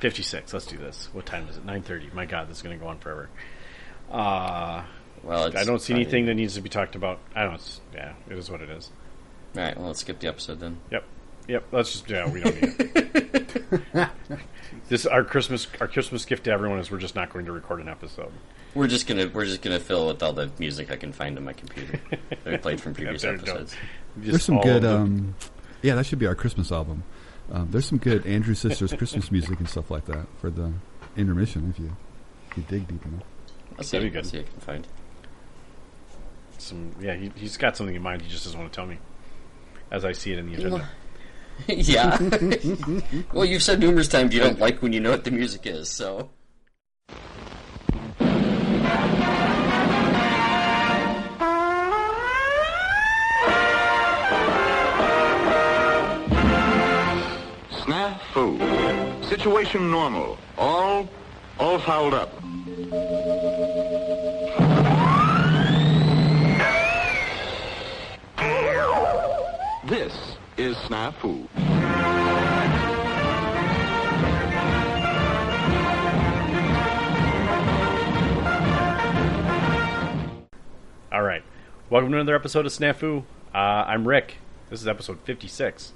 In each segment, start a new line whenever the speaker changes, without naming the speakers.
56. Let's do this. What time is it? 9:30. My God, this is going to go on forever. Uh,
Well, it's
I don't see
funny.
anything that needs to be talked about. I don't. s- Yeah, it is what it is.
All right, well, let's skip the episode then.
Yep. Yep. Let's just. Yeah, we don't need it. this our Christmas our Christmas gift to everyone is we're just not going to record an episode.
We're just gonna we're just gonna fill with all the music I can find on my computer that we played from previous
There we go.
episodes.
Just
There's some
all
good.
of the-
Um, yeah, that should be our Christmas album. Um, there's some good Andrew Sisters Christmas music and stuff like that for the intermission if you if you dig deep enough.
I'll see,
That'd be
I'll
good.
see what I can find.
some yeah. He, he's got something in mind. He just doesn't want to tell me. As I see it in the agenda.
yeah. well, you've said numerous times you don't like when you know what the music is, so.
Snafu. Situation normal. All, all fouled up. This is Snafu.
All right. Welcome to another episode of Snafu. Uh, I'm Rick. This is episode 56.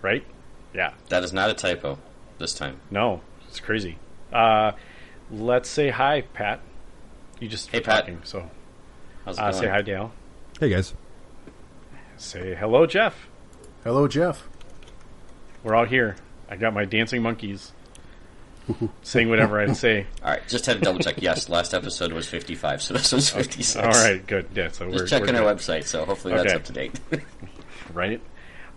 Right? Yeah.
That is not a typo this time.
No, it's crazy. Uh, let's say hi, Pat. You just
Hey, Pat.
so
How's it
uh,
going?
say hi, Dale.
Hey guys,
Say hello, Jeff.
Hello, Jeff.
We're out here. I got my dancing monkeys saying whatever I say.
All right, just had to double check. Yes, last episode was 55, so this one's 56.
All right, good. Yeah, so we're
Just checking
we're
our
good,
website, so hopefully that's
Okay.
up to date.
right.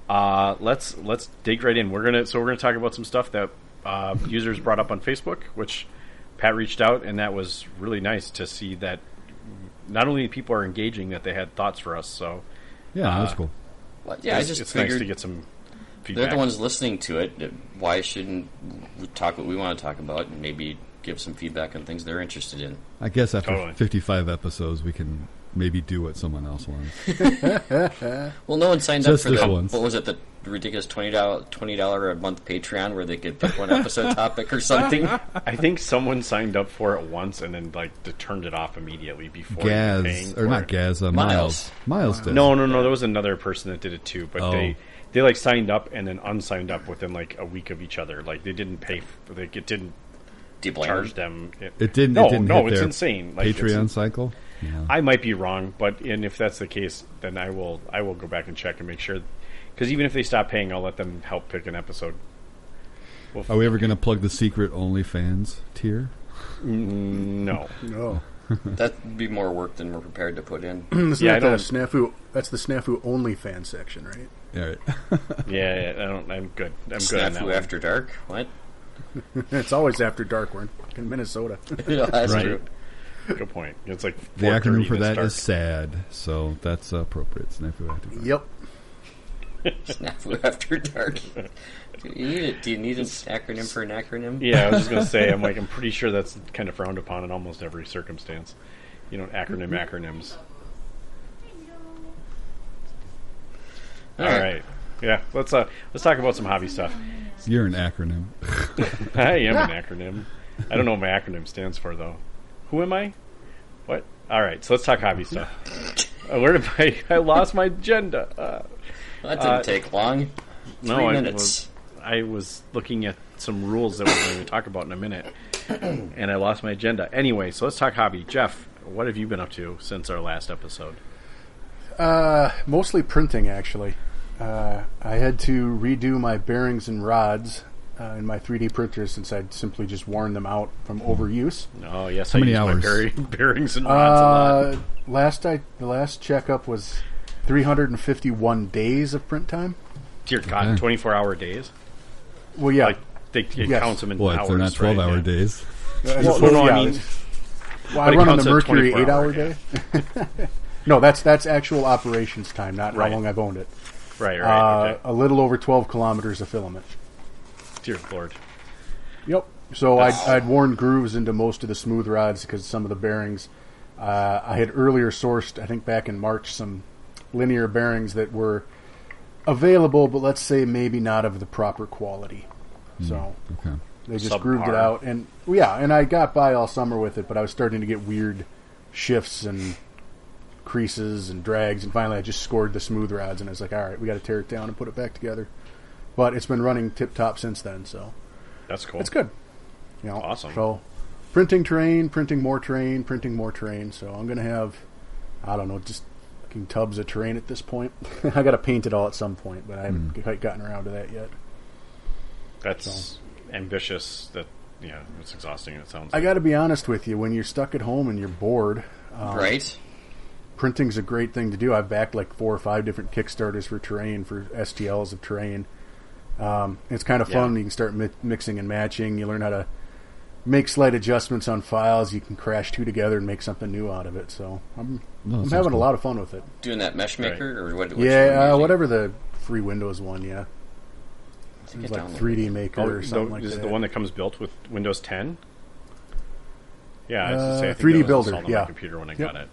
Uh, let's let's dig right in. We're gonna so we're gonna talk about some stuff that uh, users brought up on Facebook, which Pat reached out, and that was really nice to see that not only people are engaging, that they had thoughts for us. So
yeah,
Uh,
that's cool.
Well, yeah, I
it's,
just
it's nice
figured
to get some feedback.
they're the ones listening to it. Why shouldn't we talk what we want to talk about and maybe give some feedback on things they're interested in?
I guess after
Totally.
55 episodes, we can maybe do what someone else wants.
Well, no one signed
Just
up for
this
the
once.
what was it the ridiculous twenty dollar twenty dollar a month Patreon where they could pick one episode topic or something.
I think someone signed up for it once and then like they turned it off immediately before even paying
Gaz or
for
not
it.
Gaz, uh,
Miles.
Miles. Miles did.
No, no, no. There was another person that did it too, but
Oh.
they they like signed up and then unsigned up within like a week of each other. Like they didn't pay. For, like it didn't
Do you blame
charge
them?
them.
it didn't.
No,
it didn't
no.
hit
it's
their
insane. Like, it's-
Patreon cycle. Yeah.
I might be wrong, but and if that's the case, then I will I will go back and check and make sure. Because even if they stop paying, I'll let them help pick an episode.
Are we ever going to plug the secret OnlyFans tier?
No,
No,
That'd be more work than we're prepared to put in.
it's
Yeah, I
not the
don't-
snafu. That's the snafu only fan section, right?
All right.
yeah, I don't. I'm good. I'm good on that.
Snafu
one.
after dark. What?
It's always after dark. We're in- in Minnesota.
No, that's
Right.
true.
Good point. It's like
The acronym for that
that
is SAD, so that's appropriate. Snafu active.
yep.
Snafu after dark. Do you need it? Do you need an acronym for an acronym?
Yeah, I was just gonna say. I'm like, I'm pretty sure that's kind of frowned upon in almost every circumstance. You know, acronym acronyms. All right. Yeah, let's uh, let's talk about some hobby stuff.
You're an acronym.
I am an acronym. I don't know what my acronym stands for though. Who am I? What? All right, so let's talk hobby stuff. Uh, where did my? I lost my agenda. Uh,
Well, that didn't take long.
no,
Three
I
minutes.
Was, I was looking at some rules that we're going to talk about in a minute, and I lost my agenda. Anyway, so let's talk hobby. Jeff, what have you been up to since our last episode?
Uh, mostly printing, actually. Uh, I had to redo my bearings and rods uh, in my 3D printer since I'd simply just worn them out from overuse.
Oh, yes, I
How many
used my
hours?
bear- bearings and rods a lot.
Uh, last I the last checkup was 351 days of print time.
Dear God,
okay.
24 hour days.
Well, yeah.
Like they it
Yes.
counts them in
What?
hours.
they're not 12
right?
hour
Yeah.
days.
Well, no, no,
Yeah,
I mean,
Well, I
But it
run on
counts
the
a
Mercury
24
eight
hour,
hour
yeah.
day. no, that's that's actual operations time, not
Right.
how long I've owned it.
right, right.
uh, A little over twelve kilometers of filament.
oh.
okay. Dear Lord.
Yep. So I'd, I'd worn grooves into most of the smooth rods because some of the bearings. Uh, I had earlier sourced, I think back in March, some linear bearings that were available, but let's say maybe not of the proper quality.
Hmm.
So
Okay.
they just
Subpar.
grooved it out, and well, yeah, and I got by all summer with it, but I was starting to get weird shifts and creases and drags, and finally I just scored the smooth rods, and I was like, all right, we got to tear it down and put it back together. But it's been running tip top since then, so
That's cool.
it's good. You know,
Awesome.
So, printing terrain, printing more terrain, printing more terrain. So I'm gonna have, I don't know, just fucking tubs of terrain at this point. I gotta paint it all at some point, but I haven't quite gotten around to that yet.
That's ambitious. That yeah, it's exhausting. It sounds.
I gotta be honest with you. When you're stuck at home and you're bored, um,
right?
printing's a great thing to do. I've backed like four or five different Kickstarters for terrain for STLs of terrain. Um, it's kind of fun.
Yeah.
You can start mi- mixing and matching. You learn how to make slight adjustments on files. You can crash two together and make something new out of it. So I'm,
No, that
I'm
sounds
having
cool.
a lot of fun with it.
Doing that mesh maker or what? what you were
yeah, uh,
using?
whatever the free Windows one. Yeah,
I think
it's
I
like
downloaded
3D
it.
Maker
Oh,
or something
the,
like
is
that.
it the one that comes built with Windows 10? Yeah, I was gonna
Uh,
say, I think
3D
that was
Builder,
installed on
yeah.
my computer when I
Yep.
got it.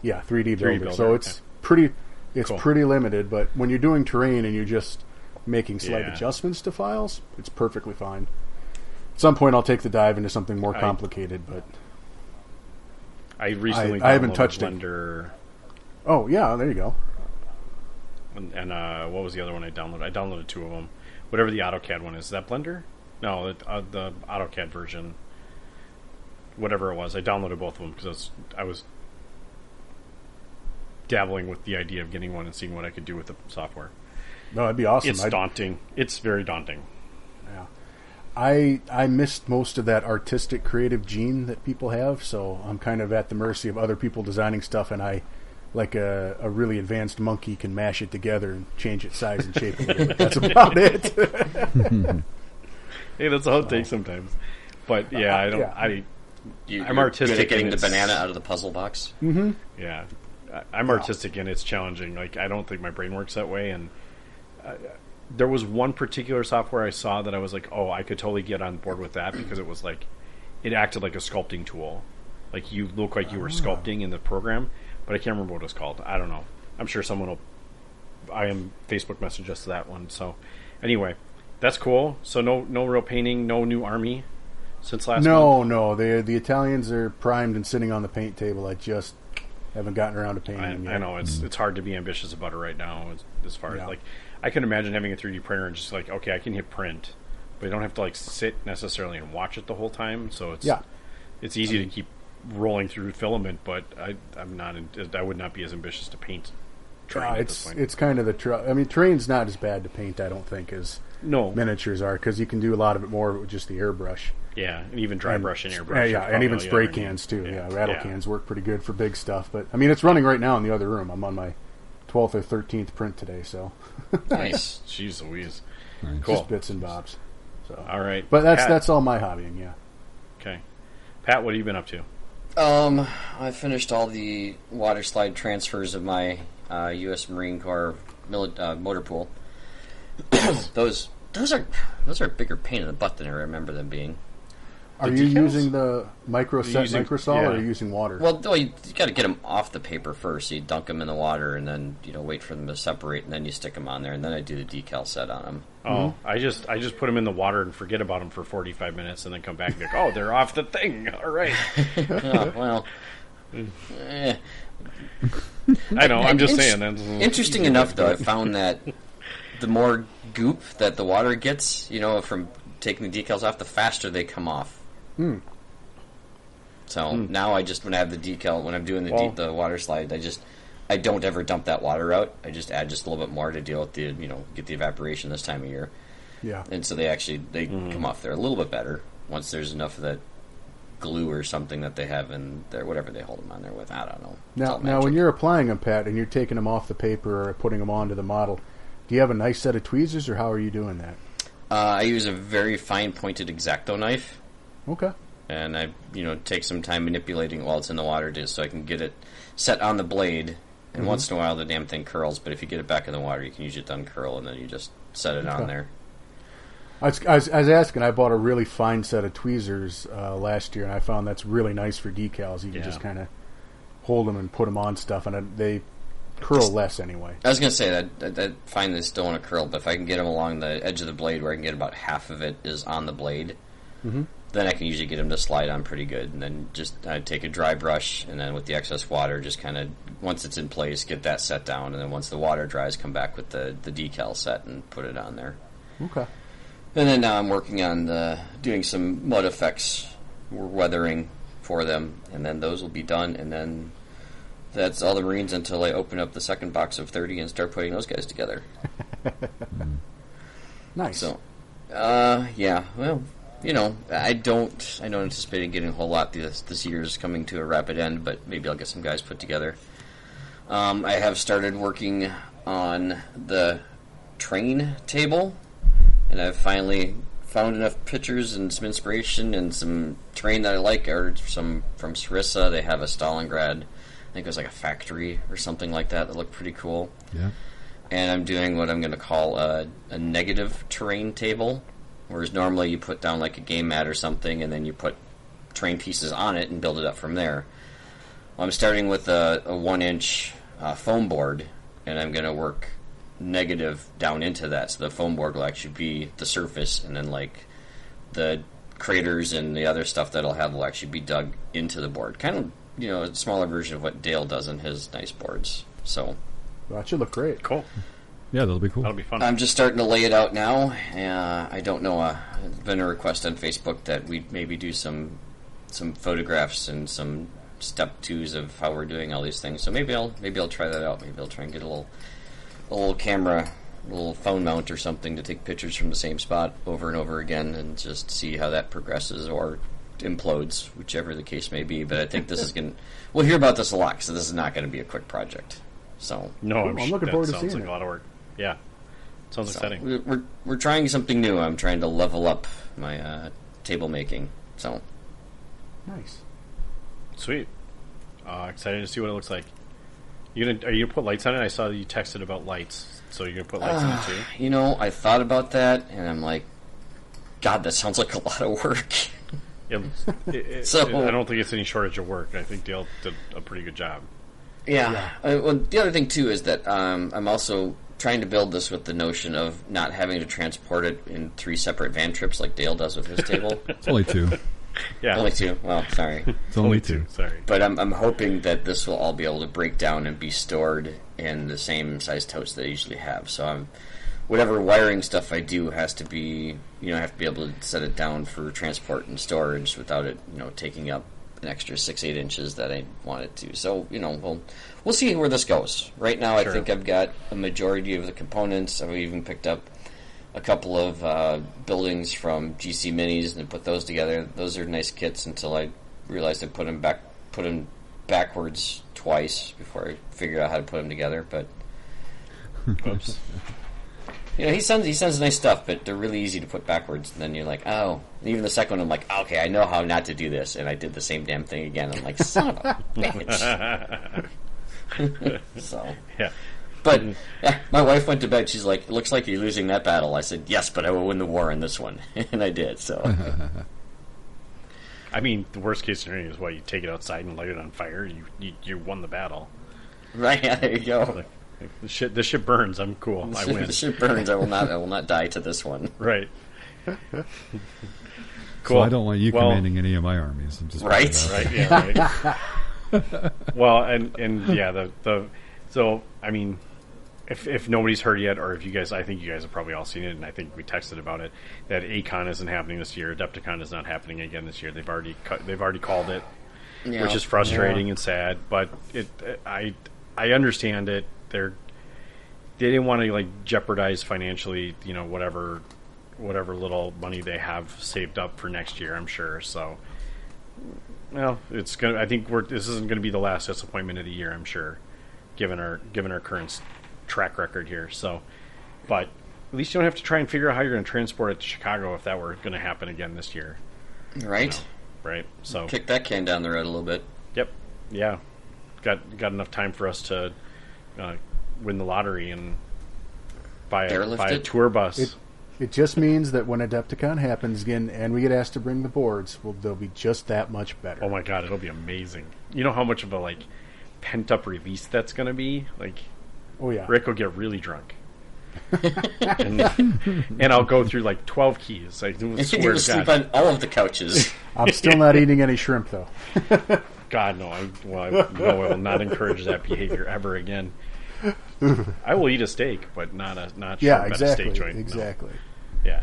Yeah, 3D builder.
3D builder,
So it's pretty it's
Cool.
pretty limited, but when you're doing terrain and you're just making slight
Yeah.
adjustments to files, it's perfectly fine. At some point I'll take the dive into something more
I-
complicated, but
I recently
I haven't
downloaded
touched it.
Blender,
oh yeah, there you go.
and, and uh, what was the other one I downloaded? I downloaded two of them. Whatever the AutoCAD one is, is that Blender? No, it, uh, the AutoCAD version. Whatever it was, I downloaded both of them because I was, I was dabbling with the idea of getting one and seeing what I could do with the software.
No, that'd be awesome.
It's
I'd-
daunting. It's very daunting.
I I missed most of that artistic creative gene that people have, so I'm kind of at the mercy of other people designing stuff, and I, like a, a really advanced monkey, can mash it together and change its size and shape. a little bit. That's about it.
Hey, that's all it takes sometimes. But yeah, I don't.
Oh. yeah.
I
You,
I'm
you're
artistic
Good at getting
and
the
it's-
banana out of the puzzle box.
yeah, I- I'm artistic and it's challenging. Like I don't think my brain works that way. And I, there was one particular software I saw that I was like, oh, I could totally get on board with that because it was like, it acted like a sculpting tool. Like you look like
Ah.
you were sculpting in the program, but I can't remember what it's called. I don't know. I'm sure someone will. I am Facebook message us that one. So anyway, that's cool. So no no real painting, no new army since last month?
No, no, they the Italians are primed and sitting on the paint table. I just haven't gotten around to painting
I,
them yet. Uh,
I know it's it's hard to be ambitious about it right now. As, as far
Yeah.
as like, I can imagine having a 3D printer and just like, okay, I can hit print, but you don't have to like sit necessarily and watch it the whole time. So it's
Yeah.
it's easy to keep rolling through filament. But I I'm not in, I would not be as ambitious to paint.
Uh,
terrain at this
it's
point.
it's kind of the tr- I mean, terrain's not as bad to paint. I don't think as
no,
miniatures are because you can do a lot of it more with just the airbrush.
yeah, and even dry brush and airbrush,
Yeah,
is
yeah, and
probably
even
all you
spray
ever need.
cans too. Yeah, rattle
yeah.
cans work pretty good for big stuff. But I mean, it's running right now in the other room. I'm on my twelfth or thirteenth print today, so
Nice.
Jeez Louise,
Nice.
cool.
just bits and bobs. So,
All right,
but that's
Pat.
that's all my hobbying. Yeah,
okay. Pat, what have you been up to?
Um, I finished all the water slide transfers of my uh, U.S. Marine Corps mili- uh, motor pool. those those are those are a bigger pain in the butt than I remember them being.
are you
decals?
using the micro set
using-
microsol or
yeah.
are you using water?
Well, though, you, you got to get them off the paper first. You dunk them in the water, and then you know wait for them to separate, and then you stick them on there, and then I do the decal set on them.
Oh,
Mm-hmm.
I just I just put them in the water and forget about them for forty five minutes, and then come back and be like, oh, they're off the thing. All right,
oh, well, eh.
I know. I'm just
Inter-
saying. Mm-hmm. That's
Interesting enough, though, I found that the more goop that the water gets, you know, from taking the decals off, the faster they come off.
Hmm.
So now I just when I have the decal, when I'm doing the
Well-
de- the water slide, I just I don't ever dump that water out. I just add just a little bit more to deal with the you know get the evaporation this time of year,
yeah,
and so they actually they
Hmm.
come off there a little bit better once there's enough of that glue or something that they have in there, whatever they hold them on there with. I don't know. It's
Now,
all
now, when
magic.
you're applying them, Pat, and you're taking them off the paper or putting them onto the model, do you have a nice set of tweezers, or how are you doing that?
Uh, I use a very fine pointed exacto knife,
Okay.
and I you know take some time manipulating it while it's in the water just so I can get it set on the blade. And once in a while, the damn thing curls. But if you get it back in the water, you can usually it to uncurl, and then you just set it on there.
I was, I, was, I was asking. I bought a really fine set of tweezers uh, last year, and I found that's really nice for decals. You can
Yeah.
just kind of hold them and put them on stuff, and I, they curl less anyway.
I was gonna say that that, that fine they still want to curl, but if I can get him along the edge of the blade where I can get about half of it is on the blade, then I can usually get him to slide on pretty good. And then just I take a dry brush, and then with the excess water, just kind of once it's in place, get that set down, and then once the water dries, come back with the the decal set and put it on there.
Okay.
And then now I'm working on the, doing some mud effects, we're weathering for them, and then those will be done, and then that's all the Marines until I open up the second box of 30 and start putting those guys together.
Nice.
So, uh, yeah, well, you know, I don't, I don't anticipate getting a whole lot this this year is coming to a rapid end, but maybe I'll get some guys put together. Um, I have started working on the train table, and I've finally found enough pictures and some inspiration and some terrain that I like. I ordered some from Sarissa. They have a Stalingrad, I think it was like a factory or something like that that looked pretty cool
Yeah.
and I'm doing what I'm going to call a, a negative terrain table, whereas normally you put down like a game mat or something, and then you put terrain pieces on it and build it up from there. Well, I'm starting with a, a one-inch uh, foam board, and I'm going to work negative down into that, so the foam board will actually be the surface, and then like the craters and the other stuff that I'll have will actually be dug into the board. Kind of, you know, a smaller version of what Dale does in his nice boards. So
that should look great.
Cool.
Yeah, that'll be cool.
That'll be fun.
I'm just starting to lay it out now. Uh, I don't know. Uh, it's been a request on Facebook that we maybe do some some photographs and some step twos of how we're doing all these things. So maybe I'll maybe I'll try that out. Maybe I'll try and get a little a little camera, a little phone mount or something to take pictures from the same spot over and over again, and just see how that progresses or implodes, whichever the case may be. But I think this is going. to... We'll hear about this a lot, so this is not going to be a quick project. So
no,
Cool,
I'm,
I'm
sh-
looking
that
forward to
sounds
seeing
like
it.
a lot of work. Yeah, sounds
So,
exciting.
we- We're we're trying something new. I'm trying to level up my uh, table making. So
Nice.
Sweet. Uh, excited to see what it looks like. You gonna are you gonna put lights on it? I saw that you texted about lights, so you're gonna put lights on it too.
you know, I thought about that, and I'm like, God, that sounds like a lot of work.
It, it- it-
So-
I don't think it's any shortage of work. I think Dale did a pretty good job.
yeah. Uh, well, the other thing too is that um, I'm also trying to build this with the notion of not having to transport it in three separate van trips like Dale does with his table.
it's only two.
Yeah,
Only two. Well, sorry.
It's only two.
Sorry.
But I'm, I'm hoping that this will all be able to break down and be stored in the same size totes that I usually have. So I'm whatever wiring stuff I do has to be you know I have to be able to set it down for transport and storage without it you know taking up an extra six eight inches that I want it to. So you know we'll we'll see where this goes. Right now I think I've got a majority of the components. I've even picked up a couple of uh, buildings from GC Minis and put those together. Those are nice kits until I realized I put them back, put 'em backwards twice before I figured out how to put them together. But
Oops.
you know, he sends he sends nice stuff, but they're really easy to put backwards. And then you're like, oh, and even the second one, I'm like, okay, I know how not to do this, and I did the same damn thing again. I'm like, son of a bitch. so.
yeah.
But yeah, my wife went to bed. She's like, "It looks like you're losing that battle." I said, "Yes, but I will win the war in this one," and I did. So
I mean, the worst case scenario is what you take it outside and light it on fire. You you, you won the battle.
Right, yeah, there you go.
Like, like, this shit, this shit burns. I'm cool. I win.
the ship burns. I will not. I will not die to this one.
Right.
So
cool.
I don't want you
Well,
commanding any of my armies. I'm just
Right?
Right. Yeah. Right. well, and and yeah, the the so I mean, if if nobody's heard yet, or if you guys, I think you guys have probably all seen it, and I think we texted about it that Acon isn't happening this year. Adepticon is not happening again this year. They've already cut. They've already called it,
Yeah.
which is frustrating and sad. But it, I I understand it. They're they didn't want to like jeopardize financially, you know, whatever whatever little money they have saved up for next year. I'm sure. So, well, it's gonna. I think we're this isn't gonna be the last disappointment of the year. I'm sure, given our given our current s- track record here. So, but at least you don't have to try and figure out how you're gonna transport it to Chicago if that were gonna happen again this year,
right.
right? So
Kick that can down the road a little bit.
Yep. Yeah. Got got enough time for us to uh, win the lottery and buy a,
Airlift
buy a
it?
tour bus.
It- It just means that when Adepticon happens again and we get asked to bring the boards, well, they'll be just that much better.
oh my god, it'll be amazing. You know how much of a like pent up release that's going to be. Like
Oh yeah.
Rick will get really drunk. and, and I'll go through like 12 keys. I swear
You
to
sleep
God.
on all of the couches.
I'm still not eating any shrimp though.
God, no. I, well, I, no, I will not encourage that behavior ever again. I will eat a steak, but not a not
Yeah,
shrimp at
exactly.
a steak joint. No.
Exactly.
Yeah.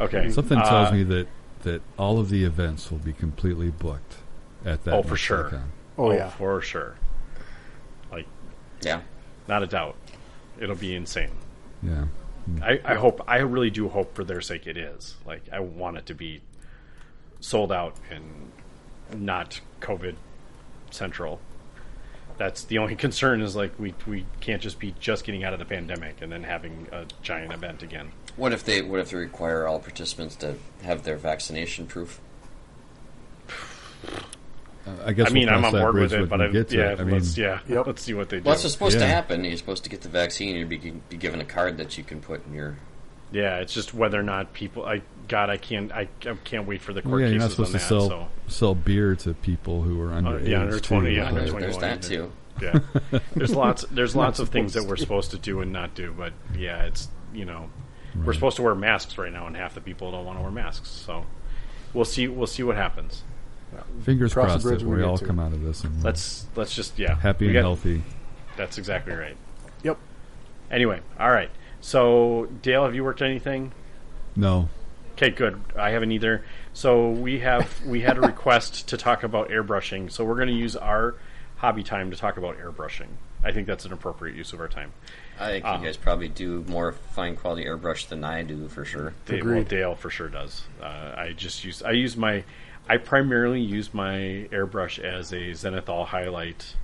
Okay.
Something tells
Uh,
me that that all of the events will be completely booked at that.
Oh, for
next
sure.
Icon.
Oh, yeah.
for sure. Like,
yeah.
not a doubt. It'll be insane.
Yeah.
I, I hope. I really do hope for their sake it is. Like, I want it to be sold out and not COVID central. That's the only concern is like we we can't just be just getting out of the pandemic and then having a giant event again.
What if they What if they require all participants to have their vaccination proof?
I guess.
I mean,
we'll
I'm
cross
on
that
board
bridge
with it,
when
but
we
I,
get to
yeah,
it. I mean,
let's yeah,
Yep.
let's see what they do.
Well, that's what's supposed to
Yeah.
happen. You're supposed to get the vaccine. You'd be, be given a card that you can put in your.
yeah, it's just whether or not people. I God, I can't. I, I can't wait for the
well,
court
yeah, you're not
cases on
supposed to
that.
sell
so
sell beer to people who are under
Uh, yeah, under 20, yeah, under
There's,
21,
there's that
yeah.
too.
Yeah, there's lots. There's lots of things that
supposed
we're supposed to do and not do, but yeah, it's you know, we're supposed to wear masks right now, and half the people don't want to wear masks. So we'll see. We'll see what happens.
Fingers
Cross the
crossed
bridge
that
when
we
we get
all
to
come out of this and
Let's let's just yeah,
happy
we
and
got-
healthy.
That's exactly right.
Yep.
Anyway, all right. So Dale, have you worked on anything?
No,
Okay, good. I haven't either. So we have we had a request to talk about airbrushing. So we're going to use our hobby time to talk about airbrushing. I think that's an appropriate use of our time.
I think you guys probably do more fine quality airbrush than I do for sure.
Dale, well,
Agreed.
Dale for sure does. Uh, I just use I use my I primarily use my airbrush as a Zenithal highlight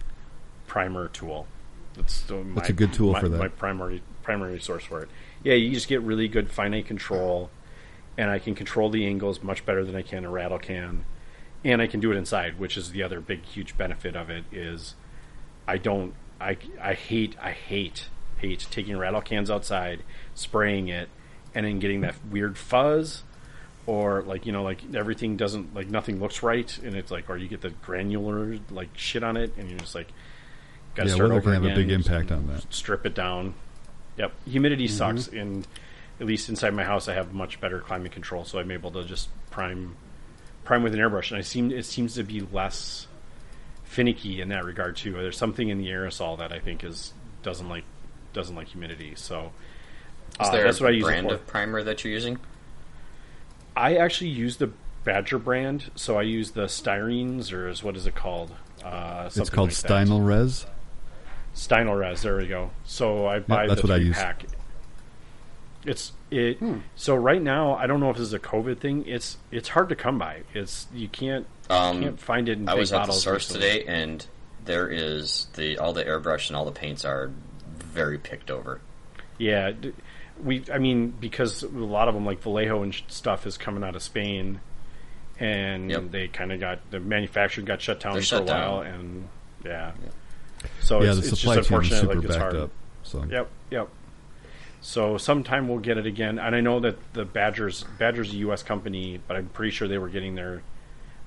primer tool. That's still my,
That's a good tool
my-
for that.
My primary primary source for it. Yeah, you just get really good finite control, and I can control the angles much better than I can a rattle can, and I can do it inside, which is the other big huge benefit of it is I don't. I, I hate I hate hate taking rattle cans outside, spraying it, and then getting that weird fuzz, or like you know like everything doesn't like nothing looks right, and it's like or you get the granular like shit on it, and you're just like, gotta
yeah,
start
weather
over
can have a
again,
big impact on that. Mm-hmm.
Strip it down. Yep, humidity sucks. And at least inside my house, I have much better climate control, so I'm able to just prime prime with an airbrush, and I seem it seems to be less finicky in that regard too. There's something in the aerosol that I think is doesn't like doesn't like humidity. So
Is
uh,
there
that's
a
what I use it
brand
for.
of primer that you're using?
I actually use the Badger brand, so I use the styrenes or is what is it called? Uh,
It's
something
called
like that.
Steinel Res.
Steinel Res. There we go. So I buy
that's
the
what I
three
use.
pack. It's it.
Hmm.
So right now, I don't know if this is a COVID thing. It's it's hard to come by. It's you can't
Um,
you can't find it. in
I
big
was at the
bottles
source
recently.
today, and there is the all the airbrush and all the paints are very picked over.
Yeah, d- we. I mean, because a lot of them, like Vallejo and sh- stuff, is coming out of Spain, and
Yep.
they kind of got the manufacturing got shut down
They're
for
shut
a while,
down.
and yeah. So
Yeah,
Oh, it's,
the
it's
supply
just
chain is
unfortunate.
super
like it's
backed
hard.
up. So
Yep, yep. So sometime we'll get it again, and I know that the Badgers Badgers a U.S. company, but I'm pretty sure they were getting their,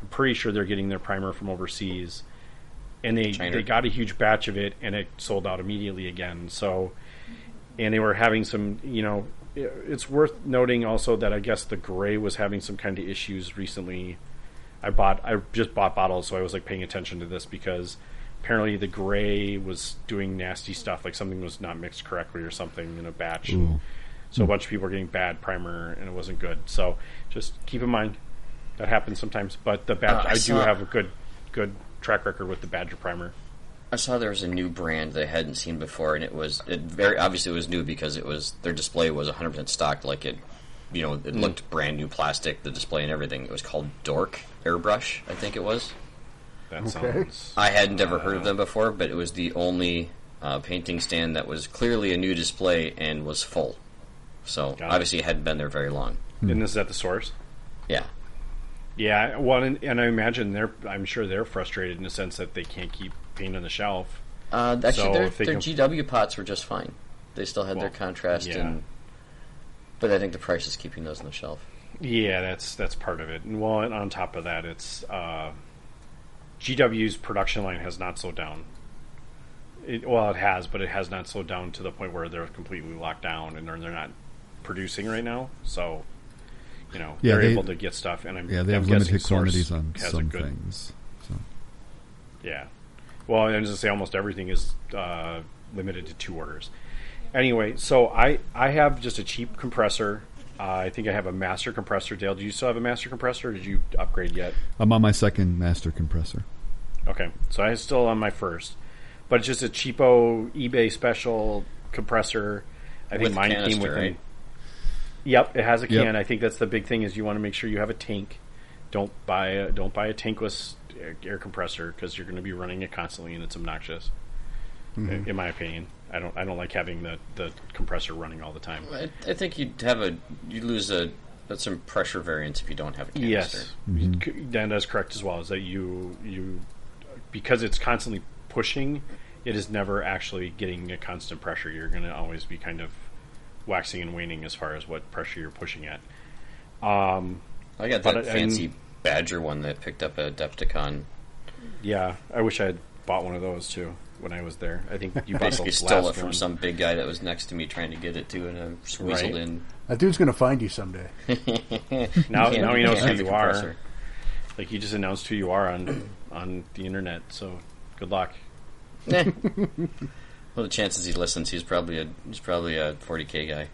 I'm pretty sure they're getting their primer from overseas, and they
China.
they got a huge batch of it, and it sold out immediately again. So, and they were having some, you know, i- it's worth noting also that I guess the gray was having some kind of issues recently. I bought I just bought bottles, so I was like paying attention to this because apparently the gray was doing nasty stuff, like something was not mixed correctly or something in a batch.
Ooh.
So a bunch of people were getting bad primer and it wasn't good. So just keep in mind that happens sometimes. But the badge
Uh, I
I, do
saw-
have a good good track record with the Badger primer.
I saw there was a new brand that I hadn't seen before, and it was it very obviously it was new because it was their display was 100 percent stocked, like it, you know, it
Hmm.
looked brand new plastic, the display and everything. It was called Dork Airbrush, I think it was.
That sounds
I hadn't ever heard of them before, but it was the only uh, painting stand that was clearly a new display and was full. So
Got it.
obviously it hadn't been there very long.
and this is at the source.
Yeah,
Yeah, well, and, and I imagine they're. I'm sure they're frustrated in the sense that they can't keep paint on the shelf.
uh, actually,
So
their,
if they
their
can-
GW pots were just fine. They still had their
Well,
contrast,
yeah.
and but I think the price is keeping those on the shelf.
Yeah, that's that's part of it. And well, and on top of that, it's uh, GW's production line has not slowed down It, well, it has, but it has not slowed down to the point where they're completely locked down and they're, they're not producing right now. So, you know,
Yeah,
they're
they-
able to get stuff. And I'm
Yeah, they
I'm
have
guessing
limited
Source
quantities on
has a
some
good-
things. So
Yeah. Well, I was going to say almost everything is uh, limited to two orders. Anyway, so I, I have just a cheap compressor. Uh, I think I have a master compressor. Dale, do you still have a master compressor? Or did you upgrade yet?
I'm on my second master compressor.
Okay, so I'm still on my first, but it's just a cheapo eBay special compressor. I
With
think mine
canister,
came with. an-
right?
Yep, it has a
Yep.
can. I think that's the big thing is you want to make sure you have a tank. Don't buy a, don't buy a tankless air, air compressor because you're going to be running it constantly and it's obnoxious. In, in my opinion, I don't I don't like having the, the compressor running all the time.
I, I think you'd have a you lose a that's some pressure variance if you don't have a canister.
Yes, C- Dan is correct as well. Is that you you because it's constantly pushing, it is never actually getting a constant pressure. You're going to always be kind of waxing and waning as far as what pressure you're pushing at.
I got
But
that
I-
fancy Badger one that I picked up at Adepticon.
Yeah, I wish I had bought one of those too when I was there. I think you bought the
Basically
last
stole it from
one.
some big guy that was next to me trying to get it to, and I sweezled
Right.
in.
That dude's going to find you someday.
Now,
Can't-
now he knows
can't
who
have the
you are.
compressor.
Like you just announced who you are on on the internet. So good luck.
Eh. well, the chances he listens, he's probably a he's probably a 40k guy.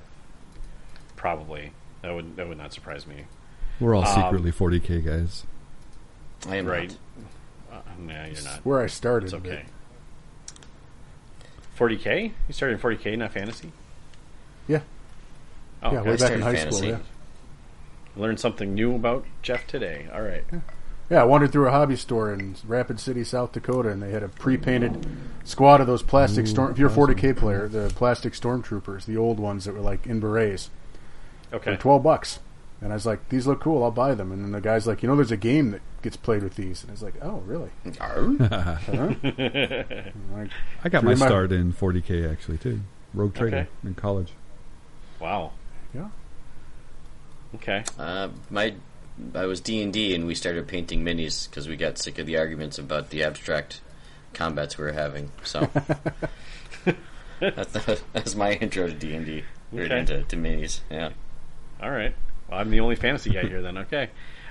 Probably that would that would not surprise me.
We're
Um,
all secretly 40k guys.
I am
Right?
not.
Uh, no, you're not.
Where I started.
It's
but
okay. 40k? You started in 40k, not fantasy.
Yeah.
Oh, okay.
Yeah, way back in
Standard
high
fantasy.
school. Yeah.
learned something new about Jeff today. All right.
yeah, I wandered through a hobby store in Rapid City, South Dakota, and they had a pre-painted squad of those plastic storm. If
Mm,
you're a 40k player, the plastic stormtroopers, the old ones that were like in berets,
Okay.
for twelve bucks. And I was like, "These look cool. I'll buy them." And then the guy's like, "You know, there's a game that gets played with these." And I was like, "Oh, really?"
Arr.
And like,
I got my
Drew, am I-
start in 40k actually too. Rogue trader
Okay.
in college.
Wow.
yeah,
Okay.
Uh, my I was D and D, and we started painting minis because we got sick of the arguments about the abstract combats we were having. So that's, that's my intro to D and D.
Okay.
To, to minis, yeah.
All right. Well, I'm the only fantasy guy here then. Okay.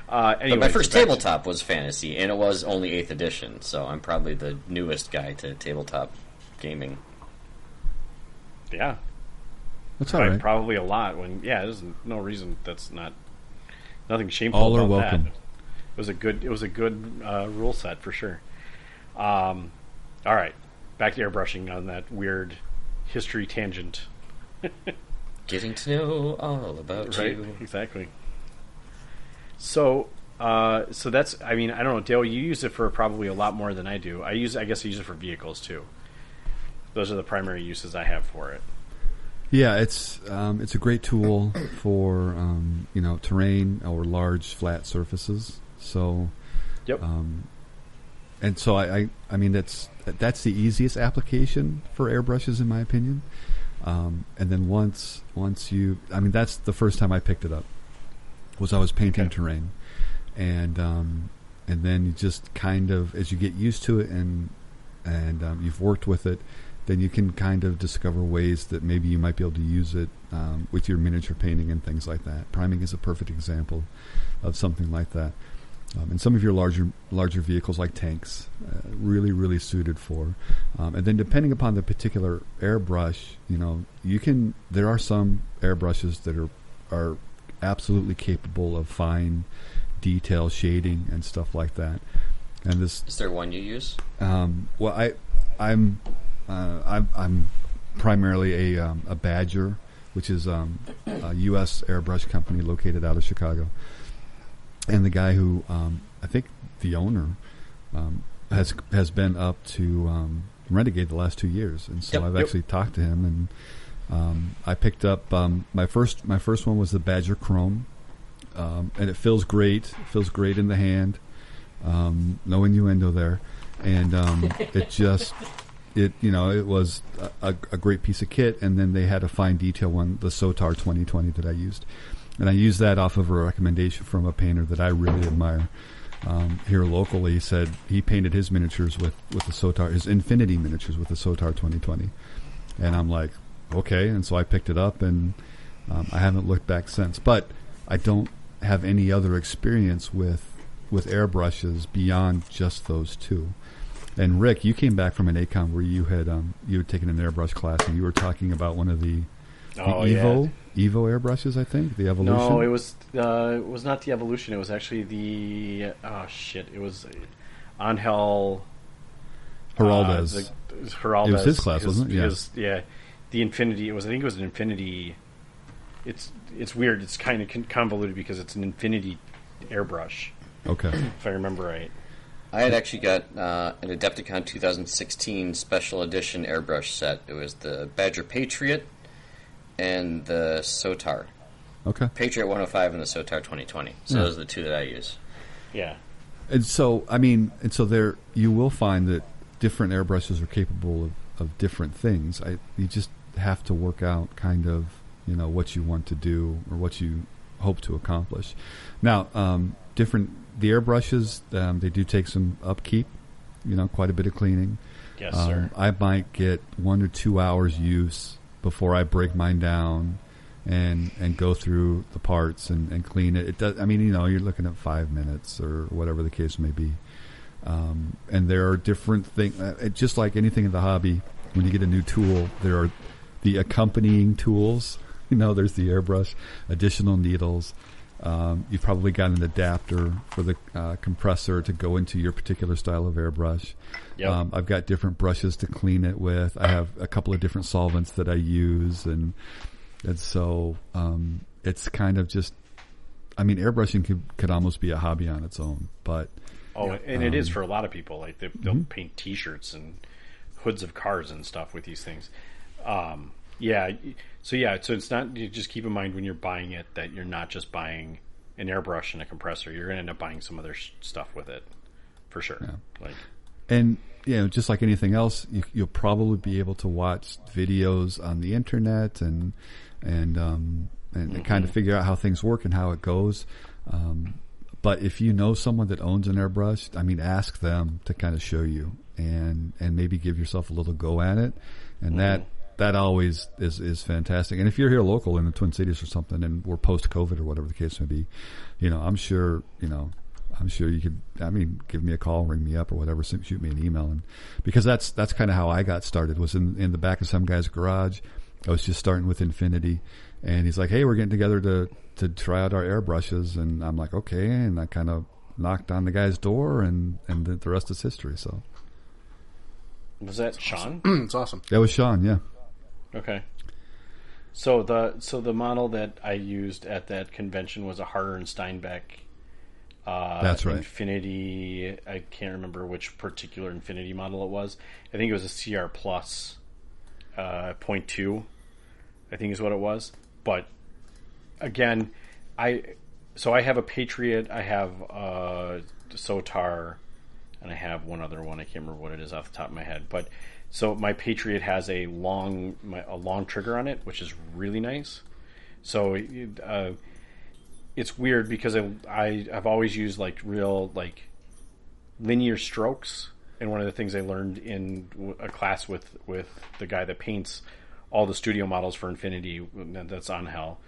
Uh, anyway,
but my first
so back to-
tabletop was fantasy, and it was only eighth edition. So I'm probably the newest guy to tabletop gaming.
Yeah.
That's all
Probably,
right.
probably a lot. When yeah, there's no reason that's not nothing shameful.
All are
about
welcome.
That. It was a good. It was a good uh, rule set for sure. Um, all right, back to airbrushing on that weird history tangent.
Getting to know all about
Right.
you.
Exactly. So, uh, so that's. I mean, I don't know, Dale. You use it for probably a lot more than I do. I use. I guess I use it for vehicles too. Those are the primary uses I have for it.
Um, Yeah, it's um, it's a great tool for um, you know terrain or large flat surfaces. So
Yep.
and so I, I, I mean that's that's the easiest application for airbrushes in my opinion. Um, and then once once you, I mean that's the first time I picked it up was I was painting
Okay.
terrain, and um, and then you just kind of as you get used to it and and um, you've worked with it, then you can kind of discover ways that maybe you might be able to use it um, with your miniature painting and things like that. Priming is a perfect example of something like that. Um, and some of your larger larger vehicles, like tanks, uh, really really suited for. Um, and then depending upon the particular airbrush, you know, you can. There are some airbrushes that are are absolutely capable of fine detail shading and stuff like that. And this
Is there one you use?
um, well, I, I'm, uh, I'm, I'm primarily a, um, a Badger, which is um, a U.S. airbrush company located out of Chicago. And the guy who, um, I think the owner, um, has has been up to um, Renegade the last two years, and so
Yep,
I've
yep.
actually talked to him, and um, I picked up um, my first my first one was the Badger Chrome, um, and it feels great, it feels great in the hand. Um, no innuendo there, and um, it just it you know it was a, a a great piece of kit, and then they had a fine detail one, the Sotar 2020 that I used, and I used that off of a recommendation from a painter that I really admire, um, here locally said he painted his miniatures with, with the Sotar, his Infinity miniatures with the Sotar 2020. And I'm like, okay. And so I picked it up and um, I haven't looked back since. But I don't have any other experience with, with airbrushes beyond just those two. And Rick, you came back from an ACOM where you had um, you had taken an airbrush class, and you were talking about one of the, the
Oh, yeah.
Evo Evo airbrushes, I think the Evolution.
No, it was uh, it was not the evolution. It was actually the oh shit. It was Angel
Geraldes.
Uh, the- it was Geraldes.
It was his class, wasn't it? Yeah.
his- yeah. The Infinity. It was. I think it was an Infinity. It's it's weird. It's kind of con- convoluted because it's an Infinity airbrush,
okay,
if I remember right.
I had actually got uh, an Adepticon 2016 special edition airbrush set. It was the Badger Patriot and the Sotar.
okay.
Patriot 105 and the Sotar 2020. So
Hmm.
Yeah.
those are the two that I use.
Yeah.
And so, I mean, and so there, you will find that different airbrushes are capable of, of different things. I, you just have to work out kind of, you know, what you want to do or what you hope to accomplish. Now, um, different, the airbrushes, um, they do take some upkeep, you know, quite a bit of cleaning.
Yes,
Um,
sir.
I might get one or two hours use before I break mine down and and go through the parts and, and clean it. It does. I mean, you know, you're looking at five minutes or whatever the case may be. Um, and there are different things. Just like anything in the hobby, when you get a new tool, there are the accompanying tools. You know, there's the airbrush, additional needles. Um, you've probably got an adapter for the uh, compressor to go into your particular style of airbrush.
Yep.
Um, I've got different brushes to clean it with. I have a couple of different solvents that I use, and and so um, it's kind of just. I mean, airbrushing could could almost be a hobby on its own, but
Oh, and it is for a lot of people. Like they, they'll paint T-shirts and hoods of cars and stuff with these things. Um, yeah. So yeah. So it's not. You just keep in mind when you're buying it that you're not just buying an airbrush and a compressor. You're going to end up buying some other sh- stuff with it, for sure. Like
And you know, just like anything else, you, you'll probably be able to watch videos on the internet and and um, and kind of figure out how things work and how it goes. Um, but if you know someone that owns an airbrush, I mean, ask them to kind of show you and and maybe give yourself a little go at it. And that that always is is fantastic. And if you're here local in the Twin Cities or something, and we're post COVID or whatever the case may be, you know, I'm sure you know I'm sure you could. I mean, give me a call, ring me up, or whatever. shoot- Shoot me an email, and because that's that's kind of how I got started. Was in in the back of some guy's garage. I was just starting with Infinity, and he's like, "Hey, we're getting together to to try out our airbrushes," and I'm like, "Okay," and I kind of knocked on the guy's door, and and the, the rest is history. So
was that Sean?
it's awesome.
that was Sean. Yeah,
Okay. So the so the model that I used at that convention was a Harder and Steinbeck. Uh,
That's right.
Infinity. I can't remember which particular Infinity model it was. I think it was a CR Plus uh, 0.2. I think is what it was. But again, I so I have a Patriot. I have uh, Sotar and I have one other one. I can't remember what it is off the top of my head, but so my Patriot has a long my, a long trigger on it, which is really nice. So it- uh, it's weird because I, I I've always used like real like linear strokes, and one of the things I learned in w- a class with with the guy that paints all the studio models for Infinity that's on Hell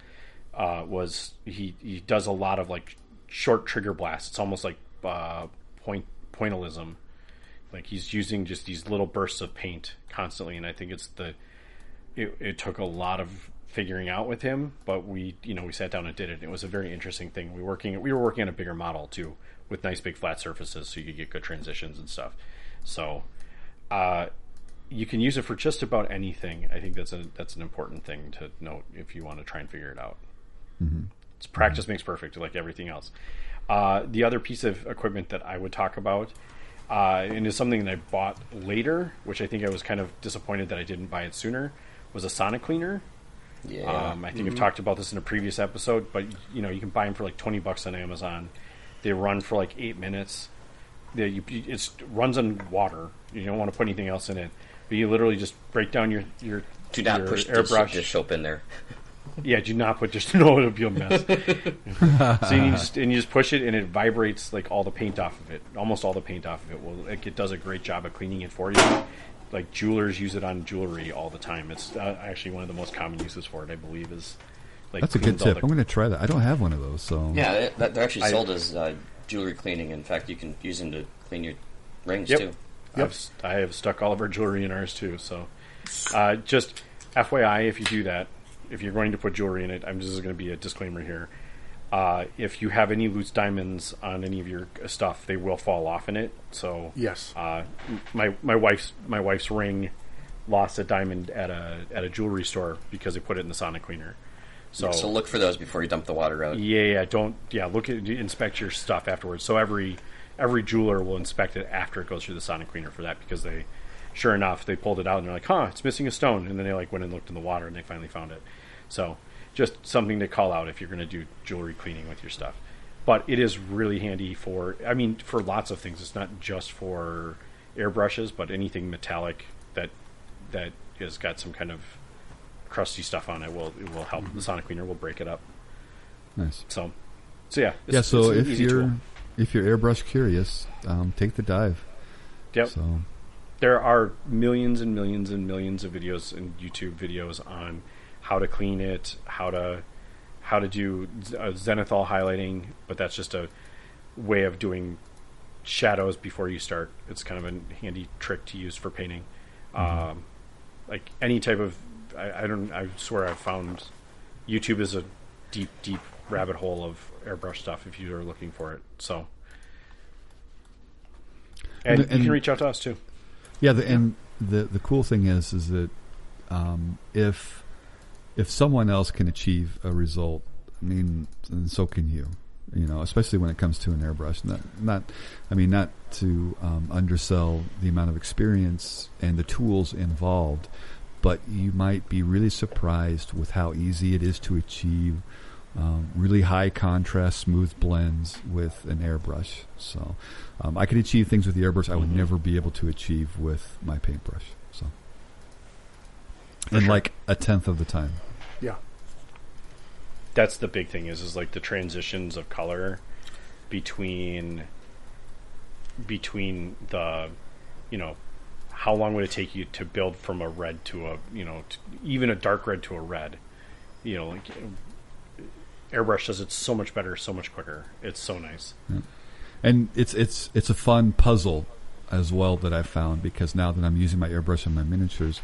uh, was he he does a lot of like short trigger blasts. It's almost like uh, point pointillism. Like he's using just these little bursts of paint constantly, and I think it's the it, it took a lot of figuring out with him, but we you know we sat down and did it. It was a very interesting thing. We were working we were working on a bigger model too, with nice big flat surfaces, so you could get good transitions and stuff. So. Uh, you can use it for just about anything. I think that's a that's an important thing to note if you want to try and figure it out. It's practice makes perfect, like everything else. Uh, the other piece of equipment that I would talk about, uh, and is something that I bought later, which I think I was kind of disappointed that I didn't buy it sooner, was a sauna cleaner.
Yeah. Mm-hmm.
Um, I think I've talked about this in a previous episode, but you know you can buy them for like twenty bucks on Amazon. They run for like eight minutes. They, you, it runs on water. You don't want to put anything else in it. But you literally just break down your your
Do not
your
push dish,
airbrush.
dish soap in there.
Yeah, do not put just no. It'll be a mess. so you just and you just push it, and it vibrates like all the paint off of it, almost all the paint off of it. Well, it, it does a great job of cleaning it for you. Like jewelers use it on jewelry all the time. It's uh, actually one of the most common uses for it, I believe. Is like
That's a good
cleans all
tip.
the-
I'm going to try that. I don't have one of those, so
Yeah, they- that- they're actually
I-
sold as uh, jewelry cleaning. In fact, you can use them to clean your rings
Yep.
too.
Yep.
I've, I have stuck all of our jewelry in ours too. So, uh, just FYI, if you do that, if you're going to put jewelry in it, I'm just going to be a disclaimer here. Uh, if you have any loose diamonds on any of your uh, stuff, they will fall off in it. So
Yes.
uh, my my wife's my wife's ring lost a diamond at a at a jewelry store because they put it in the sonic cleaner. So,
So look for those before you dump the water out.
yeah, yeah, don't yeah look at inspect your stuff afterwards. So every every jeweler will inspect it after it goes through the sonic cleaner for that because they sure enough they pulled it out and they're like, huh, it's missing a stone, and then they like went and looked in the water and they finally found it. So just something to call out if you're going to do jewelry cleaning with your stuff. But it is really handy for I mean for lots of things. It's not just for airbrushes, but anything metallic that that has got some kind of crusty stuff on it will it will help. The sonic cleaner will break it up.
nice.
So, so yeah, it's,
yeah, so
it's an
if
easy
you're
tool.
if you're airbrush curious, um, take the dive.
Yep.
So
there are millions and millions and millions of videos and YouTube videos on how to clean it, how to how to do z- uh, zenithal highlighting, but that's just a way of doing shadows before you start. It's kind of a handy trick to use for painting. Um, like any type of, I, I don't, I swear I've found YouTube is a deep, deep rabbit hole of airbrush stuff if you are looking for it. So, and,
And-
you
and-
can reach out to us too.
yeah, the, and the the cool thing is is that um, if if someone else can achieve a result, I mean, then so can you. You know, especially when it comes to an airbrush. Not, not I mean, not to um, undersell the amount of experience and the tools involved, but you might be really surprised with how easy it is to achieve um, really high contrast, smooth blends with an airbrush. So um, I can achieve things with the airbrush I would never be able to achieve with my paintbrush. So, in like a tenth of the time.
yeah.
that's the big thing is is like the transitions of color between between the you know how long would it take you to build from a red to a you know t even a dark red to a red you know like airbrush does it so much better so much quicker it's so nice
and it's it's it's a fun puzzle as well that I found because now that I'm using my airbrush on my miniatures,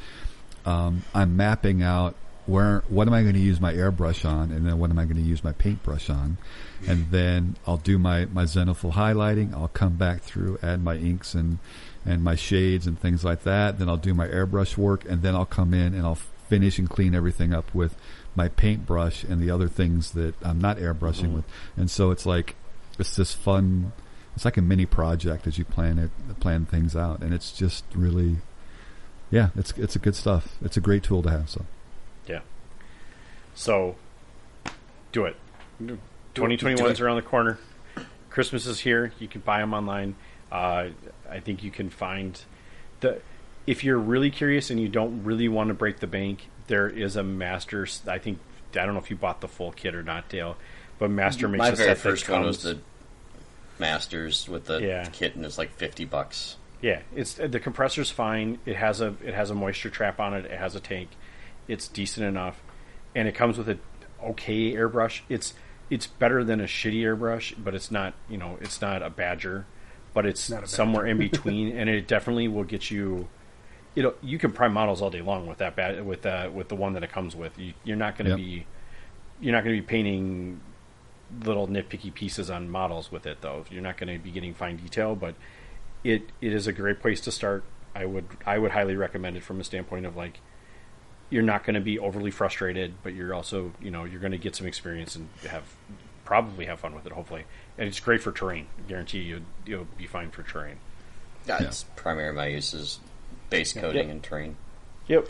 um, I'm mapping out where what am I going to use my airbrush on, and then what am I going to use my paintbrush on, and then I'll do my my zenithal highlighting. I'll come back through, add my inks and and my shades and things like that. Then I'll do my airbrush work, and then I'll come in and I'll finish and clean everything up with my paintbrush and the other things that I'm not airbrushing with. And so it's like it's this fun. It's like a mini project as you plan it, plan things out, and it's just really, yeah, it's it's a good stuff. It's a great tool to have. So
yeah so do it
Do
2021
it.
is around the corner Christmas is here. You can buy them online. Uh, I think you can find the if you're really curious and you don't really want to break the bank. There is a master. s- I think I don't know if you bought the full kit or not, Dale, but master makes
My
a
very
set that
first one was
comes-
the Masters with the
Yeah.
kit, and it's like fifty bucks.
Yeah, it's the compressor's fine. It has a it has a moisture trap on it. It has a tank. It's decent enough, and it comes with a okay airbrush. It's it's better than a shitty airbrush, but it's not you know it's not a Badger, but it's
Not a Badger.
somewhere in between, and it definitely will get you. You know you can prime models all day long with that bad with uh, with the one that it comes with. You, you're not going to
Yep.
be you're not going to be painting little nitpicky pieces on models with it though. You're not going to be getting fine detail, but it it is a great place to start. I would I would highly recommend it from a standpoint of like you're not going to be overly frustrated, but you're also you know you're going to get some experience and have probably have fun with it hopefully. And it's great for terrain. guarantee you you'll be fine for terrain.
That's primary my use is base coating and terrain.
Yep.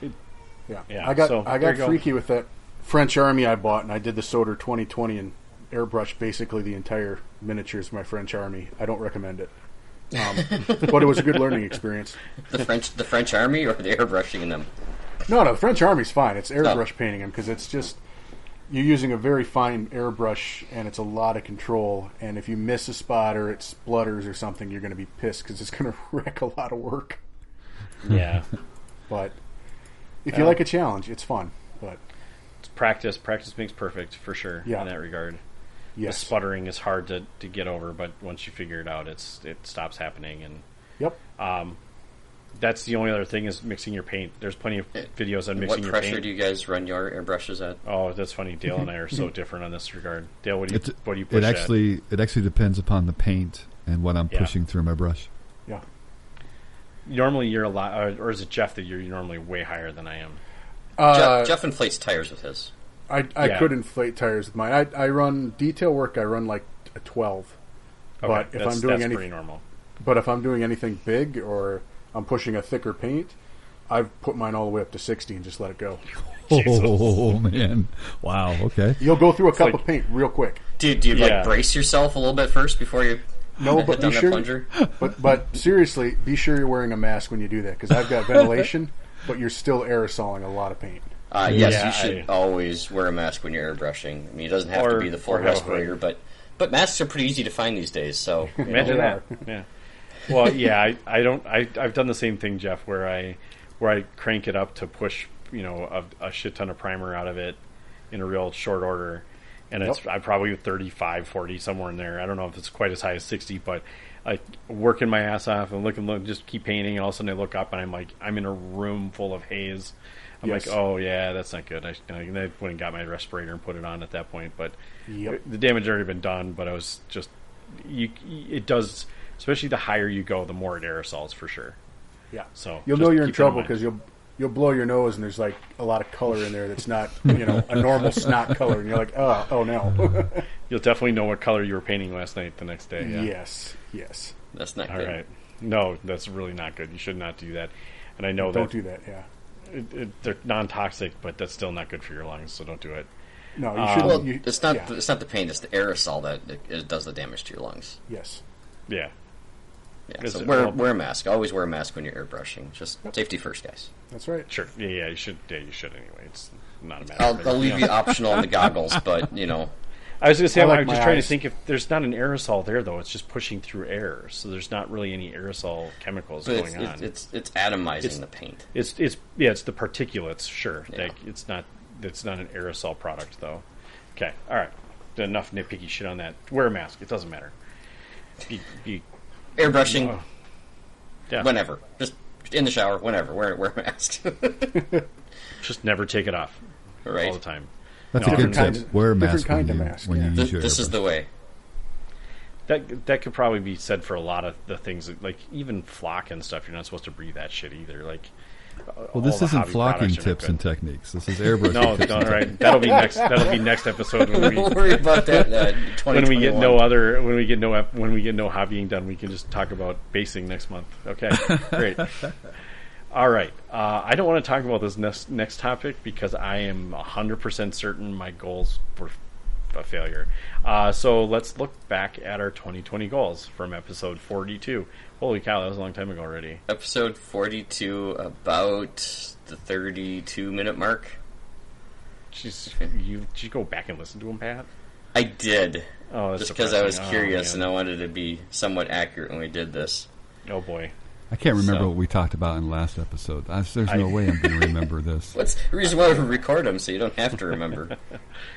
Yeah.
Yeah,
I got
so
I
there
got
you go.
freaky with that French Army I bought, and I did the Soder 2020 and airbrushed basically the entire miniatures of my French Army. I don't recommend it, um, but it was a good learning experience.
The French, the French army, or the airbrushing in them.
No, no, the French Army's fine. It's
No.
airbrush painting them because it's just you're using a very fine airbrush and it's a lot of control. And if you miss a spot or it splutters or something, you're going to be pissed because it's going to wreck a lot of work.
Yeah,
But if you
Yeah.
like a challenge, it's fun. But
it's practice. Practice makes perfect for sure.
Yeah.
in that regard.
yes,
The sputtering is hard to, to get over, but once you figure it out, it's it stops happening, and
yep,
that's the only other thing is mixing your paint. There's plenty of videos on
Eh, What
mixing your
pressure
paint.
do you guys run your airbrushes at?
oh, that's funny. Dale and I are so different on this regard. Dale, what do you
It's,
what do you
it
push at?
actually it actually depends upon the paint and what I'm
Yeah.
pushing through my brush.
yeah.
Normally, you're a lot, uh, or, or is it Jeff that you're normally way higher than I am?
Uh,
Jeff, Jeff inflates tires with his.
I, I
Yeah.
could inflate tires with mine. I, I run detail work. I run like a twelve. but if
that's,
I'm doing
that's
any,
pretty normal.
but if I'm doing anything big or I'm pushing a thicker paint, I've put mine all the way up to sixty and just let it go.
Oh man! Wow. Okay.
You'll go through a cup
like-
of paint real quick.
Do, do you
Yeah.
like brace yourself a little bit first before you
No,
hit
but
down
be
that
sure.
plunger?
But but seriously, be sure you're wearing a mask when you do that because I've got ventilation, but you're still aerosoling a lot of paint.
Uh, yes,
Yeah,
you should
I-
always wear a mask when you're airbrushing. I mean, it doesn't have
Or-
to be the full
or have a
respirator, but but masks are pretty easy to find these days. So you know.
Imagine
they
that. Yeah. Well, yeah, I, I don't. I, I've done the same thing, Jeff, where I where I crank it up to push, you know, a, a shit ton of primer out of it in a real short order, and it's I probably 35, 40 somewhere in there. I don't know if it's quite as high as sixty, but like working my ass off and looking, look, just keep painting, and all of a sudden I look up and I'm like, I'm in a room full of haze. I'm
Yes.
like, oh yeah, that's not good. I, I went and got my respirator and put it on at that point, but
Yep.
the damage had already been done, but I was just you. It does, especially the higher you go, the more it aerosols for sure.
Yeah.
So
you'll
just
know you're
keep
in
that in
trouble
mind.
because you'll you'll blow your nose and there's like a lot of color in there that's not you know a normal snot color and you're like oh oh no
You'll definitely know what color you were painting last night the next day. Yeah.
yes yes
that's not
All
good.
right. No, that's really not good. You should not do that. And I know
don't
that
do that yeah
it, it, they're non-toxic, but that's still not good for your lungs. So don't do it.
no you should
Well,
you,
it's not
yeah,
it's not the paint; it's the aerosol that it, it does the damage to your lungs.
yes
Yeah.
Yeah,
Is
so
it-
wear
well-
wear a mask. Always wear a mask when you're airbrushing. Just safety first, guys.
that's right
Sure. Yeah. Yeah. You should. Yeah. You should anyway. It's not a matter.
I'll,
of
I'll
anything
leave
else.
you optional on the goggles, but you know,
I was going to say,
I
I
like
am
my
just trying
eyes.
to think if there's not an aerosol there, though. It's just pushing through air. So there's not really any aerosol chemicals
but
going
it's,
on.
it's it's it's atomizing
It's-
the paint.
It's it's yeah, it's the particulates, sure.
Yeah.
Like it's not it's not an aerosol product though. Okay, all right. Enough nitpicky shit on that. Wear a mask. It doesn't matter. Be, be,
Airbrushing
Oh. yeah.
whenever, just in the shower, whenever. Wear wear a mask.
Just never take it off
right.
all the time.
That's
No,
a good
different
tip.
kind of-
Wear a
different
mask when
kind of
you,
mask,
when
yeah.
you
Th-
use your
this is
airbrush.
the way.
That that could probably be said for a lot of the things that, like even flock and stuff. You're not supposed to breathe that shit either. Like
Well, this
all the
isn't
hobby
flocking
products are not
tips
good.
and techniques. This is airbrushing.
No,
tips
no,
and
all
techniques.
right. That'll be next. That'll be next episode when we
Don't worry about that. Uh,
when we get no
2021.
other when we get no ep- when we get no hobbying done we can just talk about basing next month okay great all right uh, i don't want to talk about this next next topic because i am 100% certain my goals were a failure uh, so let's look back at our 2020 goals from episode 42 holy cow that was a long time ago already
episode 42 about the 32 minute mark
Jeez, you did you go back and listen to them pat
i did
Oh, that's
just because i was
depressing. Oh,
curious
man.
and i wanted to be somewhat accurate when we did this
oh boy
I can't remember
So-
what we talked about in the last episode. I, there's no
I-
way I'm going to remember this.
what's the reason why we record them so you don't have to remember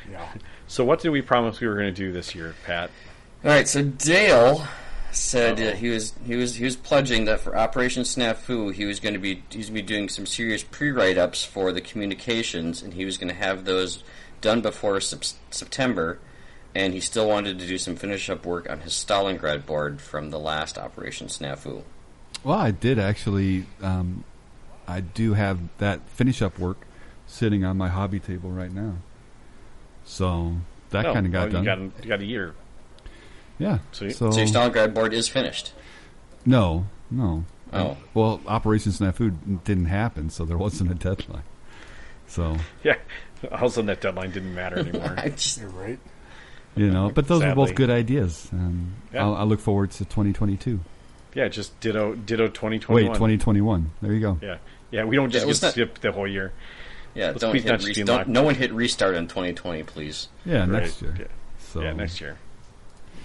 yeah
so what did we promise we were going to do this year pat
all right so dale said uh, he was he was he was pledging that for operation snafu he was going to be he's going to be doing some serious pre-write-ups for the communications and he was going to have those done before sep- september and he still wanted to do some finish up work on his Stalingrad board from the last Operation Snafu.
Well, I did actually. Um, I do have that finish up work sitting on my hobby table right now. So that
No.
kind of got
Oh,
done.
you got, you got a year
yeah.
Sweet.
So,
So your Stalingrad board is finished.
no, no. Um,
Oh.
Well, Operation Snafu didn't happen, so there wasn't a deadline. So
Yeah. All of a sudden, that deadline didn't matter anymore.
I just,
you're right
you know, but those were both
Sadly.
good ideas. Um,
Yeah.
I'll, I look forward to 2022.
Yeah, just ditto ditto twenty twenty
Wait,
one.
2021. There you go.
Yeah, yeah. We don't just
Yeah,
get
let's not-
skipped the whole year.
Yeah,
Let's
don't
please not
hit
just
re-
be
don't,
locked.
no one hit restart on 2020, please.
Yeah,
Right,
next year.
Yeah,
So,
yeah next year.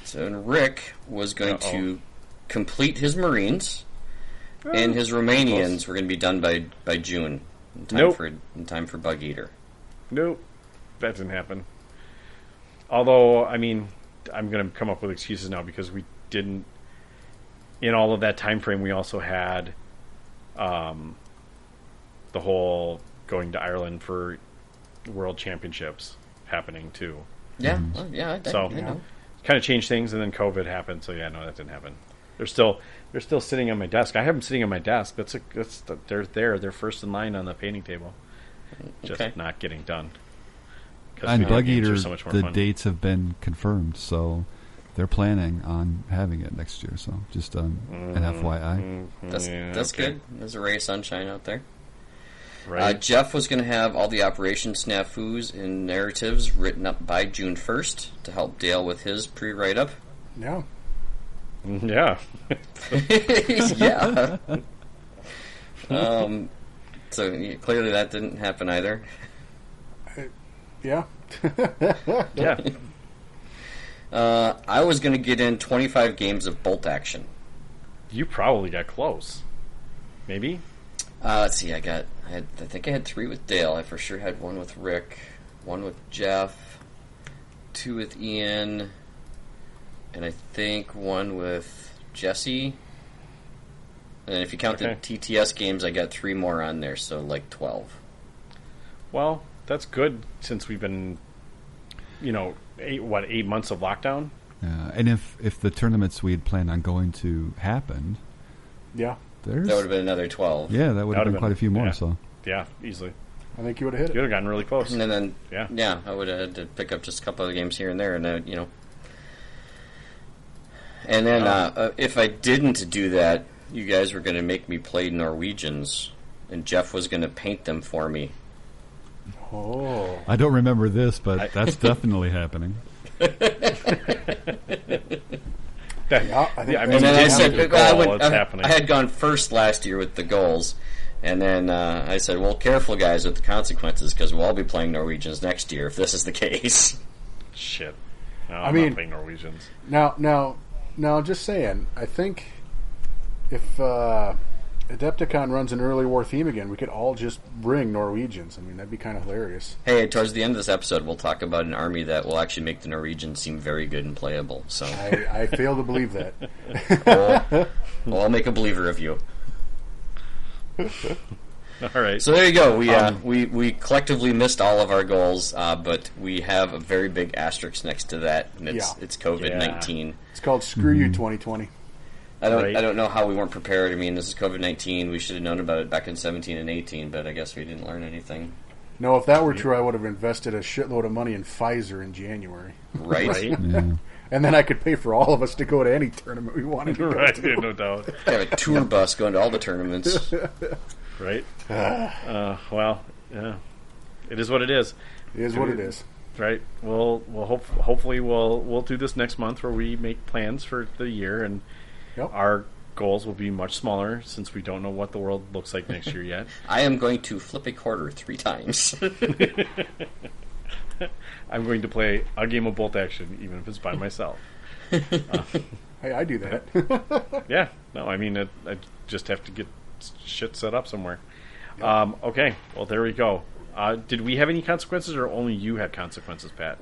So and Rick was going
Uh-oh. Oh,
to complete his Marines, and his Romanians were going to be done by by June. In time
Nope.
for in time for Bug Eater.
Nope, that didn't happen. Although, I mean, I'm going to come up with excuses now because we didn't. In all of that time frame, we also had, um, the whole going to Ireland for World Championships happening too.
Yeah, well, yeah, I, I,
Hmm. So,
I know.
Kind of changed things, and then COVID happened. So yeah, no, that didn't happen. They're still they're still sitting on my desk. I have them sitting on my desk. That's a that's they're there. They're first in line on the painting table. Just
Okay.
not getting done. 'Cause
and
video
Bug
games are
Eater,
so much more
the
fun.
dates have been confirmed, so they're planning on having it next year. So just um,
Mm-hmm.
an FYI.
That's
Yeah,
that's
okay.
good. There's a ray of sunshine out there. Uh,
Right.
Jeff was going to have all the operation snafus and narratives written up by June 1st to help Dale with his pre-write up.
Yeah.
yeah.
yeah. um, so y- clearly that didn't happen either.
Yeah.
Yeah.
Uh, I was going to get in 25 games of bolt action.
you probably got close. Maybe.
Uh, let's see, I got, I, had, I think I had three with Dale. I for sure had one with Rick, one with Jeff, two with Ian, and I think one with Jesse. And then if you count
Okay.
the TTS games, I got three more on there, so like 12.
Well, that's good since we've been, you know, eight what eight months of lockdown.
Uh, and if if the tournaments we had planned on going to happened,
Yeah.
there's
That would have been another 12.
yeah, that would
That
have
would've
been,
been-
quite a few more.
yeah.
So
Yeah, easily.
I think you would have hit
You
it.
would have gotten really close.
And then,
Yeah.
yeah, I would have had to pick up just a couple of games here and there, and I, you know. And then, uh, uh, if I didn't do that, you guys were going to make me play Norwegians, and Jeff was going to paint them for me.
Oh.
I don't remember this, but that's definitely happening.
That-
Yeah, I think
I
that's
mean,
And then
Yeah,
I
I
we
said, uh,
said,
I, would-
it's
I-
happening.
I had gone first last year with the goals, and then uh, I said, well, careful, guys, with the consequences, because we'll all be playing Norwegians next year if this is the case.
Shit. No,
I
I'm
mean-
not playing Norwegians.
Now, now, now, just saying, I think if uh, Adepticon runs an early war theme again, we could all just bring Norwegians. I mean, that'd be kind of hilarious.
Hey, towards the end of this episode, we'll talk about an army that will actually make the Norwegians seem very good and playable. So
I, I fail to believe that.
we'll, we'll all make a believer of you.
All right.
So there you go. We
Um,
uh, we we collectively missed all of our goals, uh, but we have a very big asterisk next to that, and it's
Yeah.
it's COVID nineteen.
It's called Screw You 2020.
I don't
Right.
I don't know how we weren't prepared. I mean, this is COVID nineteen. We should have known about it back in seventeen and eighteen, but I guess we didn't learn anything.
No, if that were true, I would have invested a shitload of money in Pfizer in January,
Right?
right.
Yeah.
and then I could pay for all of us to go to any tournament we wanted to go
right.
to.
No doubt.
have a tour bus going to all the tournaments.
Right. Uh, well, yeah. It is what it is.
It is what it is.
Right. We'll we'll hope hopefully we'll we'll do this next month where we make plans for the year and
Yep.
our goals will be much smaller since we don't know what the world looks like next year yet.
I am going to flip a quarter three times.
I'm going to play a game of bolt action even if it's by myself.
Hey, I do that.
Yeah. No, I mean, it, I just have to get s- shit set up somewhere. Um, okay. Well, there we go. Uh, did we have any consequences, or only you had consequences, Pat?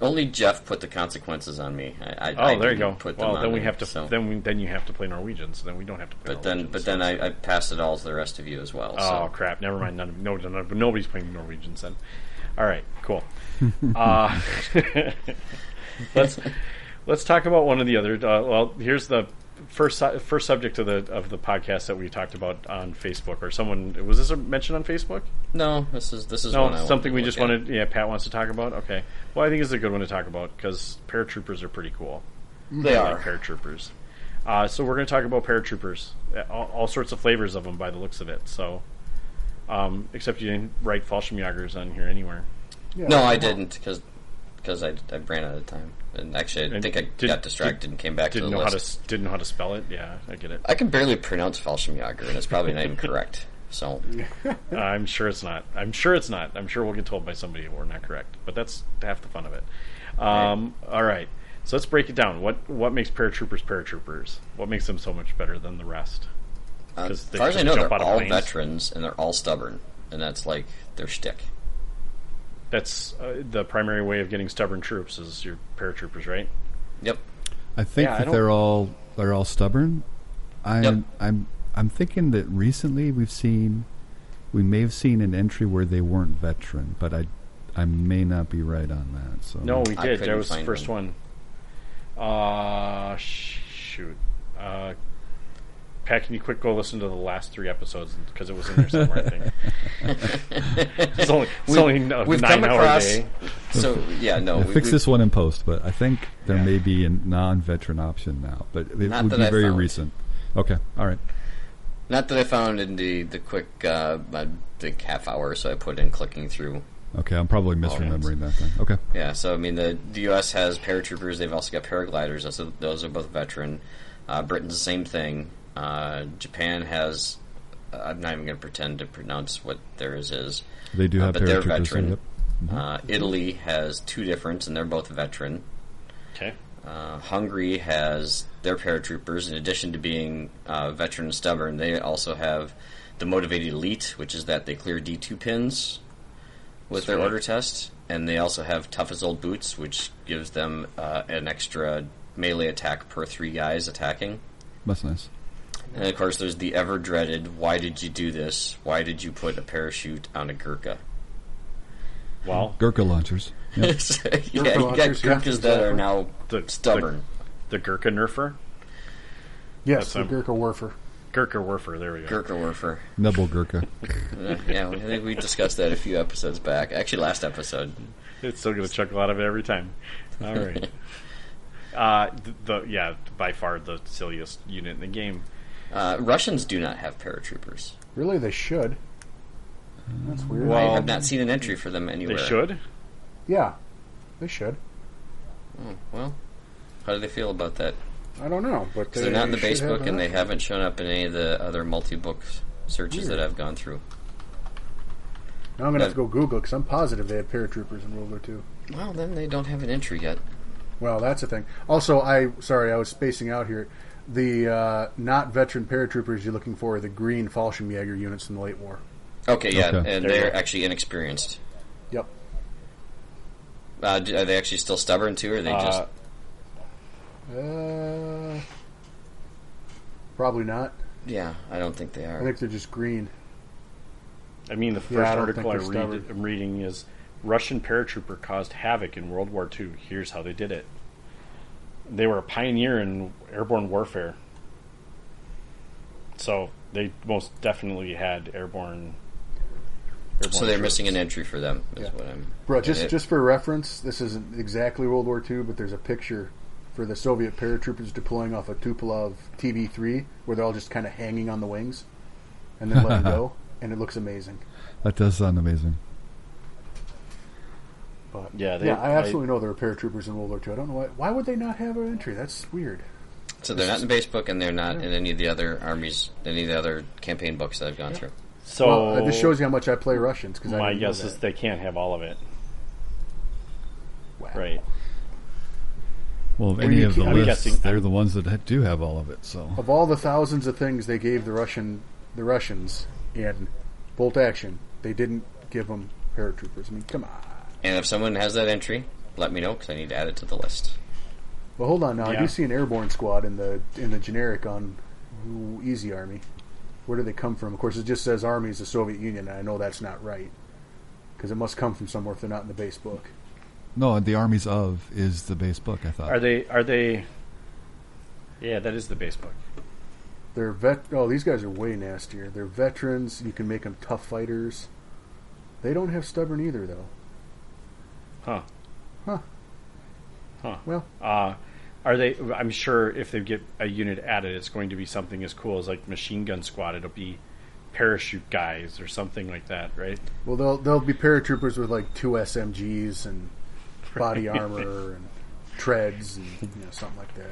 Only Jeff put the consequences on me. I, I,
Oh,
I
there you
didn't
go.
Put them
well,
on
then we
him,
have to.
so-
Then we, then you have to play Norwegians. Then we don't have to play.
but then,
Norwegians.
but then I, I passed it all to the rest of you as well.
Oh
so.
crap! Never mind. None, of- no, no, no, nobody's playing Norwegians then. All right, cool. uh, let's let's talk about one of the other. Uh, well, here's the first su- first subject of the of the podcast that we talked about on Facebook, or someone was this a mention on Facebook?
No, this is this is one I
No,
wanted
Oh, something
to
we
look
just
at.
wanted. Yeah, Pat wants to talk about. Okay, well, I think it's a good one to talk about because paratroopers are pretty cool.
They
I
are
like paratroopers. Uh, so we're going to talk about paratroopers, Uh, all, all sorts of flavors of them by the looks of it. So, um, except you didn't write Fallschirmjagers on here anywhere.
Yeah.
No, I didn't because because I, I ran out of time. And actually, I
And
think I
did-
got distracted and came back to the
Didn't know how
list.
to s- didn't know how to spell it. Yeah, I get it.
I can barely pronounce Falschmjager, and it's probably not even correct. So
I'm sure it's not. I'm sure it's not. I'm sure we'll get told by somebody we're not correct. But that's half the fun of it. Um, All right. So let's break it down. What what makes paratroopers paratroopers? What makes them so much better than the rest?
Uh, as
'Cause they
far as I
can
know,
jump
they're
out of
all
planes.
veterans and they're all stubborn, and that's like their shtick.
That's uh, the primary way of getting stubborn troops is your paratroopers, right?
Yep.
I think
Yeah, I
that
don't-
they're all they're all stubborn. I'm
Yep.
I'm I'm thinking that recently we've seen we may have seen an entry where they weren't veteran, but I I may not be right on that. So
No, we
I
did. That
couldn't
was the
find
first one. Uh, sh- shoot. Uh, Pat, can you quick go listen to the last three episodes because it was in there somewhere. I think it's only it's only a
We've
nine
come
hour
across.
day.
So yeah, no.
I
Oh, we-
fix
we-
this one in post, but I think there
Yeah.
may be a non-veteran option now, but it
Not
would
that
be
I
very
found.
recent. Okay, all right.
Not that I found in the the quick uh, I think half hour, so I put in clicking through.
Okay, I'm probably misremembering that then. Okay,
Yeah. So I mean, the, the U.S. has paratroopers. They've also got paragliders. Those are, those are both veteran. Uh, Britain's the same thing. Uh, Japan has. uh, I'm not even going to pretend to pronounce what theirs is.
they do
Uh,
have
but they're
paratroopers.
veteran.
Yep. Mm-hmm.
Uh, Italy has two different, and they're both veteran.
Okay.
Uh, Hungary has their paratroopers. In addition to being uh, veteran and stubborn, they also have the motivated elite, which is that they clear D2 pins with their
Sweet.
order test, and they also have tough as old boots, which gives them uh, an extra melee attack per three guys attacking.
That's nice.
And of course, there's the ever dreaded "Why did you do this? Why did you put a parachute on a Gurkha?"
Well,
Gurkha launchers. Yep.
So, yeah, you got
Gurkha launchers, yeah,
Gurkhas that are
exactly.
now
The- the-
stubborn.
the Gurkha Nerfer,
Yes, the
That's him.
Gurkha Werfer.
Gurkha Werfer. There we go.
Gurkha Werfer.
Nebel Gurkha.
Uh, yeah, I think we discussed that a few episodes back. Actually, last episode.
It's still going to chuckle out of it every time. All right. uh, th- the yeah, by far the silliest unit in the game.
Uh, Russians do not have paratroopers.
Really, they should. That's weird.
I
Well-
have not seen an entry for them
They
anywhere.
should.
yeah, they should.
Well, how do they feel about that?
I don't know, but they
Because they're not in the
should
base
have uh,
book,
an
and they
option.
haven't shown up in any of the other multi-book searches
Weird.
that I've gone through.
Now I'm gonna have to go Google because I'm positive they had paratroopers in World War II.
Well, then they don't have an entry yet.
Well, that's a thing. Also, I sorry, I was spacing out here. The uh, not veteran paratroopers you're looking for are the green Fallschirmjäger units in the late war.
Okay, yeah,
Okay.
and
There you
they're
go.
actually inexperienced.
Yep.
Uh, d- are they actually still stubborn too, or are they just?
Uh,
Uh, probably not.
Yeah, I don't think they
I
are.
think they're just green.
I mean, the
Yeah, I
first
don't
article
think
I
they're
read,
stubborn.
I'm reading is Russian paratrooper caused havoc in World War II. Here's how they did it. They were a pioneer in airborne warfare. So they most definitely had airborne. airborne
So they're
troops.
missing an entry for them. Is
Yeah.
what I'm.
Bro, just
it-
just for reference, this isn't exactly World War II, but there's a picture for the Soviet paratroopers deploying off a Tupolev TV-3 where they're all just kind of hanging on the wings and then letting go, and it looks amazing.
That does sound amazing.
But
Yeah, they-
yeah, I
I-
absolutely know there are paratroopers in World War II. I don't know why. Why would they not have an entry? That's weird.
So they're not in the base book, and they're not in any of the other armies, any of the other campaign books that I've gone through.
So
well, uh, this shows you how much I play Russians because
Oh, my
I
guess
is
is they can't have all of it,
wow.
right?
Well, of
Well,
any
you
of the
keep- I'm
lists,
guessing-
they're the ones that ha- do have all of it. So
Of all the thousands of things they gave the Russian the Russians in bolt action, they didn't give them paratroopers. I mean, come on.
And if someone has that entry, let me know because I need to add it to the list.
Well, hold on now. I
Yeah.
do see an airborne squad in the in the generic on ooh, Easy Army. Where do they come from? Of course, it just says Army is the Soviet Union, and I know that's not right because it must come from somewhere if they're not in the base book.
no, the armies of is the base book. I thought.
Are they? Are they? Yeah, that is the base book.
They're vet. Oh, these guys are way nastier. They're veterans. You can make them tough fighters. They don't have stubborn either, though.
Huh.
Huh.
Huh.
Well,
Uh, are they? I'm sure if they get a unit added, it's going to be something as cool as like machine gun squad. It'll be parachute guys or something like that, right?
well, they'll they'll be paratroopers with like two SMGs and body armor and treads and you know, something like that.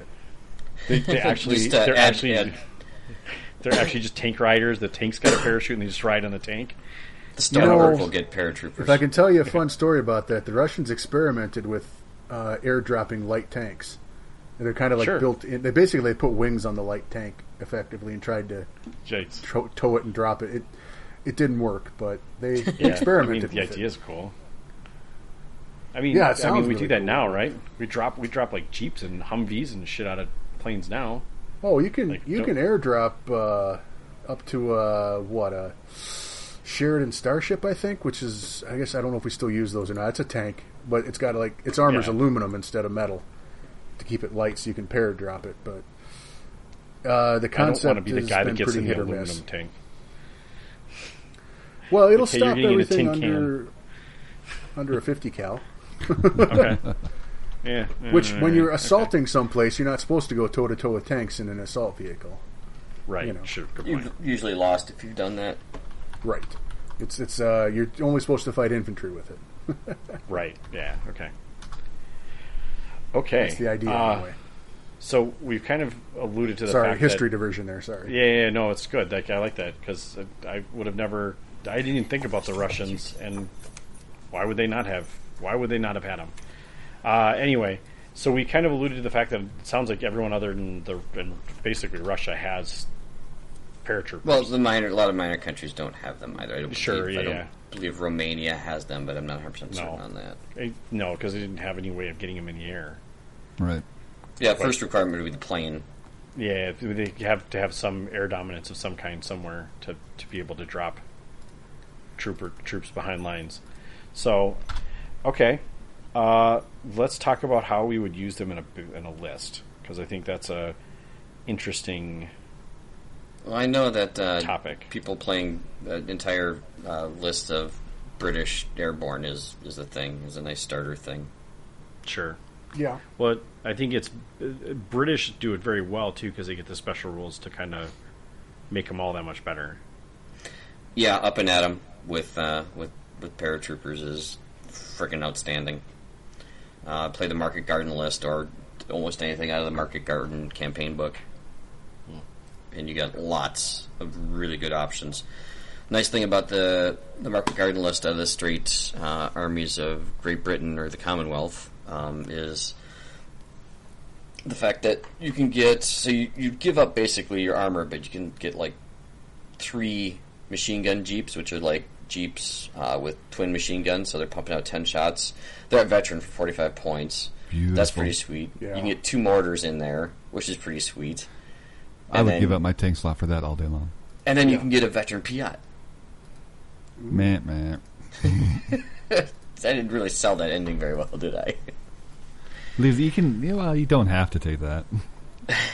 They, they actually,
Just, uh,
they're
add-
actually,
add-
they're actually just tank riders. The tank's got a parachute, and they just ride on the tank.
The Star
know,
Wars will get paratroopers.
If I can tell you a fun story about that, the Russians experimented with uh, airdropping light tanks. And they're kind of like
Sure.
built in. They basically put wings on the light tank effectively and tried to
Jeez.
tro- tow it and drop it. It it didn't work, but they
Yeah,
experimented.
I mean, the
with
idea
it.
is cool. I mean,
Yeah, it
I
sounds
mean, we
really
do that
cool.
now, right? We drop we drop like jeeps and Humvees and shit out of planes now.
Oh, you can
Like,
you
don't-
can airdrop uh, up to uh, what a Sheridan Starship, I think, which is I guess I don't know if we still use those or not. It's a tank, but it's got like its armor's
Yeah.
aluminum instead of metal to keep it light, so you can pair drop it. But
I
uh, the
don't
concept
want to be the
has
guy that
been
gets
pretty
in the
hit or
aluminum
miss.
tank.
Well, it'll
Okay, you're
stop
getting in a
everything
tin can.
under under a fifty cal.
Okay. yeah.
Which,
yeah,
when you're
okay.
assaulting someplace, you're not supposed to go toe to toe with tanks in an assault vehicle.
right?
you know.
Sure. Good
You've
point.
usually lost if you've done that.
Right. It's it's uh, you're only supposed to fight infantry with it.
Right. Yeah. Okay. Okay.
That's the idea.
Uh,
anyway.
So we've kind of alluded to the
Sorry,
fact
history
That,
diversion there. Sorry.
yeah, yeah, yeah, no, it's good. Like I like that because I would have never. I didn't even think about the Russians, and why would they not have? Why would they not have had them? Uh, anyway, so we kind of alluded to the fact that it sounds like everyone other than the and basically Russia has paratroopers.
Well, the minor, a lot of minor countries don't have them either. I don't
Sure,
believe, I
yeah,
don't
yeah.
believe Romania has them, but I'm not 100 percent certain
No.
on that.
Eh, no, because they didn't have any way of getting them in the air.
Right.
Yeah, first requirement would be the plane.
Yeah, if they have to have some air dominance of some kind somewhere to, to be able to drop trooper troops behind lines. So, okay, uh, let's talk about how we would use them in a in a list because I think that's a interesting.
Well, I know that uh,
Topic.
people playing an entire uh, list of British airborne is is a thing. Is a nice starter thing.
Sure.
Yeah.
Well, I think it's uh, British do it very well too because they get the special rules to kind of make them all that much better.
Yeah, up and at 'em with uh, with with paratroopers is freaking outstanding. Uh, play the Market Garden list or almost anything out of the Market Garden campaign book, and you got lots of really good options. Nice thing about the the Market Garden list of the straight uh, armies of Great Britain or the Commonwealth um, is the fact that you can get so you, you give up basically your armor, but you can get like three machine gun jeeps, which are like jeeps uh, with twin machine guns, so they're pumping out ten shots. They're a veteran for forty five points. That's
Beautiful.
pretty sweet. You can
Yeah.
get two mortars in there, which is pretty sweet.
I would
then,
give up my tank slot for that all day long.
And then you can get a veteran Piat.
Meh, meh.
I didn't really sell that ending very well, did I?
Leaves you can. yeah, Well, you don't have to take that.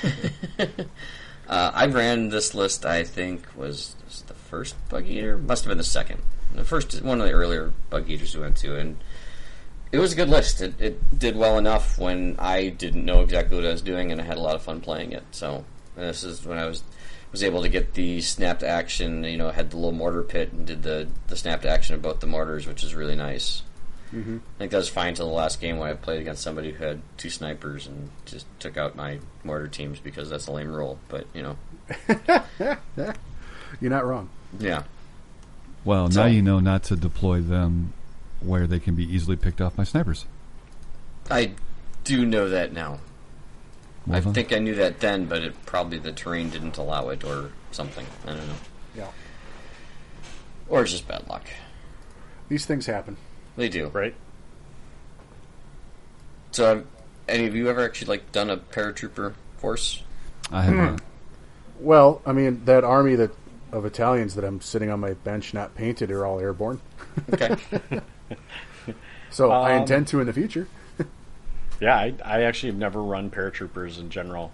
Uh, I ran this list. I think was, was the first bug eater. Must have been the second. The first one of the earlier bug eaters we went to, and it was a good list. It, it did well enough when I didn't know exactly what I was doing, and I had a lot of fun playing it. So and this is when I was was able to get the snapped action. You know, had the little mortar pit and did the the snapped action of both the mortars, which is really nice. I think that was fine till the last game when I played against somebody who had two snipers and just took out my mortar teams because that's a lame rule. But you know,
You're not wrong.
yeah.
Well, now
So-
you know not to deploy them where they can be easily picked off by snipers.
I do know that now. I
Well done.
think I knew that then, but it probably the terrain didn't allow it or something. I don't know.
Yeah.
Or it's just bad luck.
These things happen.
They do.
Right?
So, um, any of you ever actually like done a paratrooper force?
I have not.
Well, I mean that army that of Italians that I'm sitting on my bench not painted are all airborne.
Okay.
So I
Um,
intend to in the future.
Yeah, I, I actually have never run paratroopers in general.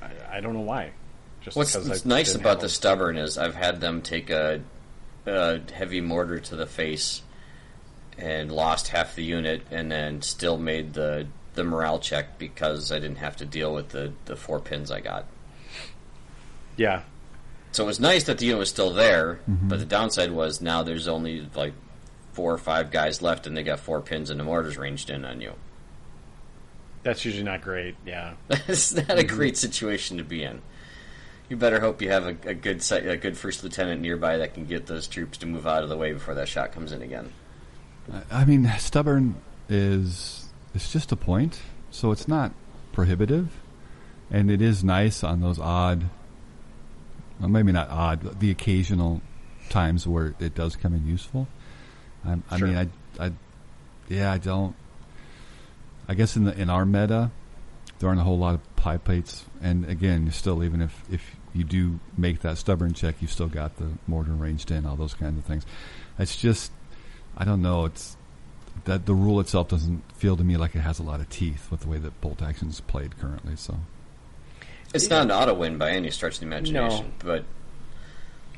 Um, I, I don't know why. Just
What's,
because I
what's nice
didn't
about
have
the
them.
stubborn is I've had them take a, a heavy mortar to the face and lost half the unit, and then still made the the morale check because I didn't have to deal with the the four pins I got.
Yeah, Mm-hmm.
So it was nice that the unit was still there, but the downside was now there's only like four or five guys left and they got four pins and the mortars ranged in on you.
That's usually not great. Yeah.
That's not a great situation to be in. You better hope you have a, a good se- a good first lieutenant nearby that can get those troops to move out of the way before that shot comes in again.
I- I mean, stubborn is it's just a point, so it's not prohibitive, and it is nice on those odd, well, maybe not odd, but the occasional times where it does come in useful. I, I
Sure.
mean, I, I, yeah, I don't. I guess in the in our meta, there aren't a whole lot of pie plates, and again, you still even if if you do make that stubborn check, you've still got the mortar ranged in, all those kinds of things. It's just, I don't know. It's that the rule itself doesn't feel to me like it has a lot of teeth with the way that bolt action is played currently. So
It's not an auto win by any stretch of the imagination, but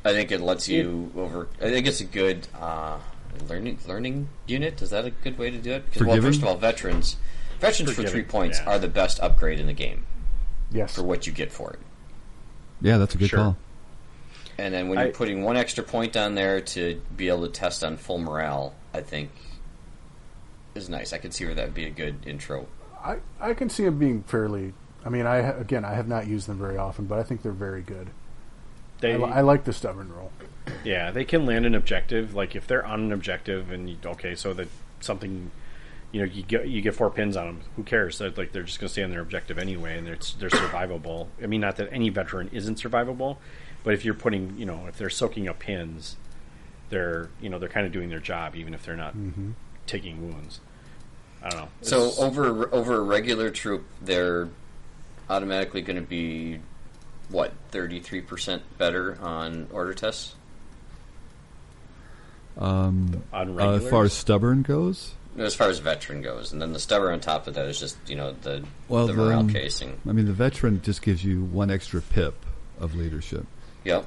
I think it lets you over. I think it's a good uh, learning learning unit. Is that a good way to do it? Because well,
Forgiving?
first of all, veterans veterans for
Forgiving,
three points
yeah.
are the best upgrade in the game
Yes.
for what you get for it.
yeah, that's a good
Sure.
call.
And then when
I-
you're putting one extra point on there to be able to test on full morale, I think is nice. I could see where that would be a good intro.
I, I can see them being fairly. I mean, I ha- again, I have not used them very often, but I think they're very good.
They,
I, li- I like the stubborn roll.
Yeah, they can land an objective. Like if they're on an objective, and you, okay, so that something, you know, you get you get four pins on them. Who cares? They're, like they're just going to stay on their objective anyway, and they're they're survivable. I mean, not that any veteran isn't survivable, but if you're putting, you know, if they're soaking up pins, they're you know they're kind of doing their job, even if they're not
Mm-hmm.
taking wounds. I don't know.
So
It's-
over over a regular troop, they're automatically going to be what thirty three percent better on order tests.
Um,
on
uh,
regulars,
as far as stubborn goes,
As far as veteran goes, and then the stubber on top of that is just you know the
Well,
the morale
then-
casing.
I mean the veteran just gives you one extra pip of leadership.
Yep,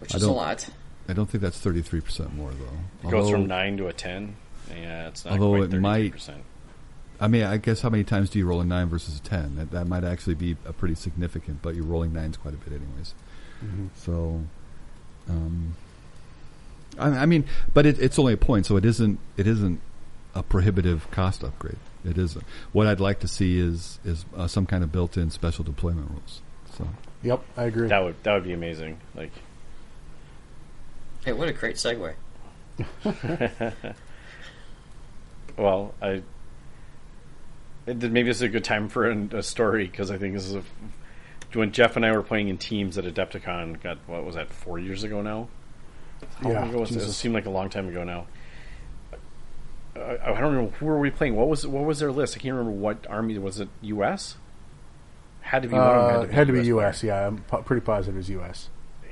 which
I
is a
don't-
lot.
I don't think that's thirty three percent more though.
it goes
Although-
from nine to a ten. Yeah, it's not
Although
quite
it might-
33%.
I mean, I guess how many times do you roll a nine versus a ten? That, that might actually be a pretty significant, but you're rolling nines quite a bit, anyways.
Mm-hmm.
So, um, I, I mean, but it, it's only a point, so it isn't it isn't a prohibitive cost upgrade. It isn't. What I'd like to see is is uh, some kind of built-in special deployment rules. So,
Yep, I agree. Uh,
That would that would be amazing. Like
Hey, what a great segue!
Well, I it- maybe this is a good time for an, a story because I think this is a, when Jeff and I were playing in teams at Adepticon. Got what was that? Four years ago now. How
Yeah,
long ago was this? It
Jesus.
seemed like a long time ago now. I, I don't know who were we playing. What was what was their list? I can't remember what army was it. U.S. Had to be one of
uh,
them.
had to be
player
U.S. Yeah, I'm po- pretty positive it's U.S.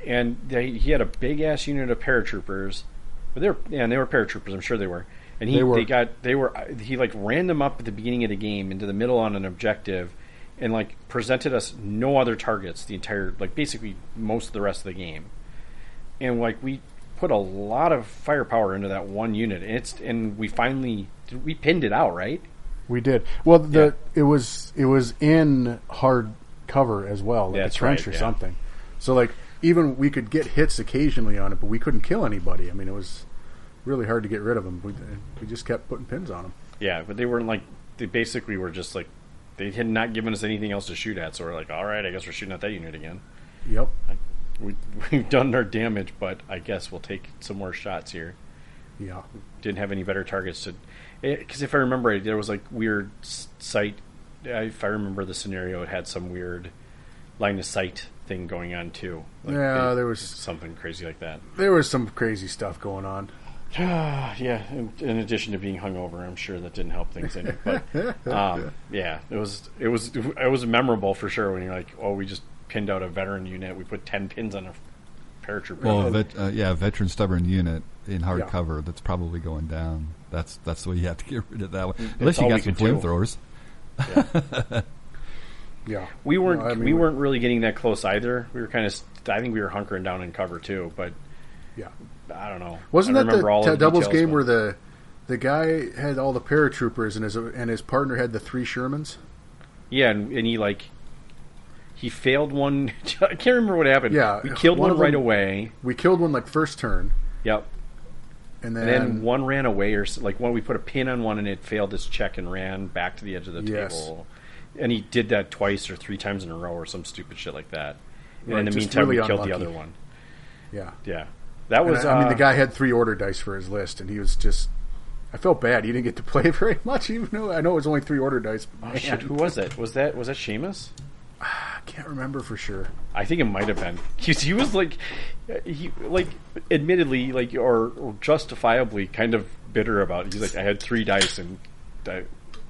and they, he had a big ass unit of paratroopers, but they were yeah, and they were paratroopers. I'm sure they were. And he
They
they,
were.
got they were he like ran them up at the beginning of the game into the middle on an objective, and like presented us no other targets the entire like basically most of the rest of the game, and like we put a lot of firepower into that one unit, and it's and we finally we pinned it out right.
We did well. The it was it was in hard cover as well, like
That's
a trench
right,
or
yeah.
something. So like even we could get hits occasionally on it, but we couldn't kill anybody. I mean, it was really hard to get rid of them. We, we just kept putting pins on them.
Yeah, but they weren't like they basically were just like they had not given us anything else to shoot at, so we're like, all right, I guess we're shooting at that unit again.
Yep.
we, we've done our damage, but I guess we'll take some more shots here.
Yeah.
Didn't have any better targets to, because if I remember, it, there was like weird s- sight. If I remember the scenario, it had some weird line of sight thing going on too. Like eh,
Yeah, there was-
something crazy like that.
There was some crazy stuff going on.
yeah, in, in addition to being hungover, I'm sure that didn't help things any. But um, yeah, it was it was it was memorable for sure. When you're like, oh, we just pinned out a veteran unit. We put ten pins on a paratrooper.
well, vet, uh, yeah, veteran stubborn unit in hard
Yeah.
cover that's probably going down. That's that's the way you have to get rid of that one, unless you
all
got
we
some
could do.
flamethrowers.
Yeah.
We weren't
No, I mean,
we weren't really getting that close either. We were kind of I think we were hunkering down in cover too, but
Yeah.
I don't know.
Wasn't
I
that the, t- doubles game where the the guy had all the paratroopers and his and his partner had the three Shermans?
yeah, and, and he like he failed one. I can't remember what happened.
Yeah,
we killed
one
one,
of
right
them-
away.
We killed one like first turn,
Yep,
And then,
And then one ran away, or s- like one we put a pin on one and it failed its check and ran back to the edge of the
Yes.
table. And he did that twice or three times in a row or some stupid shit like that. And
Right,
in the
just
meantime, we
really
killed the
unlucky.
other one.
yeah,
Yeah, that was.
And I, I mean,
uh,
the guy had three order dice for his list, and he was just. I felt bad. He didn't get to play very much, even though I know it was only three order dice. But
oh,
man,
shit, who was it? Was that was that Seamus?
I can't remember for sure.
I think it might have been 'Cause he was like, he like, admittedly, like, or, or justifiably, kind of bitter about. It. He's like, I had three dice, and I,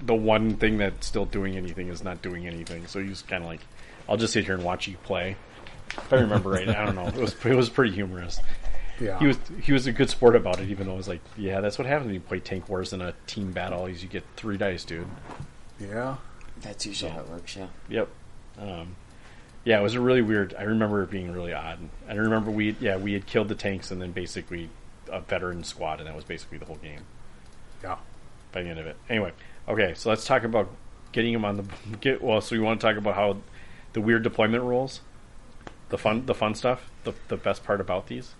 the one thing that's still doing anything is not doing anything. So he's kind of like, I'll just sit here and watch you play. If I remember right, I don't know. It was it was pretty humorous.
Yeah.
He was he was a good sport about it, even though I was like, yeah, that's what happens when you play tank wars in a team battle. Is you get three dice, dude.
Yeah.
That's usually how it works. Yeah.
Yep. Um, yeah, it was a really weird. I remember it being really odd. I remember we yeah we had killed the tanks and then basically a veteran squad, and that was basically the whole game
Yeah.
by the end of it. Anyway, okay, so let's talk about getting them on the get. Well, so we want to talk about how the weird deployment rules, the fun the fun stuff, the the best part about these.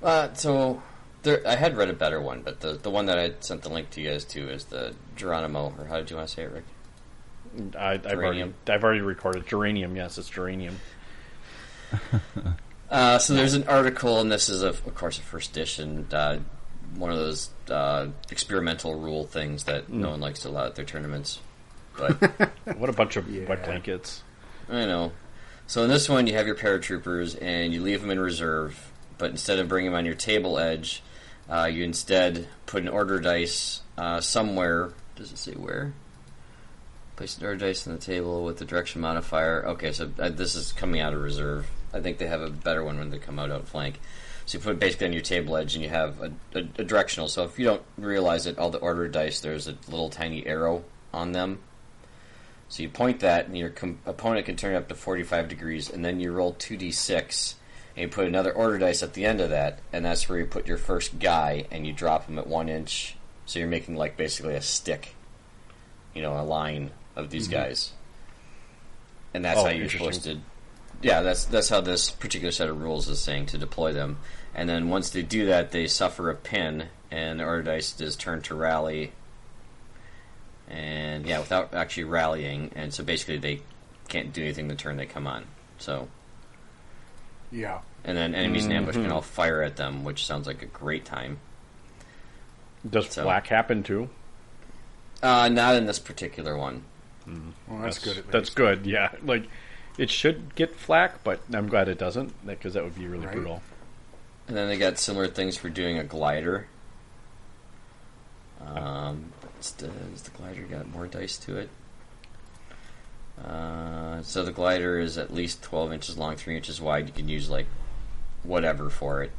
Uh, so there, I had read a better one, but the the one that I sent the link to you guys to is the Geronimo, or how did you want to say it, Rick?
I, I've already
Geranium.
I've already recorded geranium. Yes, it's geranium.
Uh, so there's an article, and this is, a, of course, a first edition, uh, one of those uh, experimental rule things that no one likes to allow at their tournaments. But
What a bunch of wet
Yeah.
blankets.
I know. So in this one, you have your paratroopers, and you leave them in reserve. But instead of bringing them on your table edge, uh, you instead put an order dice uh, somewhere. Does it say where? Place an order dice on the table with the direction modifier. Okay, so uh, this is coming out of reserve. I think they have a better one when they come out out flank. So you put it basically on your table edge, and you have a, a, a directional. So if you don't realize it, all the order dice there's a little tiny arrow on them so you point that, and your com- opponent can turn it up to 45 degrees, and then you roll 2d6, and you put another order dice at the end of that, and that's where you put your first guy, and you drop him at one inch. So you're making, like, basically a stick, you know, a line of these guys. And that's
Mm-hmm. Oh,
how you're
interesting.
supposed to. Yeah, that's that's how this particular set of rules is saying to deploy them. And then once they do that, they suffer a pin, and the order dice is turned to rally, and yeah, without actually rallying, and so basically they can't do anything the turn they come on. So,
Yeah.
and then enemies in ambush can all fire at them, which sounds like a great time.
Does
So-
black happen too?
Uh, not in this particular one.
Well, that's, good. At least.
That's good. Yeah, like it should get flack, but I'm glad it doesn't because that would be really
Right.
brutal.
And then they got similar things for doing a glider. Um, it's the, is the glider got more dice to it? Uh, so the glider is at least 12 inches long, 3 inches wide. You can use like whatever for it.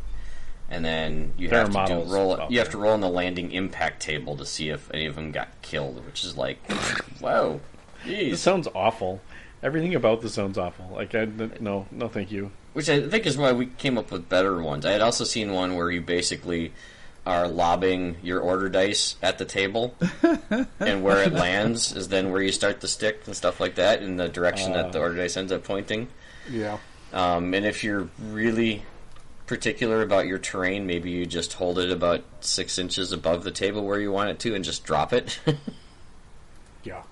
And then you
There
have
are
to do
models
roll.
out
You have to
there.
roll on the landing impact table to see if any of them got killed, which is like, whoa,
This
jeez.
sounds awful. Everything about this sounds awful. Like I th- no, no, thank you.
Which I think is why we came up with better ones. I had also seen one where you basically are lobbing your order dice at the table, and where it lands is then where you start the stick and stuff like that in the direction that the
Oh.
order dice ends up pointing.
Yeah.
Um, and if you're really particular about your terrain, maybe you just hold it about six inches above the table where you want it to and just drop it. uh,
Yeah.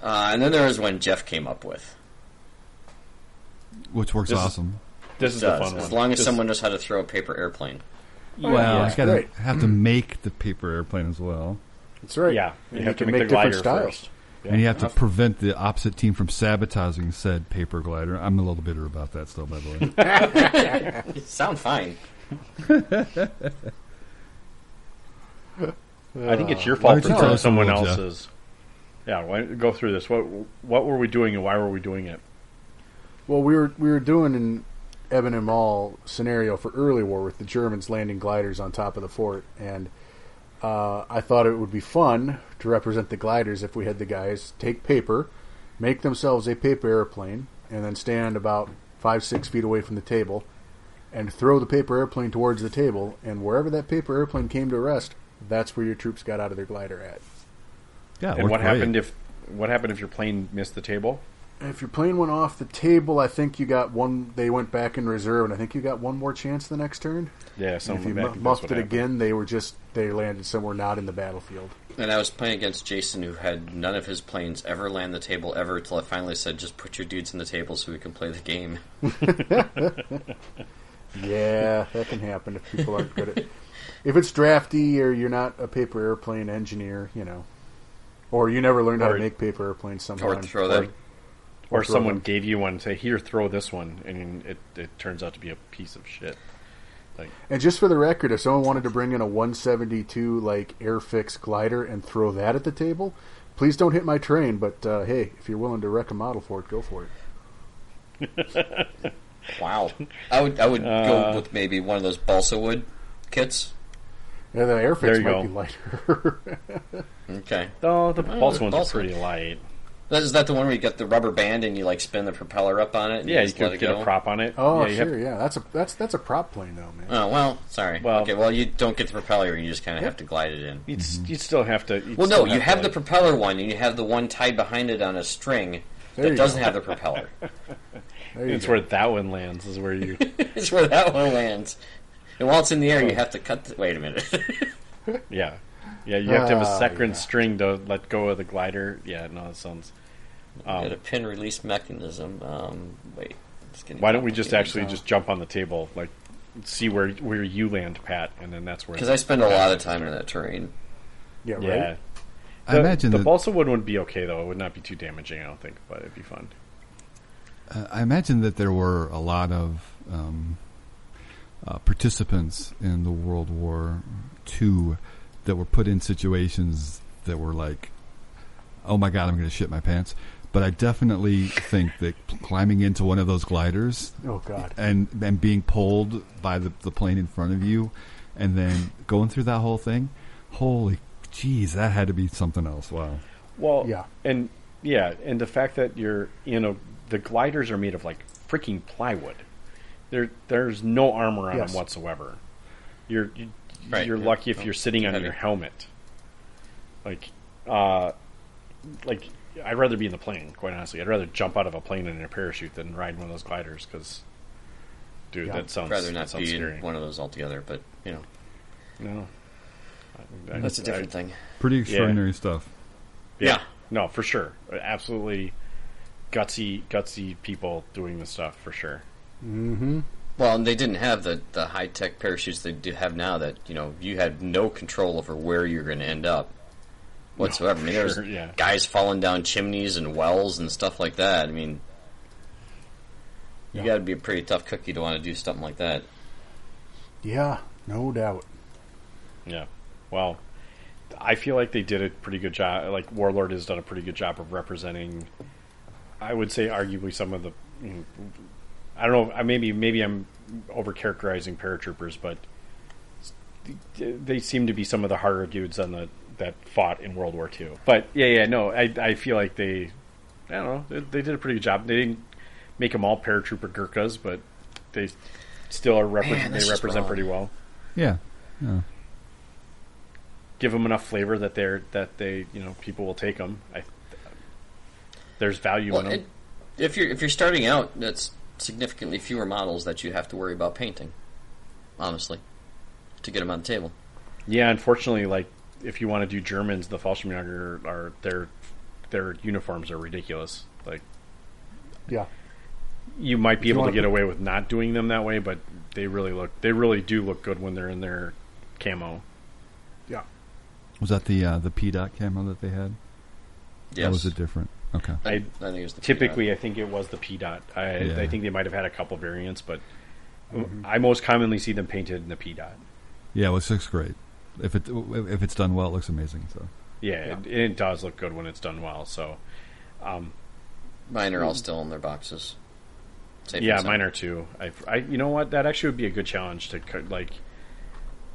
and then there was one Jeff came up with.
which works
This is-
awesome.
This is the
Does,
fun
as
one.
long as
This-
someone knows how to throw a paper airplane.
well,
yeah.
I gotta
Great.
have to make the paper airplane as well,
That's right.
yeah, you
And
have
you
to
can
make, the glider
different styles.
first.
and you have to prevent the opposite team from sabotaging said paper glider. I'm a little bitter about that still, by the way.
Sound fine.
I think it's your
Why
fault
don't
for
you tell
throwing
us the
someone
rules, Jeff?
else's. Yeah, why, go through this. What what were we doing and why were we doing it?
Well, we were we were doing an Evan and Mall scenario for early war with the Germans landing gliders on top of the fort, and uh, I thought it would be fun to represent the gliders if we had the guys take paper, make themselves a paper airplane, and then stand about five six feet away from the table, and throw the paper airplane towards the table, and wherever that paper airplane came to rest, that's where your troops got out of their glider at.
Yeah, it
and
worked
what
great.
happened if what happened if your plane missed the table?
if you're playing one off the table, I think you got one. They went back in reserve, and I think you got one more chance the next turn.
Yeah,
And if
something like
you
that. I
mu-
think that's
muffed
what
it
happened.
again, they were just they landed somewhere not in the battlefield.
And I was playing against Jason, who had none of his planes ever land the table ever, till I finally said, "Just put your dudes in the table so we can play the game."
Yeah, that can happen if people aren't good at. If it's drafty or you're not a paper airplane engineer, you know, or you never learned how
Or-
to make paper airplanes somehow,
Or throw them.
Or
throw
someone
them.
gave you one, say, here, throw this one, and it, it turns out to be a piece of shit.
And just for the record, if someone wanted to bring in a 172 like Airfix glider and throw that at the table, please don't hit my train. But uh, hey, if you're willing to wreck a model for it, go for it.
Wow, I would I would
Uh.
go with maybe one of those balsa wood kits.
Yeah, the
There
Airfix
you
might
go.
be lighter.
Okay,
Oh, the
Oh,
pulse
the
ones
pulse
are pretty light.
That- is that the one where you got the rubber band and you like spin the propeller up on it? And
Yeah, you
just let
could
it
get
go?
a prop on it.
oh,
yeah, you have-
sure, yeah. That's a that's that's a prop plane though, man.
Oh well, sorry.
Well-
okay, well you don't get the propeller; you just kind of have to glide it in.
you'd, s- you'd still have to. you'd
Well, no,
still
you
to,
have the
like-
propeller one, and you have the one tied behind it on a string
There
that
you
doesn't have the propeller.
There you
It's
go.
where that one lands. Is where you.
It's where that one lands. And while it's in the
Oh.
air, you have to cut. The, wait a minute.
yeah, yeah. You have to have a
Ah,
second
yeah.
string to let go of the glider. Yeah, no, that sounds. Oh.
Got a pin release mechanism. Um, wait. it's getting
Why don't we just actually
complicated.
just jump on the table, like see where where you land, Pat, and then that's where.
Because Uh, I spend a lot of time in that terrain.
Yeah, right.
yeah.
I
The-
imagine
the
that-
balsa wood would be okay though. It would not be too damaging, I don't think, but it'd be fun.
Uh, I imagine that there were a lot of um, uh, participants in the World War II that were put in situations that were like, "Oh my God, I'm going to shit my pants." But I definitely think that climbing into one of those gliders
Oh God.
and and being pulled by the, the plane in front of you, and then going through that whole thing, holy jeez, that had to be something else. Wow.
Well,
Yeah.
and yeah, and the fact that you're, you know, the gliders are made of like freaking plywood. There, there's no armor on
Yes.
them whatsoever. You're, you,
Right,
you're
yeah.
lucky if
No,
you're sitting on
heavy.
your helmet. Like, uh, like I'd rather be in the plane. Quite honestly, I'd rather jump out of a plane in a parachute than ride one of those gliders. Because, dude,
Yeah.
that sounds
I'd rather
that
not
sounds
be
scary.
in one of those altogether, but, you know,
No, I- I-
that's a
I-
different thing.
Pretty extraordinary stuff.
Yeah.
Yeah.
No, for sure. Absolutely gutsy, gutsy people doing this stuff for sure.
Mm-hmm.
Well, and they didn't have the, the high tech parachutes they do have now that, you know, you had no control over where you're going to end up whatsoever. I mean, there's
sure, yeah.
guys falling down chimneys and wells and stuff like that. I mean, you got to be a pretty tough cookie to want to do something like that.
Yeah, no doubt.
Yeah. Well, I feel like they did a pretty good job. Like Warlord has done a pretty good job of representing. I would say, arguably, some of the. you know, I don't know. I maybe maybe I'm overcharacterizing paratroopers, but they seem to be some of the harder dudes on the that fought in World War II. But yeah, yeah, no, I I feel like they, I don't know, they, they did a pretty good job. They didn't make them all paratrooper Gurkhas, but they still are repre-
Man, this
they
is
represent
wrong.
pretty well
Yeah. Yeah.
give them enough flavor that they're that they you know people will take them. I, there's value
Well,
in them.
it, if you're if you're starting out, that's significantly fewer models that you have to worry about painting. Honestly, to get them on the table.
yeah, unfortunately, like if you want to do Germans, the Fallschirmjäger are their their uniforms are ridiculous. Like
Yeah,
you might be
you
able to
wanna
get
put-
away with not doing them that way, but they really look they really do look good when they're in their camo.
yeah.
Was that the uh, the P dot camera that they had?
Yes.
Or was it different? Okay.
I,
I-
I think it was the
Typically, I think it was the P dot. I,
Yeah.
I think they might have had a couple variants, but
Mm-hmm.
I most commonly see them painted in the P dot.
Yeah, well, it looks great. If it if it's done well, it looks amazing. So
Yeah, It, it does look good when it's done well. So
mine are all still in their boxes. Safe
yeah,
and sound.
mine are too. I, I, you know what? That actually would be a good challenge to co- like.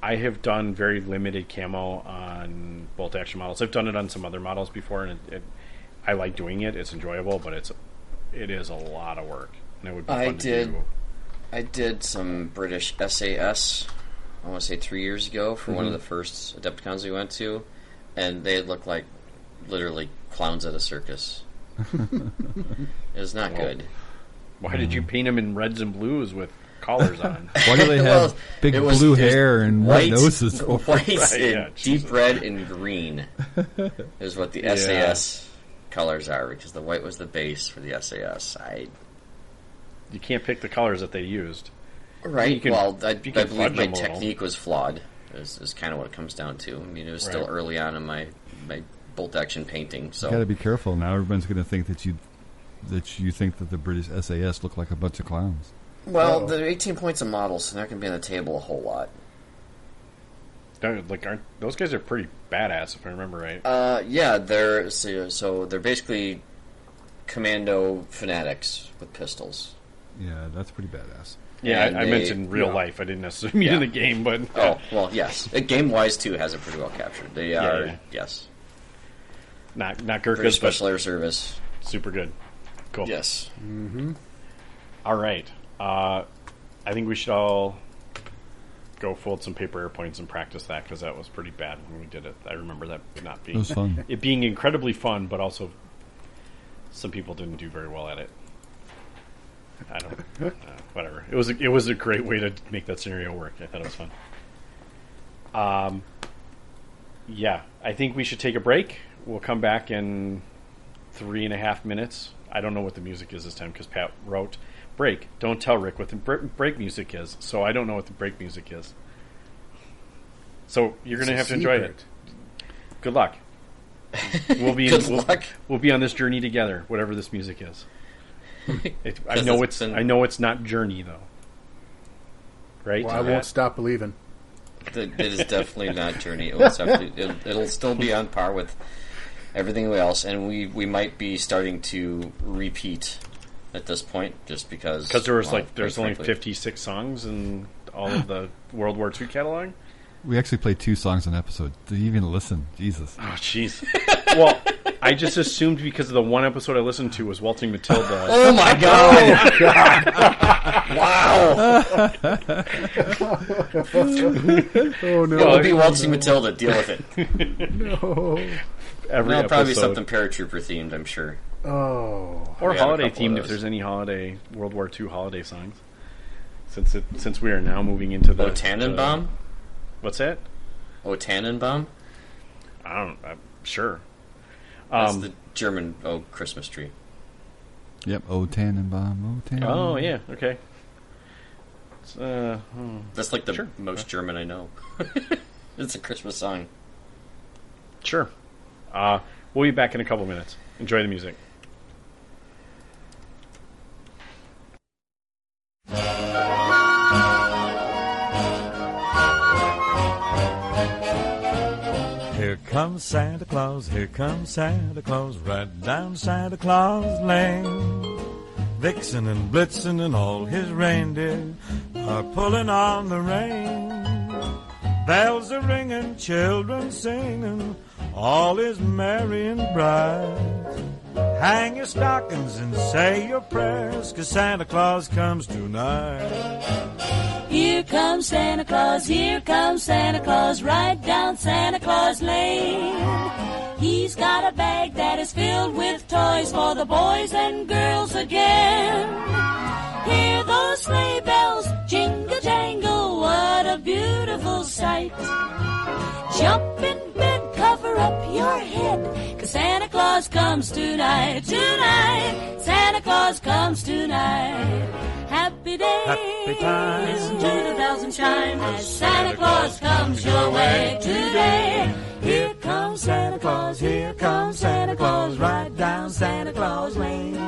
I have done very limited camo on bolt action models. I've done it on some other models before, and it, it, I like doing it. It's enjoyable, but it's it is a lot of work, and it would be
I
fun to
did-
do.
I did some British SAS. I want to say three years ago for one of the
Mm-hmm.
first Adepticons we went to, and they looked like literally clowns at a circus. It was not good.
Why did you paint them in reds and blues with collars on?
Why do they have
Well,
big
it was-
blue
there's
hair and white noses for?
white Oh,
Right,
and
yeah,
deep
Jesus.
red and green is what the
Yeah.
SAS colors are because the white was the base for the SAS. I
you can't pick the colors that they used.
right.
You can-
well, I, I
you can
believe
fudge
my
them a little.
technique was flawed. Is, is kind of what it comes down to. I mean, it was still
Right.
early on in my my bolt action painting, so
You got to be careful now. Everyone's going to think that you that you think that the British SAS look like a bunch of clowns.
Well,
Uh-oh.
they're 18 points a model, so they're not going to be on the table a whole lot.
Don't- Like, aren't those guys are pretty badass if I remember right?
Uh, yeah, they're so, so they're basically commando fanatics with pistols.
Yeah, that's pretty badass.
yeah,
and
I, I meant
they-
in real
yeah.
life. I didn't assume you
Yeah.
in the game, but
Oh, well, yes. Game wise, too, has it pretty well captured. They
Yeah,
are,
yeah.
yes.
not not
Very
Gurkhas,
Special
but
Air Service.
super good. Cool.
Yes.
All right. Uh, I think we should all go fold some paper airplanes and practice that because that was pretty bad when we did it. I remember that not
It
being
was fun.
it being incredibly fun, but also some people didn't do very well at it. I don't. Uh, whatever. It was a, it was a great way to make that scenario work. I thought it was fun. Um. Yeah, I think we should take a break. We'll come back in three and a half minutes. I don't know what the music is this time because Pat wrote break. Don't tell Rick what the br- break music is, so I don't know what the break music is. So you're
It's
gonna
a
have to enjoy it
secret.
good luck. We'll be
Good
in, we'll,
luck.
we'll be on this journey together, whatever this music is. It, I
'Cause
know it's
it's been-
I know it's not Journey though. Right?
Well, I won't stop believing.
That, that is definitely not Journey. It will definitely- it'll, it'll still be on par with everything else, and we, we might be starting to repeat at this point just because.
Because there was
well,
like there's
quite
only
frankly.
56 songs in all of the World War II catalog.
We actually played two songs an episode. Did you even listen? Jesus.
Oh jeez. well, I just assumed because of the one episode I listened to was Waltzing Matilda.
Oh my god! wow!
Oh
It
no!
will be Waltzing Matilda. Deal with it.
Oh. Every
No,
episode,
probably something paratrooper themed, I'm sure.
Oh,
or
We had a
holiday
couple of
themed if
those.
there's any holiday World War II holiday songs. Since it, since we are now moving into the
Oh, Tannenbaum?
the- what's that? uh,
Oh, Tannenbaum?
I don't. I'm sure.
That's
Um,
the German oh Christmas tree.
Yep. Oh Tannenbaum. Oh
Um,
Tannenbaum.
Oh yeah. Okay. It's, uh, hmm.
That's like the
Sure.
most German I know. it's a Christmas song.
sure. Uh, we'll be back in a couple minutes. Enjoy the music.
Here comes Santa Claus, here comes Santa Claus, right down Santa Claus Lane. Vixen and Blitzen and all his reindeer are pulling on the rein. Bells are ringing, children singing, all is merry and bright. Hang your stockings and say your prayers, 'cause Santa Claus comes tonight.
Here comes Santa Claus, here comes Santa Claus, right down Santa Claus Lane. He's got a bag that is filled with toys for the boys and girls again. Hear those sleigh bells, jingle jangle, what a beautiful sight. Jump in bed, cover up your head, cause Santa Claus comes tonight, tonight. Santa Claus comes tonight. Happy days.
Happy times.
Listen to the bells and chime as Santa Claus comes your way today. Here comes Santa Claus, here comes Santa Claus, right down Santa Claus Lane.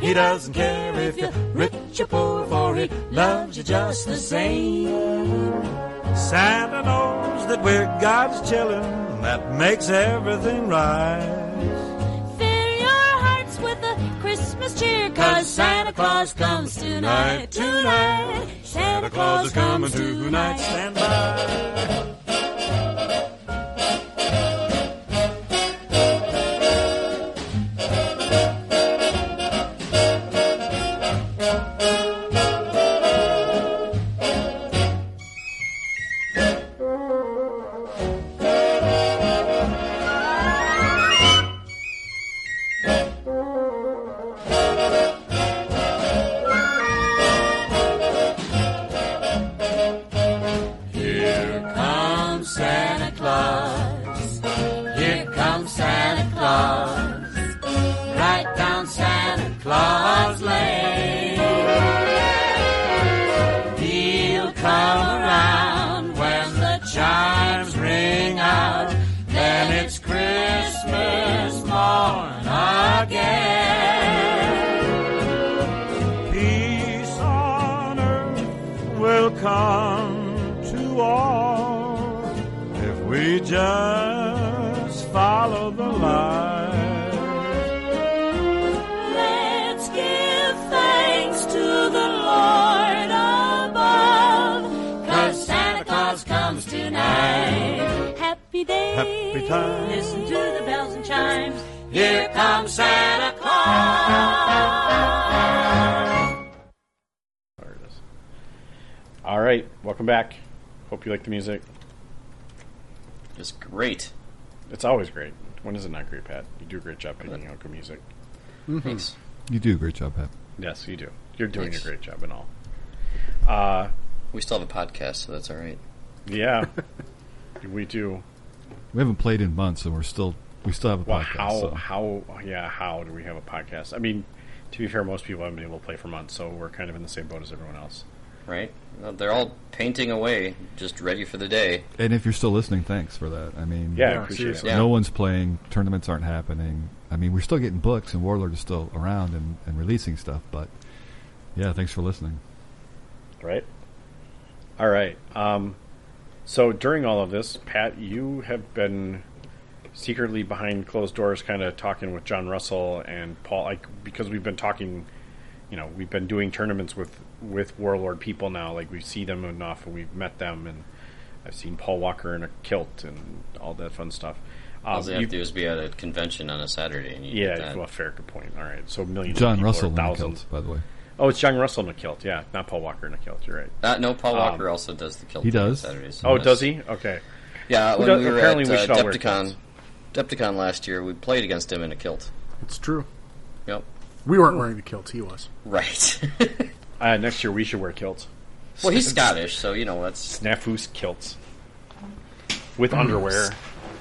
He doesn't care if you're rich or poor, for he loves you just the same. Santa knows that we're God's children, that makes everything right.
Fill your hearts with a Christmas cheer, cause Santa Claus comes tonight, tonight. Santa Claus comes tonight.
stand by.
Claus Lane. He'll come around when the chimes ring out. Then it's Christmas morn again.
Peace on earth will come to all if we just follow the light.
Let's give thanks to the Lord above, cause Santa Claus comes tonight. Happy day.
Happy time.
Listen to the bells and chimes. Here comes Santa Claus.
There it is. All right, welcome back. Hope you like the music.
It's great.
It's always great. When is it not great, Pat? You do a great job picking out good music. Mm-hmm.
Thanks.
You do a great job, Pat.
Yes, you do. You're doing
Thanks.
a great job and all. Uh,
We still have a podcast, so that's all right.
yeah, we do.
We haven't played in months, and we're still we still have a
Well,
podcast.
how
so-
how yeah how do we have a podcast? I mean, to be fair, most people haven't been able to play for months, so we're kind of in the same boat as everyone else.
Right? Well, they're all painting away, just ready for the day.
And if you're still listening, thanks for that. I mean,
Yeah, I
Yeah,
appreciate
seriously.
it.
Yeah.
no one's playing. Tournaments aren't happening. I mean, we're still getting books, and Warlord is still around and, and releasing stuff. But yeah, thanks for listening.
Right. All right. Um, so during all of this, Pat, you have been secretly behind closed doors, kind of talking with John Russell and Paul, like because we've been talking. You know, we've been doing tournaments with with Warlord people now. Like we see them enough, and we've met them, and I've seen Paul Walker in a kilt and all that fun stuff. Um,
All they have
you-
to do is be at a convention on a Saturday, and you get
yeah,
that.
well, fair, good point. All right, so millions. of
John
people
Russell
or
in the
thousands.
kilt, by the way.
Oh, it's John Russell in a kilt. Yeah, not Paul Walker in a kilt. You're right.
Uh, no, Paul Walker also does the kill.
He
thing on
does?
Saturdays.
Um, Oh,
Yes.
does he? Okay.
Yeah, when
does-
we were
apparently
at
we
uh,
should all wear
Depticon,
kilts.
Depticon last year, we played against him in a kilt.
It's true.
Yep.
We weren't wearing the kilts. He was.
Right.
Uh, next year we should wear kilts.
well, he's Scottish, so you know that's
Snafu's kilts with underwear.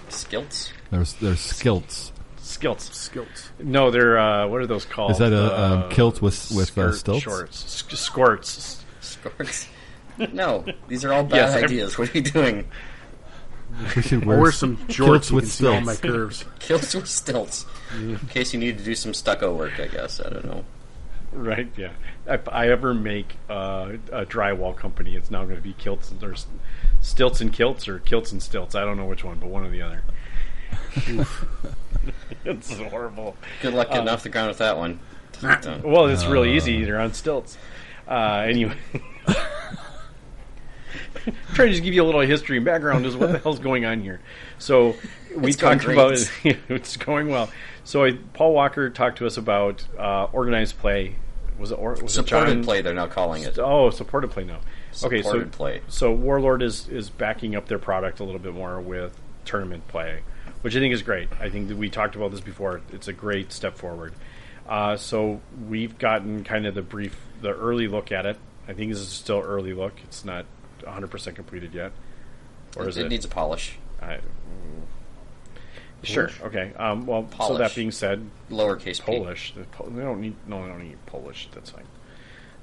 skilts.
There's there's skilts.
Skilts.
Kilts.
No, they're uh, what are those called?
Is that a
Uh,
um, kilt with with uh,
skirt
stilts?
Shorts. Sk- squirts.
Skorks. No, these are all bad
Yes, I'm-
ideas. What are you doing?
We should
I
wear,
wear
s-
some
kilts
jorts. You
with
can see all
stilts.
my curves.
Kilts with stilts. In case you need to do some stucco work, I guess. I don't know.
Right. Yeah. If I ever make uh, a drywall company, it's now going to be kilts and- or s- stilts and kilts or kilts and stilts. I don't know which one, but one or the other. it's horrible.
Good luck
Uh,
getting off the ground with that one. Dun-dun.
Well, it's really easy. They're on stilts. Uh, anyway, trying to just give you a little history and background is what the hell's going on here. So we
It's going
talked about
great.
it's going well. So I, Paul Walker talked to us about uh, organized play. Was it or, was it
Supported
John?
play, they're now calling it.
Oh, supported play now. okay, so
Supported play.
so Warlord is is backing up their product a little bit more with tournament play, which I think is great. I think that we talked about this before. It's a great step forward. Uh, so we've gotten kind of the brief, the early look at it. I think this is still early look. It's not 100 percent completed yet, or is
it,
it?
needs a polish.
I- sure. Okay. Um, well, so that
Polish.
being said,
Lowercase p.
Polish. The Po- They don't need. No, they don't need Polish. That's fine.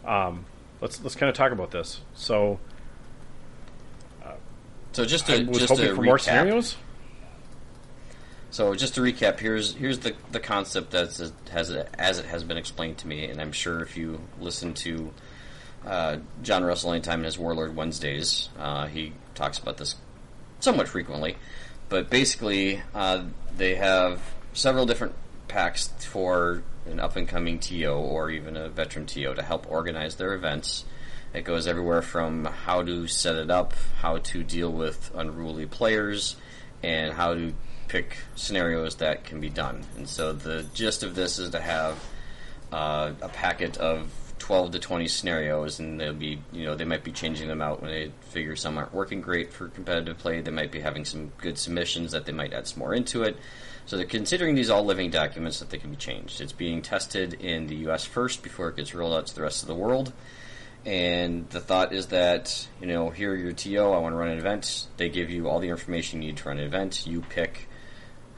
Um, let's let's kind of talk about this. So
So just
I
to
was
just
hoping
to
for more
recap-
scenarios.
So just to recap, here's here's the the concept that's it has as it has been explained to me, and I'm sure if you listen to uh, John Russell anytime in his Warlord Wednesdays, uh, he talks about this somewhat frequently. But basically, uh, they have several different packs for an up and coming TO or even a veteran TO to help organize their events. It goes everywhere from how to set it up, how to deal with unruly players, and how to pick scenarios that can be done. And so the gist of this is to have uh, a packet of 12 to 20 scenarios, and they'll be, you know, they might be changing them out when they figure some aren't working great for competitive play. They might be having some good submissions that they might add some more into it. So they're considering these all living documents that they can be changed. It's being tested in the U.S. first before it gets rolled out to the rest of the world. And the thought is that, you know, here are your TO, I want to run an event. They give you all the information you need to run an event. You pick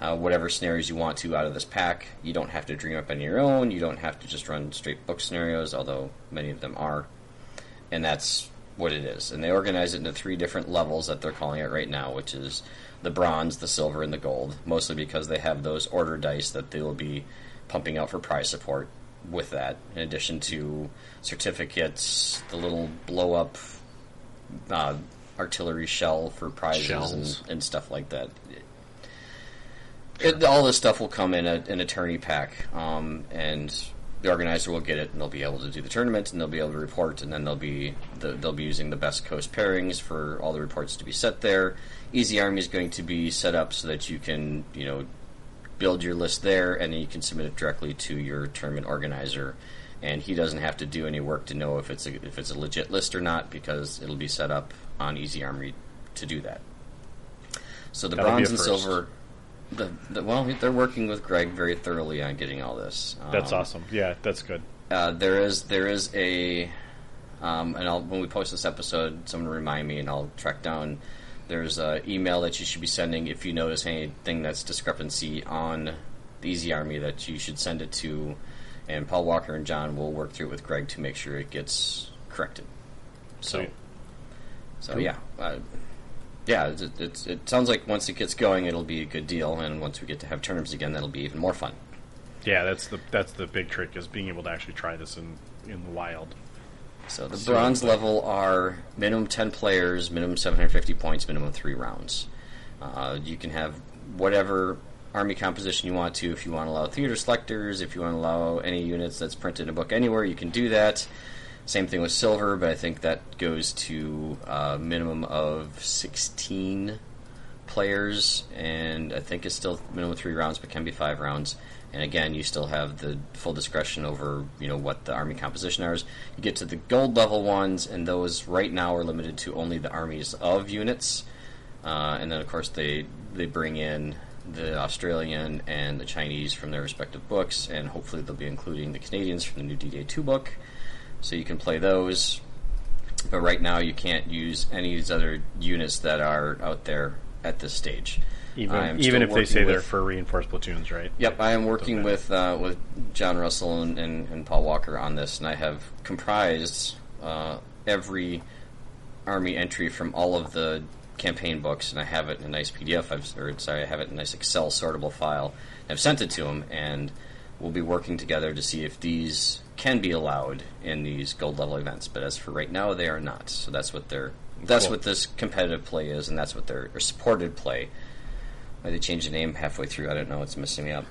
uh, whatever scenarios you want to out of this pack. You don't have to dream up any of your own. You don't have to just run straight book scenarios, although many of them are. And that's what it is. And they organize it into three different levels that they're calling it right now, which is the bronze, the silver, and the gold, mostly because they have those order dice that they will be pumping out for prize support with that, in addition to certificates, the little blow up uh, artillery shell for prizes
Shells.
and, and stuff like that. It, all this stuff will come in a, an attorney pack, um, and the organizer will get it, and they'll be able to do the tournament, and they'll be able to report, and then they'll be the, they'll be using the best coast pairings for all the reports to be set there. Easy Army is going to be set up so that you can you know build your list there, and then you can submit it directly to your tournament organizer. And he doesn't have to do any work to know if it's a, if it's a legit list or not because it'll be set up on Easy Army to do that. So the
That'll be
bronze
a
and
first.
silver, the, the, well, they're working with Greg very thoroughly on getting all this.
That's
Um,
awesome. Yeah, that's good.
uh, there is there is a um, and I'll, when we post this episode, someone remind me and I'll track down. There's an email that you should be sending if you notice anything that's discrepancy on the Easy Army that you should send it to, and Paul Walker and John will work through it with Greg to make sure it gets corrected. So,
Sweet.
so yeah, uh, yeah. It, it, it's- it sounds like once it gets going, it'll be a good deal, and once we get to have tournaments again, that'll be even more fun.
Yeah, that's the that's the big trick is being able to actually try this in in the wild.
So the
So-
bronze level are minimum 10 players, minimum 750 points, minimum three rounds. Uh, you can have whatever army composition you want to. If you want to allow theater selectors, if you want to allow any units that's printed in a book anywhere, you can do that. Same thing with silver, but I think that goes to a minimum of 16 players, and I think it's still minimum three rounds, but can be five rounds. And again, you still have the full discretion over you know what the army composition are. You get to the gold level ones, and those right now are limited to only the armies of units. Uh, and then of course they they bring in the Australian and the Chinese from their respective books, and hopefully they'll be including the Canadians from the new D-Day two book, so you can play those. But right now you can't use any of these other units that are out there at this stage. I am
Even
still
even if they
working
say they're
with-
for reinforced platoons, right?
Yep, I am working
matter.
with uh, with John Russell and, and, and Paul Walker on this, and I have comprised uh, every army entry from all of the campaign books, and I have it in a nice PDF. I've or sorry, I have it in a nice Excel sortable file. And I've sent it to him, and we'll be working together to see if these can be allowed in these gold level events. But as for right now, they are not. So that's what they're that's
Cool.
what this competitive play is, and that's what their or supported play. Why They changed the name halfway through. I don't know. It's messing me up.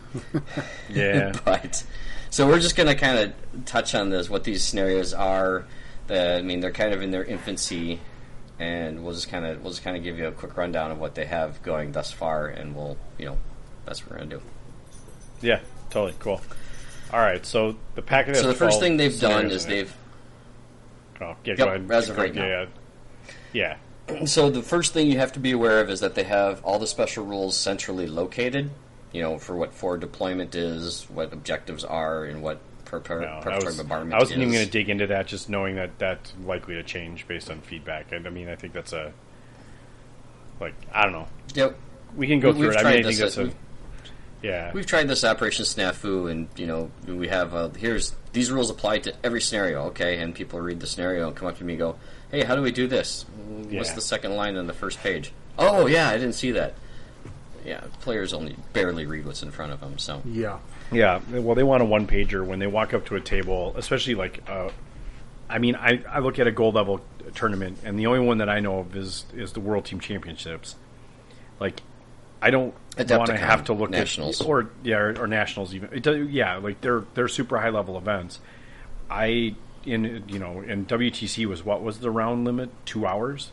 Yeah.
But so we're just going to kind of touch on this, what these scenarios are. The, I mean, they're kind of in their infancy, and we'll just kind of we'll just kind of give you a quick rundown of what they have going thus far, and we'll you know that's what we're going to do.
yeah. Totally cool. All right. So the packet.
so the
has
first
12
thing they've done
scenarios
is
in it.
they've
Oh, yeah,
Yep,
go ahead.
as of right
yeah,
now.
Yeah.
so the first thing you have to be aware of is that they have all the special rules centrally located. You know, for what forward deployment is, what objectives are, and what prepar-
No, I,
preparatory
was,
bombardment
I wasn't even
is.
going to dig into that, just knowing that that's likely to change based on feedback. And I mean, I think that's a like I don't know.
Yep.
We can go
We-
through
we've
it. I mean, I
tried
think
this
that's
at-
a yeah.
We've tried this Operation Snafu, and you know we have uh, here's these rules apply to every scenario, okay? And people read the scenario and come up to me and go, "Hey, how do we do this? What's
Yeah.
the second line on the first page?" Oh yeah, I didn't see that. Yeah, players only barely read what's in front of them, so
Mm.
Yeah.
Yeah, well, they want a one pager when they walk up to a table, especially like, uh, I mean, I, I look at a gold level tournament, and the only one that I know of is is the World Team Championships. Like, I don't want to
Adepticon,
have to look
Nationals.
at or yeah or, or nationals even. It does, yeah, like they're they're super high level events. I in you know in WTC was what was the round limit two hours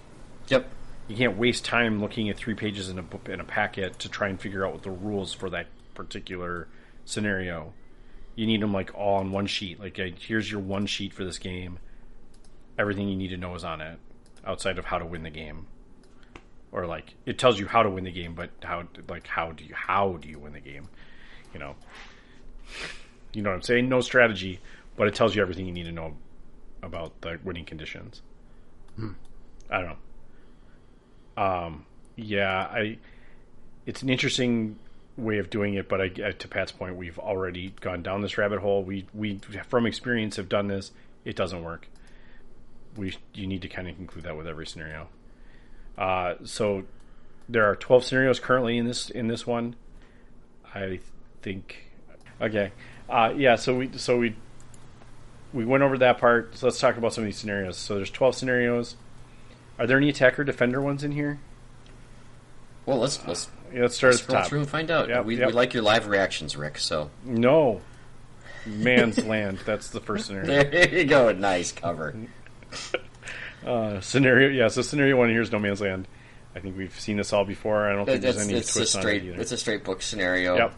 yep.
you can't waste time looking at three pages in a book in a packet to try and figure out what the rules for that particular scenario. You need them like all on one sheet. Like uh, here's your one sheet for this game. Everything you need to know is on it, outside of how to win the game, or like it tells you how to win the game, but how like how do you how do you win the game? You know, you know what I'm saying? No strategy, but it tells you everything you need to know about the winning conditions. I don't know. Yeah, I. It's an interesting way of doing it. But I, I- to Pat's point, we've already gone down this rabbit hole. We we from experience have done this. It doesn't work. We you need to kind of conclude that with every scenario. Uh, so there are twelve scenarios currently in this in this one. I think okay. Uh, yeah, so we so we we went over that part. So let's talk about some of these scenarios. So there's 12 scenarios. Are there any attacker defender ones in here?
Well, let's let's
Yeah, let's start at the
scroll
top.
through and find out.
Yep,
we,
yep. Mm.
we like your live reactions, Rick. So
No. Man's land. That's the first scenario.
there you go. Nice cover.
Mm. Uh, scenario. Yeah, so scenario one here is no man's land. I think we've seen this all before. I don't think
That- That's
there's any
it's a
twist on
straight
it either.
it's a straight book scenario.
Yep.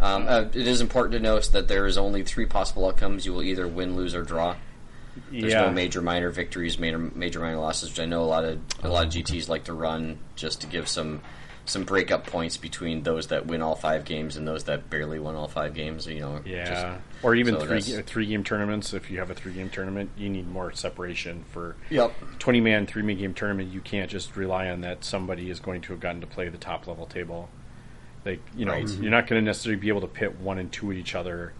Um, uh, it is important to note that there is only three possible outcomes. You will either win, lose, or draw. There's
yeah.
no major minor victories, major major minor losses, which I know a lot of a lot of GTS like to run just to give some some breakup points between those that win all five games and those that barely won all five games. You know,
yeah.
just-
Or even
so
three
that's-
three game tournaments. If you have a three game tournament, you need more separation for
Yep.
20 man, three man game tournament, you can't just rely on that somebody is going to have gotten to play the top level table. Like, you know,
Right.
you're not going to necessarily be able to pit one and two at each other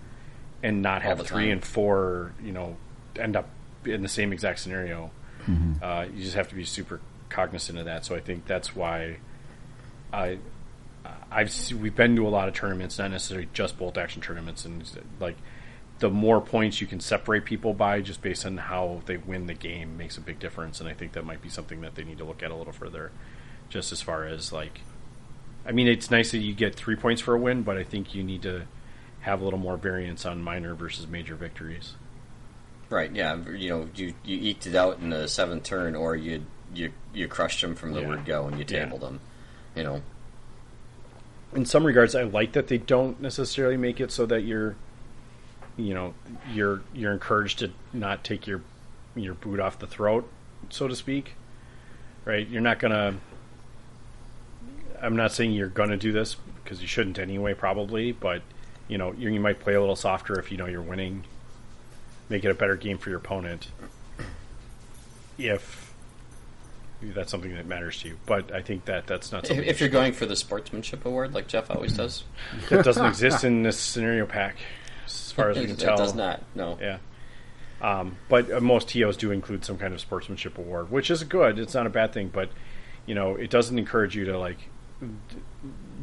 and not have
the
three
time.
and four, you know, end up in the same exact scenario. Uh, you just have to be super cognizant of that. So I think that's why I. I've se- we've been to a lot of tournaments, not necessarily just bolt action tournaments, and like the more points you can separate people by, just based on how they win the game, makes a big difference. And I think that might be something that they need to look at a little further, just as far as like, I mean, it's nice that you get three points for a win, but I think you need to have a little more variance on minor versus major victories.
Right. Yeah. You know, you you eked it out in the seventh turn, or you you you crushed them from the
Yeah.
word go and you
Yeah.
tabled them. You know.
in some regards, I like that they don't necessarily make it so that you're, you know, you're you're encouraged to not take your your boot off the throat, so to speak. Right? You're not gonna. I'm not saying you're gonna do this because you shouldn't anyway, probably. But you know, you, you might play a little softer if you know you're winning. Make it a better game for your opponent. If that's something that matters to you, but I think that that's not
If,
something.
if you're going for the sportsmanship award, like Jeff always
Mm-hmm.
does,
that doesn't exist in this scenario pack, as far as we
it,
can
it
tell.
does not. No.
Yeah. Um, but uh, most TOs do include some kind of sportsmanship award, which is good. It's not a bad thing, but you know, it doesn't encourage you to like d-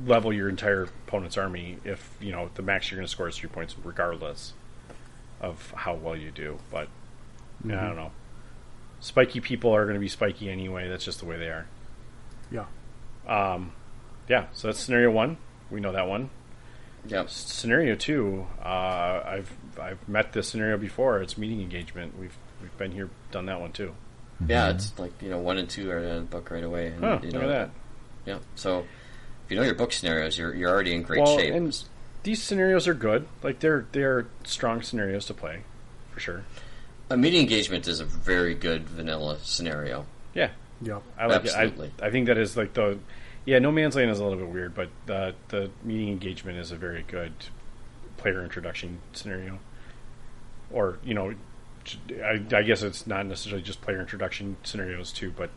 level your entire opponent's army if you know the max you're going to score is three points, regardless of how well you do. But yeah,
Mm-hmm.
I don't know. Spiky people are going to be spiky anyway. That's just the way they are.
Yeah.
Yeah. So that's scenario one. We know that one.
Yep.
scenario two, uh, I've I've met this scenario before. It's meeting engagement. We've we've been here, done that one too.
Yeah, it's like you know one and two are in the book right away. And,
Huh,
you
look
know,
at that.
Yeah. So if you know your book scenarios, you're you're already in great
Well,
shape.
and these scenarios are good. Like they're they're strong scenarios to play, for sure.
a meeting engagement is a very good vanilla scenario.
Yeah,
Yep.
I like
Absolutely.
it. I, I think that is like the yeah. No man's land is a little bit weird, but the the meeting engagement is a very good player introduction scenario. Or you know, I, I guess it's not necessarily just player introduction scenarios too, but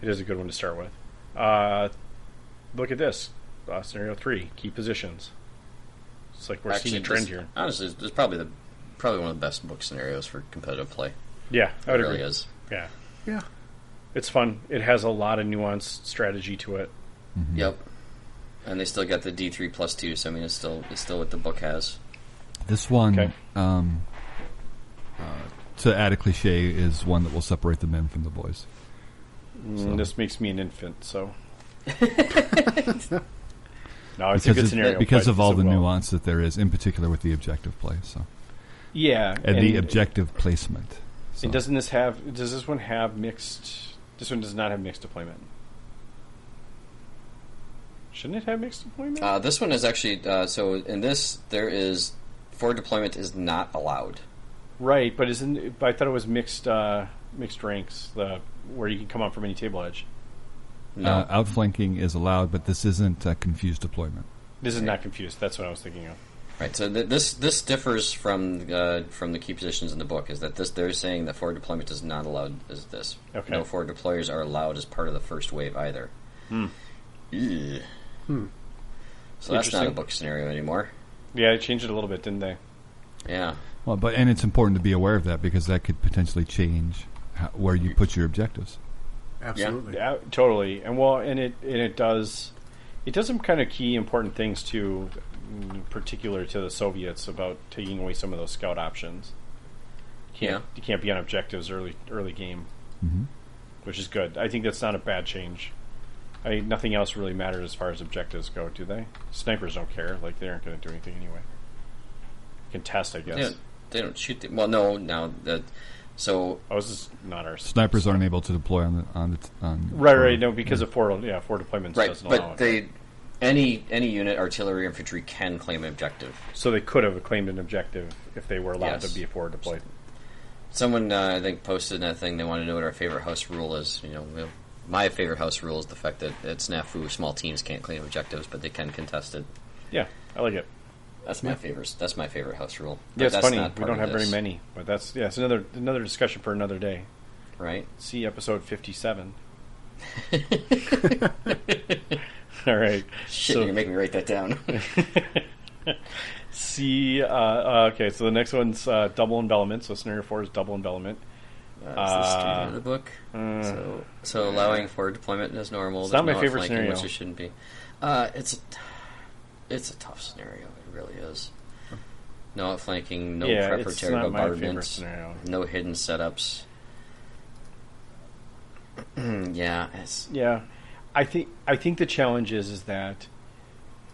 it is a good one to start with. Uh, look at this uh, scenario three: key positions. It's like we're seeing a trend
this-
here.
Honestly, it's probably the probably one of the best book scenarios for competitive play.
Yeah, I
It
would
really
agree.
is.
Yeah,
Yeah.
it's fun. It has a lot of nuanced strategy to it.
Yep. And they still got the D three plus two, so I mean it's still it's still what the book has.
This one,
Okay.
um, uh, to add a cliche, is one that will separate the men from the boys.
Mm, This makes me an infant, so. no, it's a good
it-
scenario
because
but
of all
it's a
the
well-
nuance that there is, in particular with the objective play. So
Yeah,
and, the objective placement. So.
And doesn't this have? Does this one have mixed? This one does not have mixed deployment. Shouldn't it have mixed deployment?
Uh, this one is actually uh, so in this there is forward deployment is not allowed.
right, but isn't? But I thought it was mixed. Uh, mixed ranks, the where you can come up from any table edge.
No.
uh, outflanking is allowed, but this isn't uh, confused deployment.
This is not confused. That's what I was thinking of.
Right. So th- this this differs from uh, from the key positions in the book. Is that this they're saying that forward deployment is not allowed. Is this
Okay.
no forward deployers are allowed as part of the first wave either. Hmm. So that's not a
Interesting.
book scenario anymore.
Yeah, they changed it a little bit, didn't they?
Yeah.
Well, but and it's important to be aware of that because that could potentially change how, where you put your objectives.
Absolutely.
Yeah, totally. And well, and it and it does it does some kind of key important things too, mm, particular to the Soviets about taking away some of those scout options.
Yeah.
You can't be on objectives early early game,
Mm-hmm.
which is good. I think that's not a bad change. I mean, nothing else really matters as far as objectives go, do they? Snipers don't care; like they aren't going to do anything anyway. Contest, I guess.
They, don't, they don't shoot. The, well, no, now that so
Oh, this is not our
Snipers aren't Mm-hmm. able to deploy on the on the t- on
right, right. No, because of four, yeah, four deployments
right,
doesn't allow
but
it.
they any any unit, artillery, infantry can claim an objective.
So they could have claimed an objective if they were allowed
Yes.
to be forward deployed.
Someone uh, I think posted that thing. They want to know what our favorite house rule is. You know, well, my favorite house rule is the fact that at snafu small teams can't claim objectives, but they can contest it.
Yeah, I like it.
That's my favorite. That's my favorite house rule. But
Yeah, it's
that's
funny.
not
We
part
don't
of
have very
this,
many, but that's yeah. It's another another discussion for another day.
right?
See episode fifty-seven. All right.
Shit,
So-
you're making me write that down.
See, uh, uh, okay. So the next one's uh, double envelopment. So scenario four is double envelopment.
That's the
Uh,
story of the book. so, so allowing for deployment as normal.
mm. It's not
There's
my
no
favorite
outflanking,
scenario.
Which it shouldn't be. Uh, it's a, it's a tough scenario. It really is. No outflanking, no
yeah, it's
preparatory
not my favorite
bombardments,
scenario.
no hidden setups. yeah, it's,
Yeah, I think I think the challenge is is that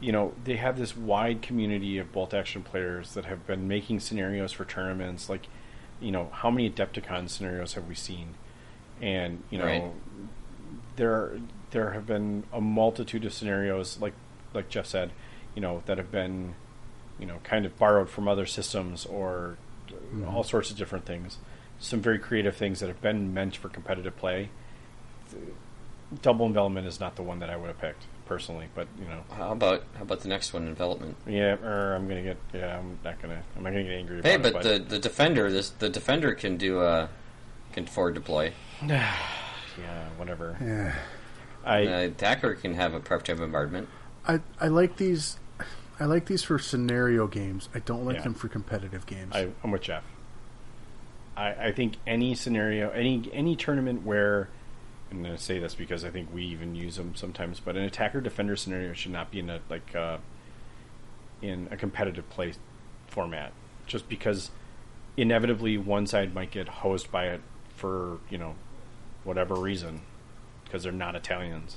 you know they have this wide community of bolt action players that have been making scenarios for tournaments. Like, you know, how many Adepticon scenarios have we seen? And you know,
Right.
there there have been a multitude of scenarios, like like Jeff said, you know, that have been you know kind of borrowed from other systems or all sorts of different things. Some very creative things that have been meant for competitive play double envelopment is not the one that I would have picked personally, but you know,
how about how about the next one, envelopment?
yeah, er, I'm gonna get, yeah, I'm not gonna, I'm not gonna get angry. About
Hey,
it,
but the the defender, this the defender can do uh can forward deploy.
yeah, whatever.
Yeah.
I
Uh, The attacker can have a preparatory bombardment.
I, I like these. I like these for scenario games. I don't like
Yeah.
them for competitive games.
I, I'm with Jeff. I, I think any scenario, any any tournament where, I'm going to say this because I think we even use them sometimes, but an attacker defender scenario should not be in a like uh, in a competitive play format, just because inevitably one side might get hosed by it for you know whatever reason because they're not Italians,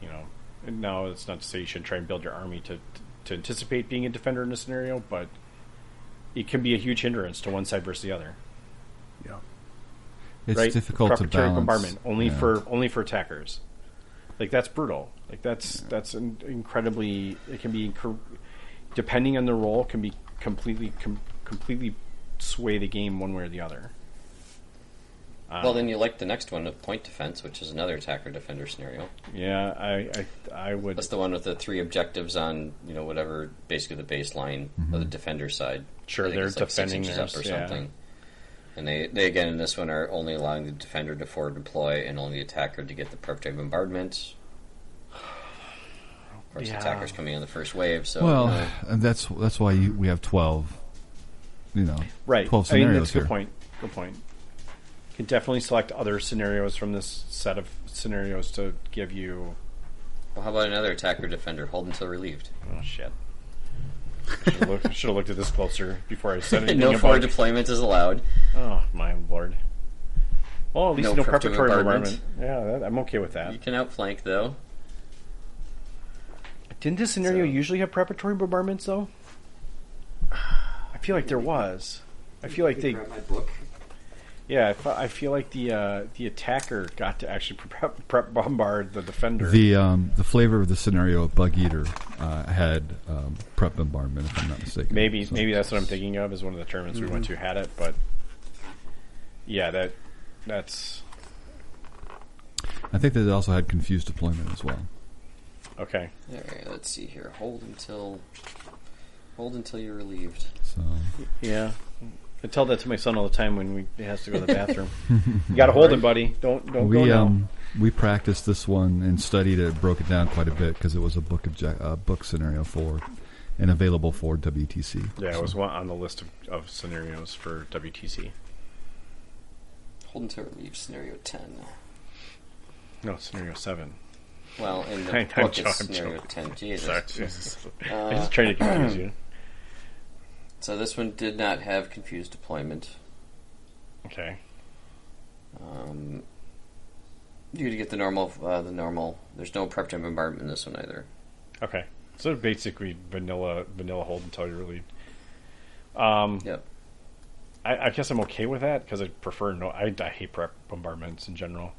you know. And now it's not to say you should try and build your army to to anticipate being a defender in a scenario, but it can be a huge hindrance to one side versus the other.
yeah.
It's
right?
difficult to
Preparatory
balance.
bombardment only
yeah.
for only for attackers. Like that's brutal. Like that's that's in, incredibly. It can be incre- depending on the role can be completely com- completely sway the game one way or the other.
well, then you like the next one, the point defense, which is another attacker defender scenario.
Yeah, I I, I would
That's the one with the three objectives on you know whatever, basically the baseline of the defender side.
Sure,
I think
they're
it's like six
defending
inches up
theirs,
or
yeah.
something. And they, they again in this one are only allowing the defender to forward deploy and only the attacker to get the preparatory bombardment. Of course, the
Yeah.
attacker's coming in the first wave, so
Well,
you know,
and Uh, that's that's why you, we have twelve. You know,
right.
Twelve
I mean,
scenarios
that's a
here.
good point. Good point. Can definitely select other scenarios from this set of scenarios to give you.
well, how about another attacker defender hold until relieved?
Oh shit! Should have looked, should've looked at this closer before I said anything
no
about
forward deployment is allowed.
Oh my lord! Well, at least
No
no,
preparatory
preparatory
bombardment.
bombardment. Yeah, that, I'm okay with that.
You can outflank though.
Didn't this scenario
So-
usually have preparatory bombardments though? I feel like there was. I feel like they.
my book.
Yeah, I fe- I feel like the uh, the attacker got to actually prep, prep bombard the defender.
the um, the flavor of the scenario of Bug Eater uh, had um, prep bombardment, if I'm not mistaken.
maybe
So-
maybe that's what I'm thinking of is one of the tournaments we went to had it, but yeah, that that's
I think that it also had confused deployment as well.
okay.
All right, let's see here. Hold until hold until you're relieved.
So
Yeah. I tell that to my son all the time when we, he has to go to the bathroom. you got to hold him, buddy. Don't don't go
we
now.
um we practiced this one and studied it, broke it down quite a bit because it was a book obje- uh, book scenario for and available for WTC.
Yeah, it was
So,
one on the list of, of scenarios for WTC.
Hold until it leaves scenario 10.
No, scenario seven.
Well, in the
I'm
book,
jo-
it's
I'm
scenario
joking.
10. Jesus.
Sorry, I'm just trying to confuse you.
So this one did not have confused deployment.
Okay.
Um, you get the normal, uh, the normal. There's no prep time bombardment in this one either.
Okay. So basically vanilla vanilla hold until you're relieved. Hmm.
Yep.
I, I guess I'm okay with that because I prefer no. I, I hate prep bombardments in general.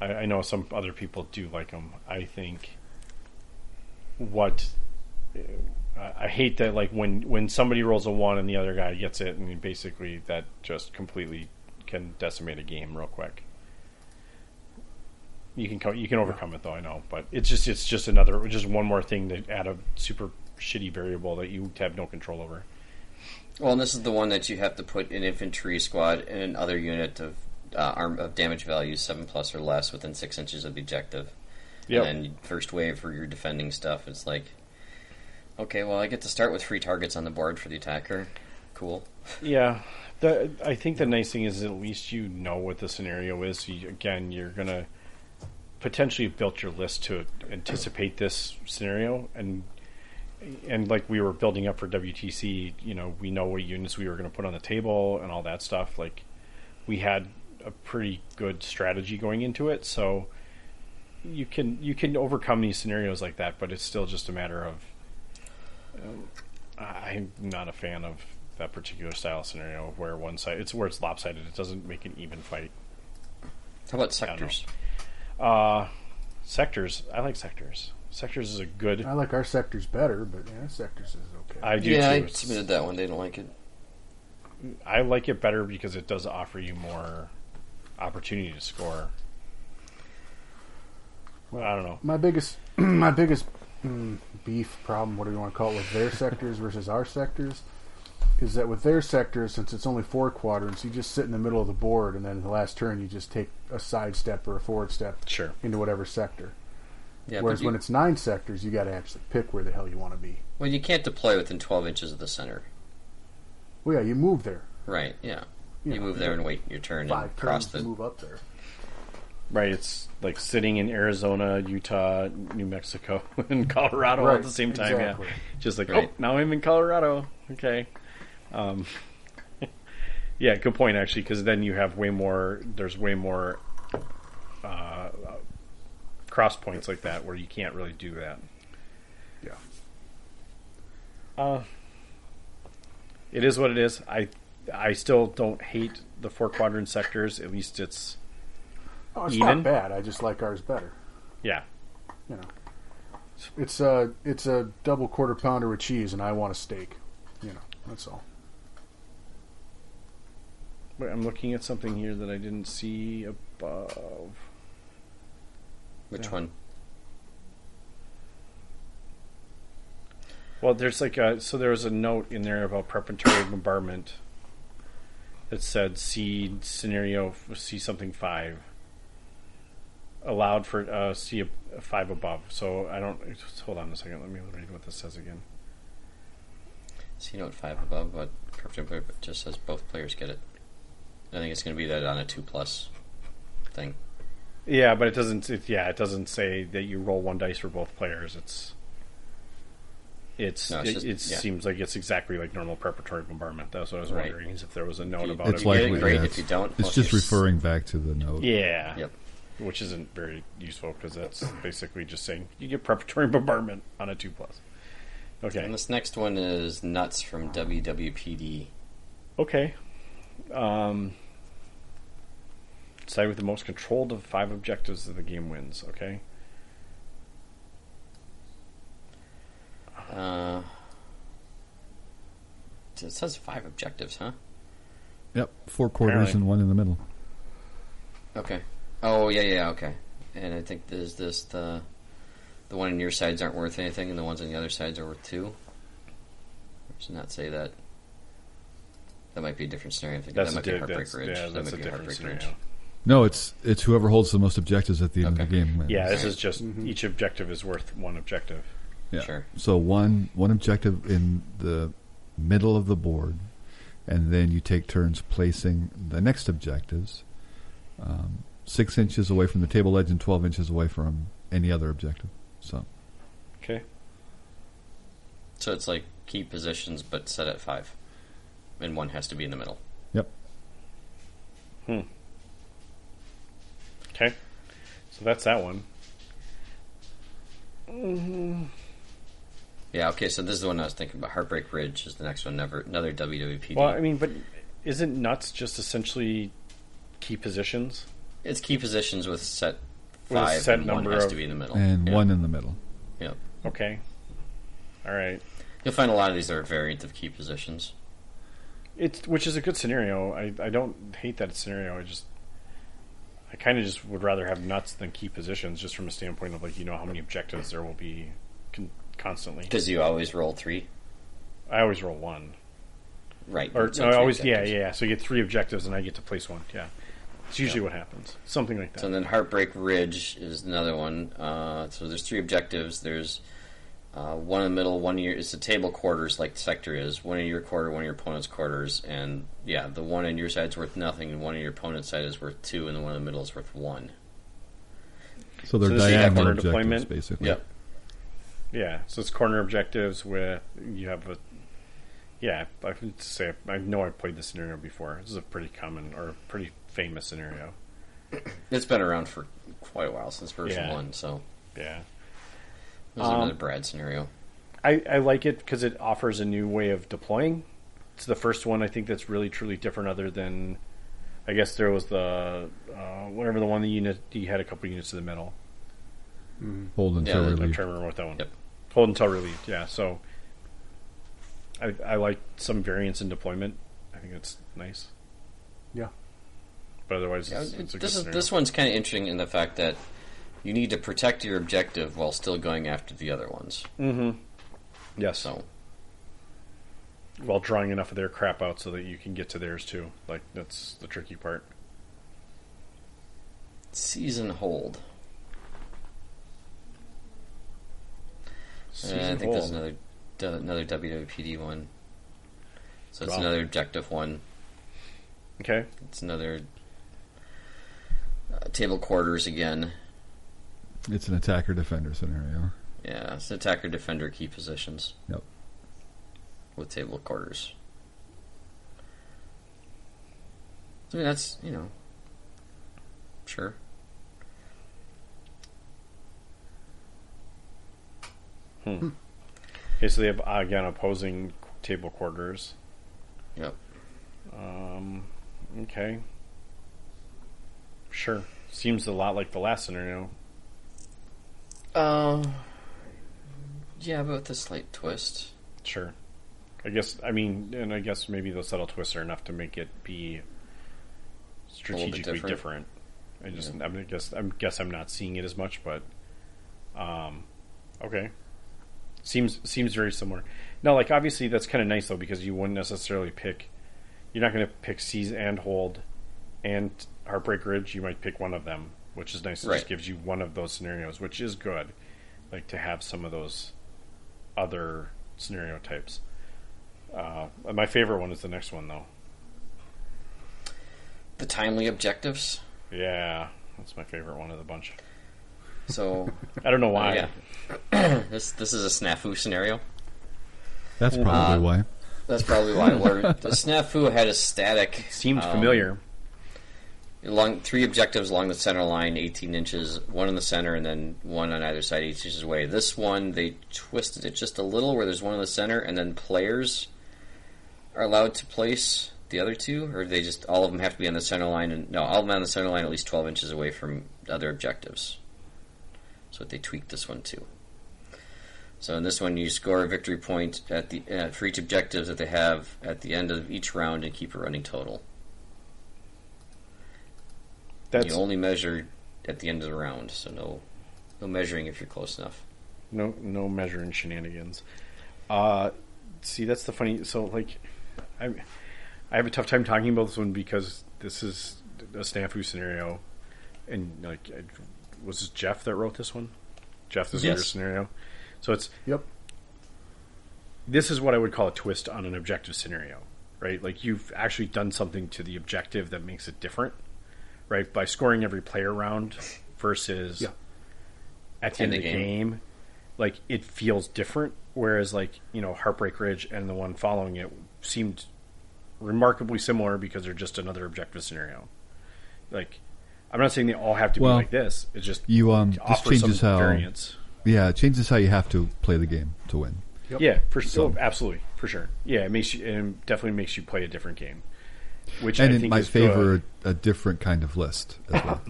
I, I know some other people do like them. I think what I I hate that like when when somebody rolls a one and the other guy gets it, and basically that just completely can decimate a game real quick. You can co- you can overcome it though I know, but it's just it's just another just one more thing to add a super shitty variable that you have no control over.
Well, and this is the one that you have to put an infantry squad in another unit of uh, arm of damage value seven plus or less within six inches of the objective.
Yep.
And then first wave for your defending stuff. It's like, okay, well, I get to start with free targets on the board for the attacker. Cool.
Yeah, the, I think the nice thing is at least you know what the scenario is. You, again, you're gonna potentially have built your list to anticipate this scenario, and and like we were building up for WTC, you know, we know what units we were going to put on the table and all that stuff. Like we had a pretty good strategy going into it, so you can you can overcome these scenarios like that, but it's still just a matter of I'm not a fan of that particular style scenario where one side it's where it's lopsided. It doesn't make an even fight.
How about
don't
sectors?
Sectors, I like sectors. Sectors is a good.
I like our sectors better, but yeah, our sectors is okay.
I do
yeah,
too.
I submitted that one. They didn't like it.
I like it better because it does offer you more opportunity to score. Well, I don't know.
my biggest my biggest mm, beef problem, whatever you want to call it, with their sectors versus our sectors is that with their sectors, since it's only four quadrants, you just sit in the middle of the board, and then the last turn you just take a side step or a forward step
Sure.
into whatever sector.
Yeah,
Whereas
but you,
when it's nine sectors, you got to actually pick where the hell you want to be.
well, you can't deploy within 12 inches of the center.
Well, yeah, you move there.
Right, yeah.
You
You
know,
move there and wait your turn
Five
and cross
turns
the.
to move up there.
Right. It's like sitting in Arizona, Utah, New Mexico, and Colorado all
Right,
at the same time.
exactly.
Yeah. Just like,
Right.
oh, now I'm in Colorado. Okay. Um, yeah, good point, actually, because then you have way more, there's way more uh, cross points like that where you can't really do that.
Yeah.
It is what it is. I I still don't hate the four quadrant sectors. At least it's,
Oh, it's
Even?
not bad. I just like ours better.
yeah.
You know, it's a it's a double quarter pounder with cheese, and I want a steak. You know, that's all.
Wait, I'm looking at something here that I didn't see above.
Which one?
Well, there's like a so there was a note in there about preparatory bombardment that said see scenario see something five allowed for uh, see a, a five above. So I don't hold on a second. Let me read what this says again.
See note 5 above, but perfect player but just says both players get it. I think it's going to be that on a 2 plus thing.
Yeah, but it doesn't. It, yeah, it doesn't say that you roll one dice for both players. It's it's
No, it's
it,
just-
it
yeah.
seems like it's exactly like normal preparatory bombardment. That's what I was
Right.
wondering is if there was a note
you-
about
It's
it.
you
like
get it,
we-
great.
yeah,
If you don't,
It's
well,
just
you're s-
referring back to the note.
Yeah.
Yep.
Which isn't very useful because that's basically just saying you get preparatory bombardment on a two plus. Okay.
And this next one is Nuts from WWPD.
Okay. Um, side with the most controlled of five objectives of the game wins. Okay.
Uh, it says 5 objectives, huh?
Yep, four quarters
Apparently.
and one in the middle.
Okay. Oh, yeah, yeah, okay. And I think there's this the. The one on your sides aren't worth anything, and the ones on the other sides are worth two. I should not say that. That might be a different scenario. I think
That's
that
a
might be
di-
Heartbreak
that's,
Ridge.
yeah,
that
that's
might
a
be
different
Heartbreak Ridge.
scenario.
No, it's it's whoever holds the most objectives at the end of the
Okay.
game wins.
Yeah, this is just each objective is worth one objective.
Yeah.
Sure.
So one one objective in the middle of the board, and then you take turns placing the next objectives um, six inches away from the table edge and twelve inches away from any other objective. So
Okay.
So it's like key positions, but set at five, and one has to be in the middle.
yep,
Okay. So that's that one.
Yeah. Okay. So this is the one I was thinking about. Heartbreak Ridge is the next one. Never another WWPD.
Well, I mean, but isn't nuts just essentially key positions?
It's key positions with set
With a
five,
set
and one
number
has
of-
to be in the middle.
and
Yeah,
one in the middle.
yeah.
Okay. All right.
You'll find a lot of these are a variant of key positions.
It's which is a good scenario. I, I don't hate that scenario. I just I kind of just would rather have nuts than key positions, just from a standpoint of like you know how many objectives there will be con- constantly.
Because you always roll three,
I always roll one,
right?
or
So
no, I
three
always
objectives.
yeah yeah. So you get three objectives, and I get to place one. Yeah, it's usually what happens. Something like that.
So then Heartbreak Ridge is another one. Uh, so there's three objectives. There's uh, one in the middle, one in your, it's the table quarters like the sector is. One in your quarter, one in your opponent's quarters, and yeah, the one on your side's worth nothing, and one on your opponent's side is worth two, and the one in the middle is worth one.
So they're
So this is
diagonal
corner
objectives,
deployment?
basically.
Yep.
Yeah, so it's corner objectives with you have a yeah. I can say I know I've played this scenario before. This is a pretty common or pretty famous scenario.
It's been around for quite a while since version
Yeah.
one, so
Yeah,
this is
Um,
another Brad scenario.
I, I like it because it offers a new way of deploying. It's the first one I think that's really truly different. Other than I guess there was the uh, whatever the one that unit you had a couple units to the middle.
Hold until
Yeah,
I'm
relief.
trying to remember what that one.
Yep.
Hold until relieved. Yeah. So I I like some variance in deployment. I think that's nice.
Yeah.
But otherwise,
Yeah,
it's, it's a
this
good
is
scenario.
this one's kind of interesting in the fact that you need to protect your objective while still going after the other ones.
Yes.
So
While drawing enough of their crap out so that you can get to theirs too. Like that's the tricky part.
season hold. Uh, I
Season
think there's
hold.
another d- another WWPD one. So it's
Wow.
another objective one.
Okay.
It's another uh, table quarters again.
It's an attacker defender scenario.
Yeah, it's attacker defender key positions
Yep.
with table quarters. I mean that's you know sure.
Okay, so they have uh, again opposing table quarters.
Yep.
Um, okay. Sure. Seems a lot like the last scenario.
Uh, yeah, but with a slight twist.
Sure. I guess I mean, and I guess maybe those subtle twists are enough to make it be
little bit
strategically different.
different.
I just I, mean, I guess I guess I'm not seeing it as much, but um, okay. Seems seems very similar. Now, like obviously that's kind of nice though because you wouldn't necessarily pick. You're not going to pick seize and hold, and heartbreak ridge. You might pick one of them, which is nice. It
Right.
just gives you one of those scenarios, which is good. Like to have some of those other scenario types. Uh, my favorite one is the next one though.
The timely objectives.
Yeah, that's my favorite one of the bunch.
So
I don't know why.
Oh, yeah, this this is a snafu scenario.
That's
Uh,
probably why.
That's probably why. Where the snafu had a static.
Seems
um,
familiar.
Along three objectives along the center line, eighteen inches, one in the center, and then one on either side, eight inches away. This one they twisted it just a little, where there's one in the center, and then players are allowed to place the other two, or they just all of them have to be on the center line, and no, all of them on the center line at least twelve inches away from other objectives. So they tweaked this one too. So in this one, you score a victory point at the uh, for each objective that they have at the end of each round, and keep a running total.
That's
You only measure at the end of the round, so no, no measuring if you're close enough.
no no measuring shenanigans. Uh, see, that's the funny. So like, I I have a tough time talking about this one because this is a snafu scenario, and like it- was it Jeff that wrote this one? Jeff, this is your
Yes.
scenario. So it's
Yep.
this is what I would call a twist on an objective scenario, right? Like you've actually done something to the objective that makes it different, right? By scoring every player round versus
Yeah.
at the
In
end of
the
the game. like it feels different. Whereas like you know Heartbreak Ridge and the one following it seemed remarkably similar because they're just another objective scenario. Like I'm not saying they all have to
Well,
be like this. It's just
you, um,
to
this
offer some
changes how-
variance.
Yeah, it changes how you have to play the game to win.
Yeah, for sure. absolutely, for sure. Yeah, it makes you it definitely makes you play a different game, which
and
I
it
think
might
is uh,
favor
good.
a, a different kind of list as well.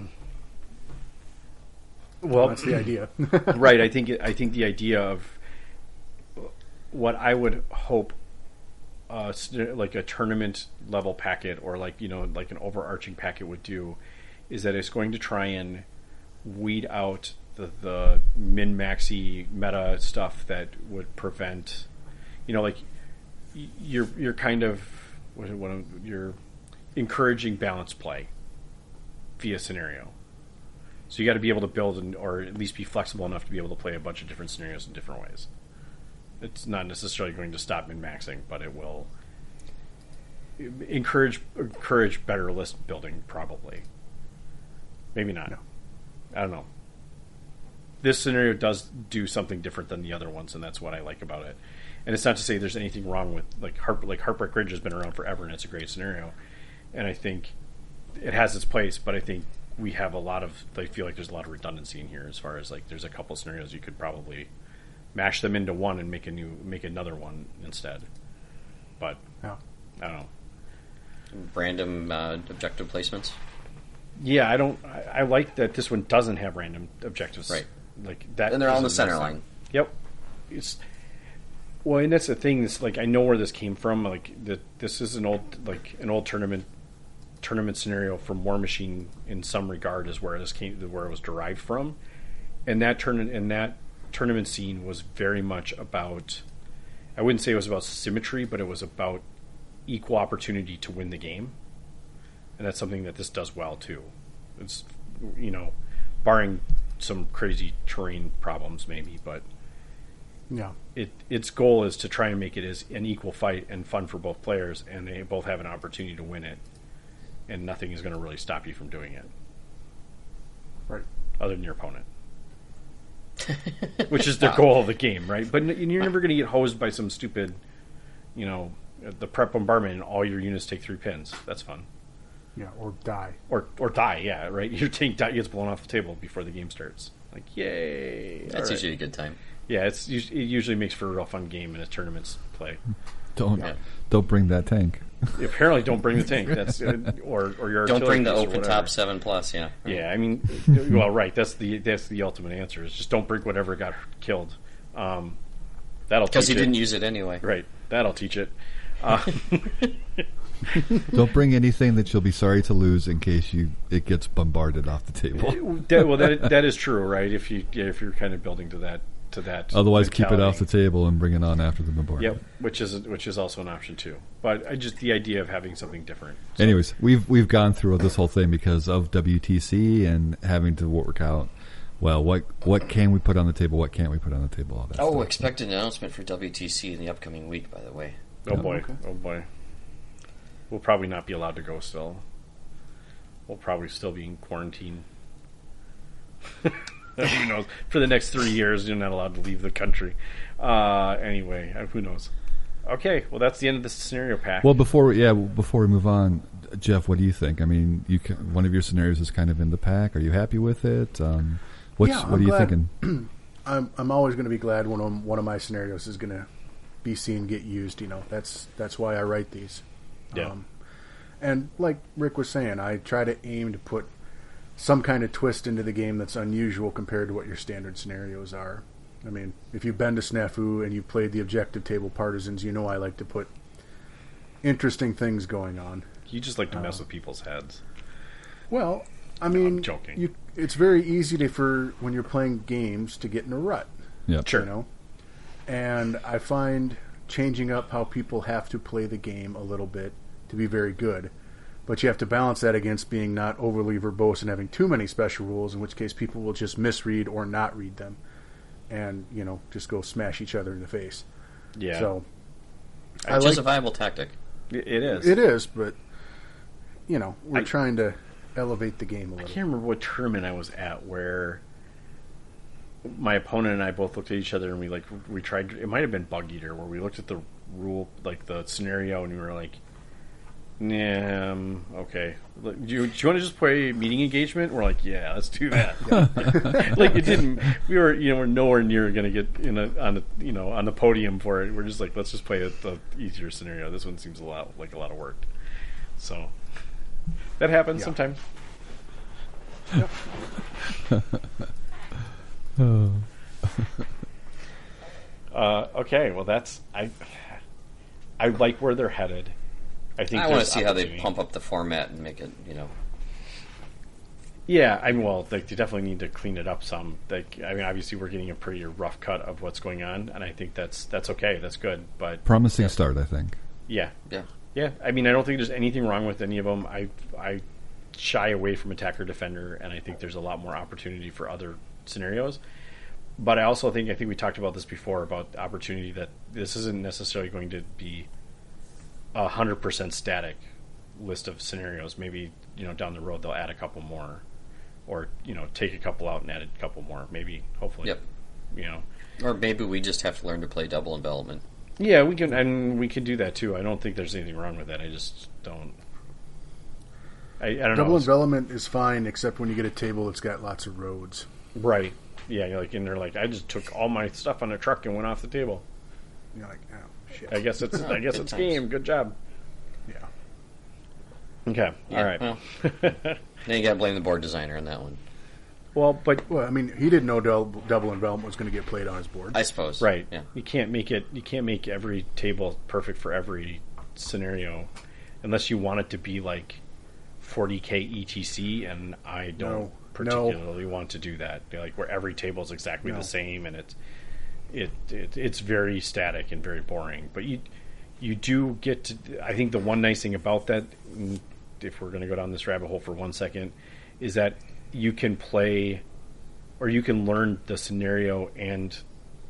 Well,
That's the idea.
right. I think it, I think the idea of what I would hope, uh, s- like a tournament level packet or like you know like an overarching packet would do, is that it's going to try and weed out the, the min maxi meta stuff that would prevent, you know, like y- you're you're kind of what, what I'm- you're encouraging balance play via scenario. So you got to be able to build and, or at least be flexible enough to be able to play a bunch of different scenarios in different ways. It's not necessarily going to stop min maxing, but it will encourage encourage better list building, probably. Maybe not. I don't know. This scenario does do something different than the other ones, and that's what I like about it. And it's not to say there's anything wrong with like Heart, like Heartbreak Ridge has been around forever, and it's a great scenario. And I think it has its place, but I think we have a lot of. I feel like there's a lot of redundancy in here as far as like there's a couple scenarios you could probably mash them into one and make a new make another one instead. But
Yeah.
I don't know.
Random uh, objective placements.
Yeah, I don't. I, I like that this one doesn't have random objectives.
Right.
Like that.
And they're all in the
is a nice
center
thing.
line.
Yep. It's well, and that's the thing. This like I know where this came from. Like that this is an old like an old tournament tournament scenario from War Machine in some regard is where this came where it was derived from, and that turn and that tournament scene was very much about. I wouldn't say it was about symmetry, but it was about equal opportunity to win the game, and that's something that this does well too. It's you know, barring some crazy terrain problems maybe, but
yeah.
it its goal is to try and make it as an equal fight and fun for both players, and they both have an opportunity to win it, and nothing is going to really stop you from doing it,
Right.
other than your opponent, which is the goal of the game, right? But n- you're never going to get hosed by some stupid, you know, the prep bombardment, and all your units take three pins. That's fun,
Yeah. Or die.
or or die, yeah, right. Your tank die gets blown off the table before the game starts. Like yay!
That's
All right.
usually a good time.
yeah. It's us- it usually makes for a real fun game in a tournament's play.
Don't
Yeah.
don't bring that tank.
apparently don't bring the tank. That's uh, or or your
Don't
artillery
bring the
piece or
open
whatever.
top seven plus. Yeah.
Yeah, I mean, well, right. That's the that's the ultimate answer. Is just don't bring whatever got killed. Um, that'll
Because he
teach it.
didn't use it anyway.
right. That'll teach it. Uh,
Don't bring anything that you'll be sorry to lose in case you it gets bombarded off the table.
that, well, that that is true, right? If you yeah, if you're kind of building to that to that.
Otherwise, keep it off
mentality.
the table and bring it on after the bombardment.
Yep, which is which is also an option too. But I just the idea of having something different.
Anyways, we've we've gone through this whole thing because of WTC and having to work out. Well, what what can we put on the table? What can't we put on the table? All that.
Oh,
stuff.
expect an announcement for WTC in the upcoming week. By the way,
Oh boy, oh boy. We'll probably not be allowed to go still. We'll probably still be in quarantine. who knows? For the next three years, you're not allowed to leave the country. Uh, anyway, uh, who knows? Okay, well, that's the end of the scenario pack.
Well, before we- yeah, before we move on, Jeff, what do you think? I mean, you can, one of your scenarios is kind of in the pack. Are you happy with it? Um, what's,
Yeah,
what
I'm
are you
glad-
thinking?
I'm I'm always going to be glad when I'm- one of my scenarios is going to be seen get used. You know, that's that's why I write these. Um,
yeah.
And like Rick was saying, I try to aim to put some kind of twist into the game that's unusual compared to what your standard scenarios are. I mean, if you've been to Snafu and you've played the objective table partisans, you know I like to put interesting things going on.
you just like to mess with people's heads.
Well, I mean,
joking.
You, it's very easy to for when you're playing games to get in a rut.
Yeah,
Sure.
you know and i find changing up how people have to play the game a little bit to be very good But you have to balance that against being not overly verbose and having too many special rules, in which case people will just misread or not read them, and you know just go smash each other in the face.
Yeah,
So I
Which
like
is a viable tactic.
it it is.
it is, but you know we're
I-
trying to elevate the game a
I
little.
can't remember what tournament I was at where my opponent and I both looked at each other and we like we tried. It might have been Bug Eater where we looked at the rule like the scenario and we were like, "Nah, um, okay. Look, Do you, do you want to just play meeting engagement?" We're like, "Yeah, let's do that." like it didn't. We were you know we're nowhere near going to get in a, on the you know on the podium for it. We're just like let's just play the, the easier scenario. This one seems a lot like a lot of work. So that happens
Yeah.
sometimes. Uh, okay, well that's I. I like where they're headed. I think
I want
there's
to see how they
opportunity.
pump up the format and make it, you know.
Yeah, I mean, well, like, they definitely need to clean it up some. Like, I mean, obviously we're getting a pretty rough cut of what's going on, and I think that's that's okay. That's good, but
Promising start, I think.
yeah,
Yeah.
yeah. I mean, I don't think there's anything wrong with any of them. I I shy away from attacker defender, and I think there's a lot more opportunity for other scenarios. But I also think I think we talked about this before about opportunity that this isn't necessarily going to be a hundred percent static list of scenarios. Maybe you know down the road they'll add a couple more, or you know take a couple out and add a couple more. Maybe hopefully,
Yep.
you know.
Or maybe we just have to learn to play double envelopment.
Yeah, we can, and we can do that too. I don't think there's anything wrong with that. I just don't. I, I don't
Double
know.
envelopment is fine, except when you get a table that's got lots of roads.
right? Yeah, you're like, and they're like, I just took all my stuff on a truck and went off the table.
You're like, oh shit,
I guess it's, I guess
good
it's
times.
game. Good job.
yeah.
Okay, all
Yeah,
right. Well,
Well, then you got to blame the board designer on that one.
but
Well, I mean, he didn't know double, double envelopment was going to get played on his board.
I suppose.
right,
Yeah.
you can't make it. You can't make every table perfect for every scenario, unless you want it to be like 40k etc. And I don't
No. No.
particularly want to do that. Like where every table is exactly
No.
the same and it's it, it it's very static and very boring. But you you do get to. I think the one nice thing about that, mm, if we're going to go down this rabbit hole for one second, is that you can play or you can learn the scenario and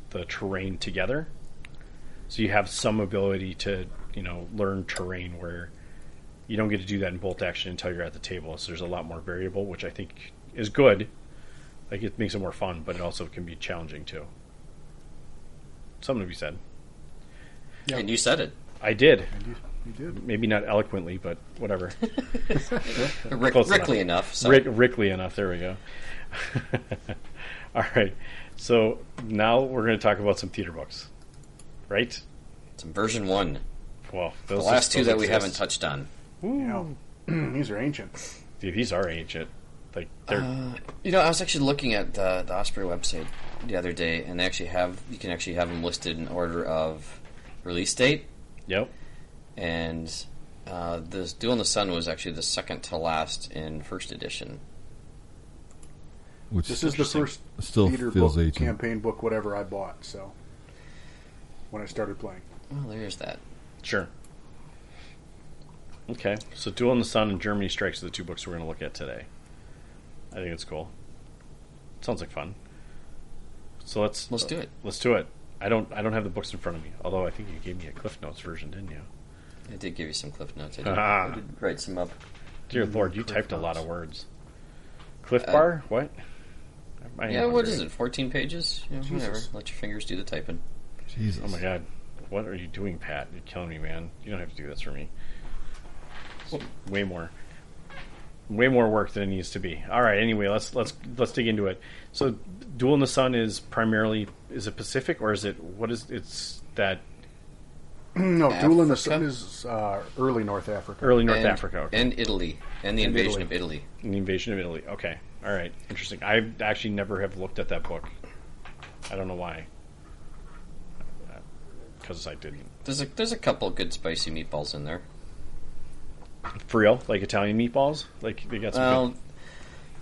the terrain together. So you have some ability to you know learn terrain where you don't get to do that in bolt action until you're at the table. So there's a lot more variable, which I think is good. Like it makes it more fun, but it also can be challenging too. Something to be said.
And you said it.
I did,
You did.
maybe not eloquently, but whatever.
Rick,
Close
Rickly
enough.
enough. so.
Rick, Rickly enough. There we go. All right. So now we're going to talk about some theater books, right?
It's version one.
Well,
The
those
last two
those
that we
exist.
haven't touched on.
Yeah. These are ancient.
Dude, these are ancient. Like they're
You know, I was actually looking at the, the Osprey website the other day, and they actually have you can actually have them listed in order of release date.
yep.
And uh, this Duel in the Sun was actually the second to last in first edition.
Which
This is the first
Still
theater
feels
book,
ancient.
campaign book, whatever I bought. So when I started playing,
Well, there's Oh, that.
Sure. Okay, so Duel in the Sun and Germany Strikes are the two books we're going to look at today. I think it's cool. Sounds like fun. So let's
Let's do it.
Let's do it. I don't. I don't have the books in front of me. Although I think you gave me a Cliff Notes version, didn't you?
I did give you some cliff notes. I did,
Ah.
I did write some up.
Dear Lord, you
Cliff
typed a lot
Notes.
of words. Cliff
Mm, Uh,
Bar? What? I am
Yeah, what
hungry.
is it? 14 pages? Yeah, whatever.
Jesus.
Let your fingers do the typing.
Jesus.
Oh my God, what are you doing, Pat? You're killing me, man. You don't have to do this for me. It's way more, way more work than it needs to be. All right. Anyway, let's let's let's dig into it. So, Duel in the Sun is primarily is it Pacific or is it what is it's that
no, Duel in the
Africa?
Sun is uh, early North Africa.
early North
and,
Africa okay.
And Italy. And the
And
invasion
Italy.
of Italy.
the invasion of Italy? Okay. All right. Interesting. I actually never have looked at that book. I don't know why. Because I didn't.
There's a, there's a couple good spicy meatballs in there.
For real? Like Italian meatballs? Like they got some. good-
Well,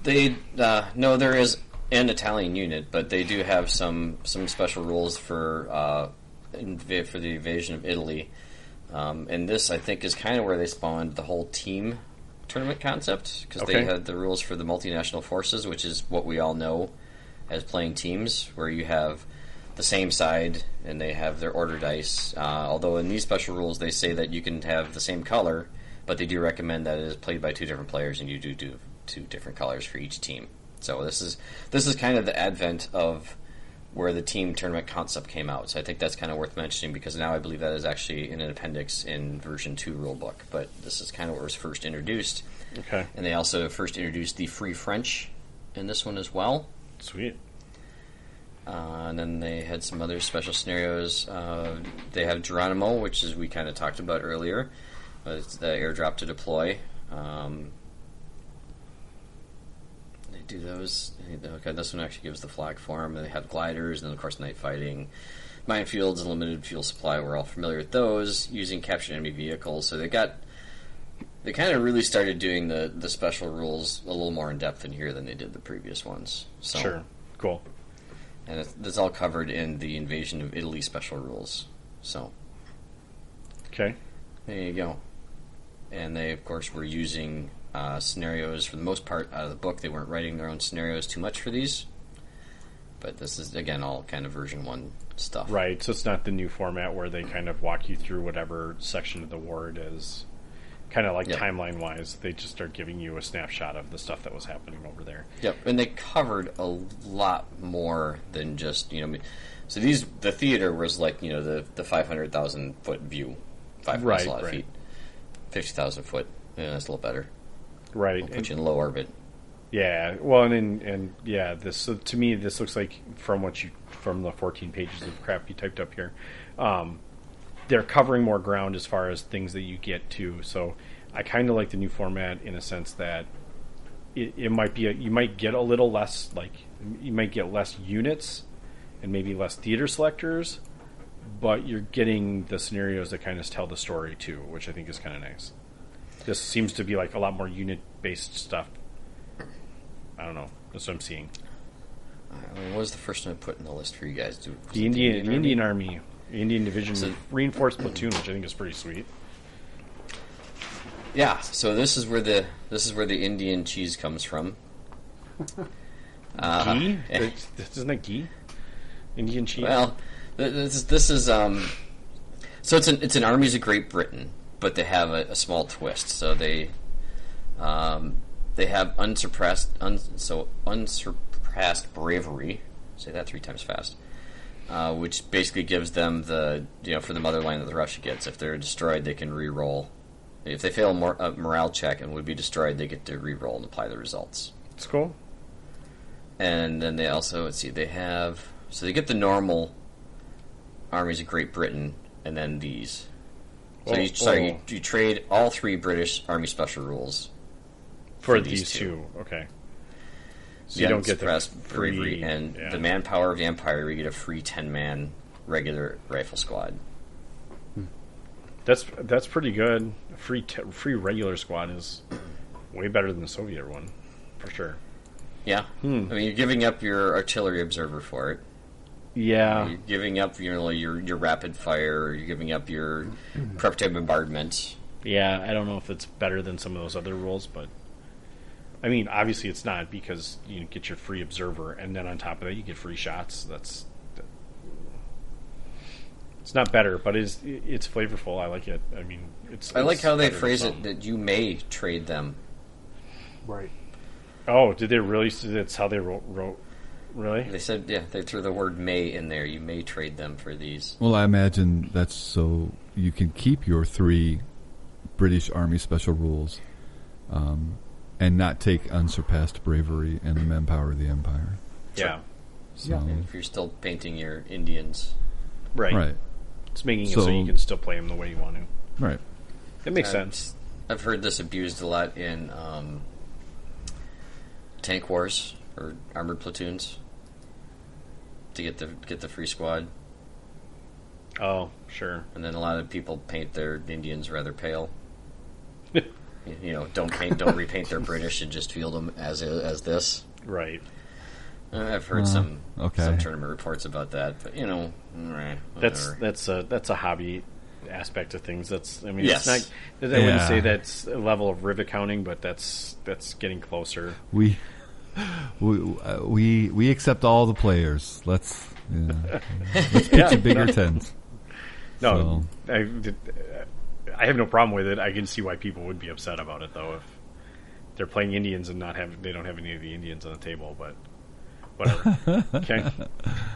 they uh, no, there is an Italian unit, but they do have some some special rules for uh, inv- for the invasion of Italy. Um, and this, I think, is kind of where they spawned the whole team tournament concept because
Okay.
they had the rules for the multinational forces, which is what we all know as playing teams, where you have the same side and they have their order dice. Uh, although in these special rules, they say that you can have the same color, but they do recommend that it is played by two different players and you do do two different colors for each team. So this is this is kind of the advent of where the team tournament concept came out. So I think that's kind of worth mentioning because now I believe that is actually in an appendix in version 2 rulebook, but this is kind of where it was first introduced.
Okay.
And they also first introduced the free French in this one as well.
Sweet.
Uh, and then they had some other special scenarios. Uh, they have Geronimo, which is we kind of talked about earlier. Uh, it's the airdrop to deploy. Um, they do those. Okay, this one actually gives the flag form. They have gliders, and then of course night fighting, minefields, and limited fuel supply. We're all familiar with those using captured enemy vehicles. So they got. They kind of really started doing the, the special rules a little more in depth in here than they did the previous ones. So
Sure. Cool.
and it's, it's all covered in the invasion of Italy special rules. So
Okay.
there you go. And they, of course, were using uh, scenarios for the most part out of the book. They weren't writing their own scenarios too much for these. But this is again all kind of version one stuff.
Right. So it's not the new format where they kind of walk you through whatever section of the war it is. Kind of like
Yep.
timeline wise, they just are giving you a snapshot of the stuff that was happening over there.
Yep, and they covered a lot more than just you know. So these the theater was like you know the the five hundred thousand foot view, five
Right,
a lot of
right.
feet, fifty thousand foot. Yeah, that's a little better.
Right.
Put
And-
you in low orbit.
yeah. Well, and and, and yeah. This so to me, this looks like from what you from the 14 pages of crap you typed up here. Um, they're covering more ground as far as things that you get to. So I kind of like the new format in a sense that it, it might be a, you might get a little less like you might get less units and maybe less theater selectors, but you're getting the scenarios that kind of tell the story too, which I think is kind of nice. This seems to be like a lot more unit based stuff. I don't know. That's what I'm seeing.
I mean, what was the first one I put in the list for you guys? Do, was it
The Indian Indian,
Army?
Army, Indian Division
So-
reinforced platoon, which I think is pretty sweet.
Yeah. So this is where the this is where the Indian cheese comes from.
ghee? That's- that's- Isn't that ghee? Indian cheese?
Well, th- this is, this is um. So it's an it's an armies of Great Britain, but they have a, a small twist. So they, um, they have unsurpassed un, so unsurpassed bravery. Say that three times fast. Uh, which basically gives them the you know for the motherland that the Russia gets. If they're destroyed, they can re-roll. If they fail a, mor- a morale check and would be destroyed, they get to re-roll and apply the results
it's cool.
and then they also let's see they have so they get the normal armies of Great Britain and then these. So
Oh,
you, sorry,
oh.
you, you trade all three British army special rules.
For,
these
these,
two.
two. okay. So
The
you don't get the
unsurpassed bravery
free-
and
yeah.
the manpower of the empire. We get a free ten man regular rifle squad.
That's that's pretty good. Free t- free regular squad is way better than the Soviet one, for sure.
Yeah,
Hmm.
I mean you're giving up your artillery observer for it.
Yeah,
You're giving up you know, your your rapid fire. You're giving up your
Hmm.
preparative bombardment.
yeah. I don't know if it's better than some of those other rules, but I mean, obviously it's not because you get your free observer, and then on top of that you get free shots. That's it's not better, but it's it's flavorful. I like it. I mean, it's.
I like
it's
how they
better than
phrase
some.
it that you may trade them
Right.
Oh, did they really? That's how they wrote. wrote really?
They said, yeah, they threw the word "may" in there. You may trade them for these.
Well, I imagine that's so you can keep your three British Army special rules um, and not take unsurpassed bravery and the manpower of the empire.
Yeah.
So,
If you're still painting your Indians,
Right.
Right,
It's making it so
So-
you can still play them the way you want to.
right.
It makes
I've-
sense.
I've heard this abused a lot in um, tank wars or armored platoons to get the get the free squad,
Oh, sure.
and then a lot of people paint their Indians rather pale. you you know, don't paint, don't repaint their British, and just field them as as this.
Right.
Uh, I've heard some
okay.
some tournament reports about that, but you know, eh,
That's
whatever.
that's a that's a hobby aspect of things. That's I mean,
Yes.
it's not. I
Yeah.
wouldn't say that's a level of rivet counting, but that's that's getting closer.
we we uh, we we accept all the players. Let's yeah. let's pitch a bigger tent.
No, I, I have no problem with it. I can see why people would be upset about it, though, if they're playing Indians and not have they don't have any of the Indians on the table. But whatever. okay.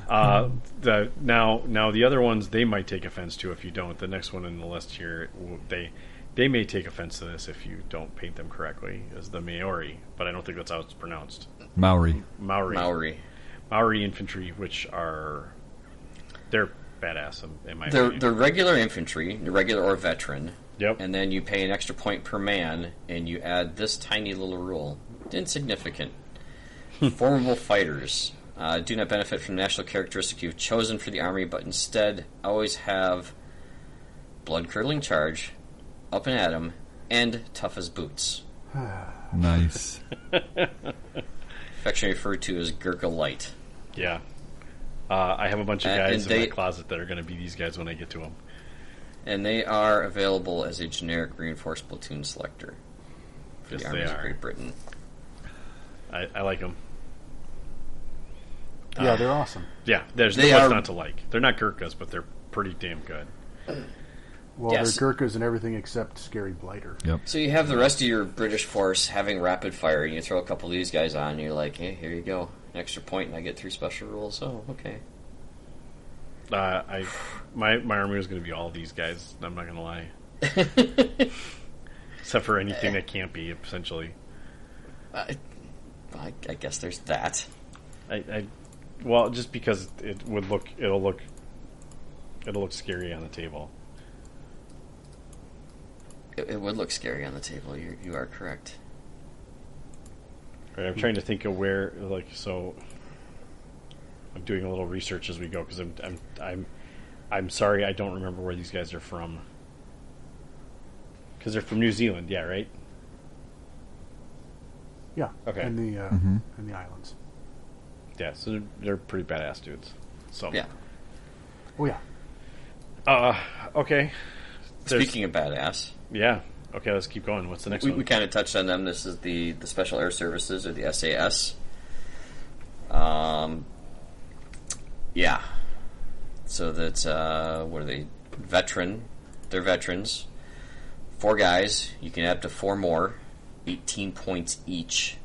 Uh, the now now the other ones they might take offense to if you don't. The next one in the list here w- they they may take offense to this if you don't paint them correctly as the Maori, but I don't think that's how it's pronounced.
Maori.
Maori.
Maori.
Maori infantry, which are they're badass in, in my
They're,
opinion.
they're regular infantry, they're regular or veteran,
Yep.
and then you pay an extra point per man, and you add this tiny little rule. Insignificant. Formable fighters uh, do not benefit from the national characteristic you've chosen for the army, but instead always have blood curdling charge, up and at 'em, and tough as boots.
Nice.
Affectionately referred to as Gurkha Light.
Yeah. Uh, I have a bunch of
And-
guys
and they-
in my closet that are going to be these guys when I get to them.
And they are available as a generic reinforced platoon selector for
Yes,
the
they
armies of
are.
Great Britain.
I, I like them.
Yeah, they're awesome.
Yeah, there's
They
no much
are-
not to like. They're not Gurkhas, but they're pretty damn good.
Well,
Yes.
they're Gurkhas and everything except Scary Blighter.
Yep.
So you have the rest of your British force having rapid fire, and you throw a couple of these guys on, and you're like, hey, here you go. An extra point, and I get three special rules. Oh, okay.
Uh, I my my army was going to be all these guys. I'm not going to lie, except for anything that can't be. Essentially,
I, Uh, I, I guess there's that.
I, I well just because it would look it'll look it'll look scary on the table.
It, it would look scary on the table. You, you are correct.
Right, I'm trying to think of where, like, so I'm doing a little research as we go because I'm, I'm, I'm, I'm sorry, I don't remember where these guys are from. Because they're from New Zealand, yeah, right?
Yeah.
Okay.
And the uh,
Mm-hmm.
and the islands.
Yeah, so they're, they're pretty badass dudes. So,
Yeah.
Oh yeah.
Uh, okay. There's-
Speaking of badass,
yeah. Okay, let's keep going. What's the next
we,
one?
we kind of touched on them. This is the, the Special Air Services, or the SAS. Um, yeah. So that's, uh, what are they? Veteran. They're veterans. Four guys. You can add up to four more. 18 points each.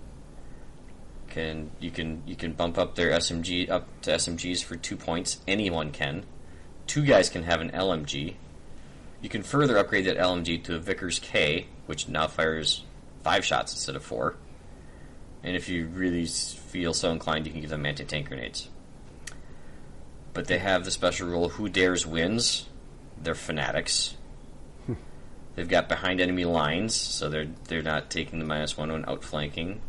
Can you can you can bump up their SMG up to SMGs for two points? Anyone can. Two guys can have an LMG. You can further upgrade that LMG to a Vickers K, which now fires five shots instead of four. And if you really s- feel so inclined, you can give them anti tank grenades. But they have the special rule who dares wins. They're fanatics. They've got behind enemy lines, so they're they're not taking the minus one when outflanking.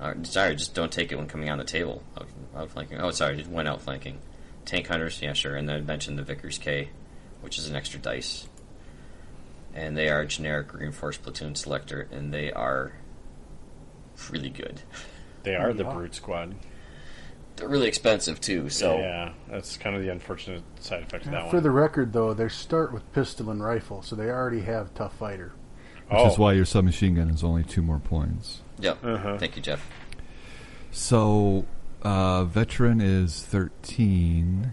Uh, sorry, just don't take it when coming on the table. Out, outflanking. Oh, sorry, just when outflanking. Tank hunters, yeah, sure. And then I mentioned the Vickers K, which is an extra dice. And they are a generic reinforced platoon selector, and they are really good.
they are the Brute Squad.
They're really expensive too, so
Yeah, that's kind of the unfortunate side effect of that
For
one.
the record, though, they start with pistol and rifle, so they already have tough fighter.
Which
oh,
is why your submachine gun is only two more points.
yep.
Uh-huh.
Thank you, Jeff.
So, uh, veteran is thirteen.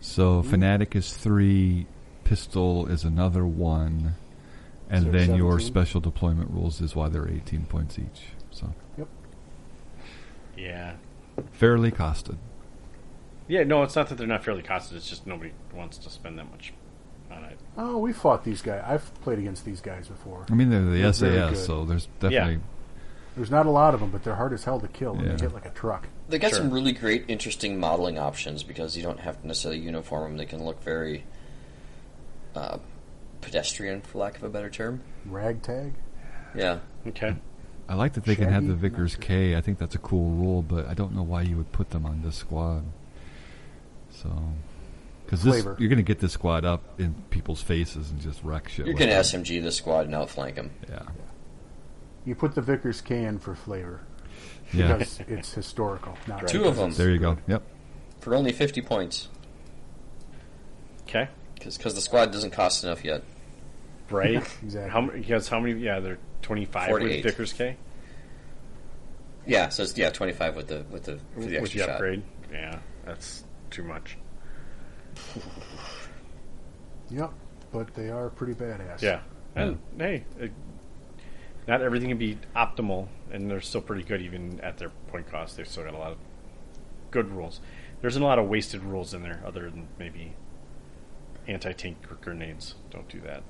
So
Hmm.
fanatic is three. Pistol is another one, and
So
then your
17.
special deployment rules is why they're eighteen points each. So
yeah.
fairly costed.
Yeah, no, it's not that they're not fairly costed. It's just nobody wants to spend that much on it.
Oh, we fought these guys. I've played against these guys before.
I mean, they're the
They're very
SAS,
good.
so there's definitely
There's not a lot of them, but they're hard as hell to kill, and
Yeah.
they hit like a truck.
They got
Sure.
some really great, interesting modeling options because you don't have to necessarily uniform them. They can look very uh, pedestrian, for lack of a better term.
Ragtag.
Yeah,
Okay.
I like that they can have
Shaggy?
the Vickers K. I think that's a cool rule, but I don't know why you would put them on this squad. So, because this
Flavor.
you're going to get this squad up in people's faces and just wreck shit.
you're
with
gonna
them.
SMG the squad and outflank them.
yeah,
You put the Vickers can for flavor
yeah.
because it's historical. Not
Two of them
there you go. Yep.
for only fifty points.
Okay.
because the squad doesn't cost enough yet.
right?
Exactly.
How many? Because how many? Yeah, they're twenty five with
48.
Vickers K
Yeah, so it's yeah twenty five with the with the for the
with
extra
the
shot.
upgrade. Yeah, that's too much.
Yep, but they are pretty badass.
Yeah, and hey, it, not everything can be optimal, and they're still pretty good even at their point cost. They've still got a lot of good rules. There isn't a lot of wasted rules in there, other than maybe anti tank grenades. Don't do that.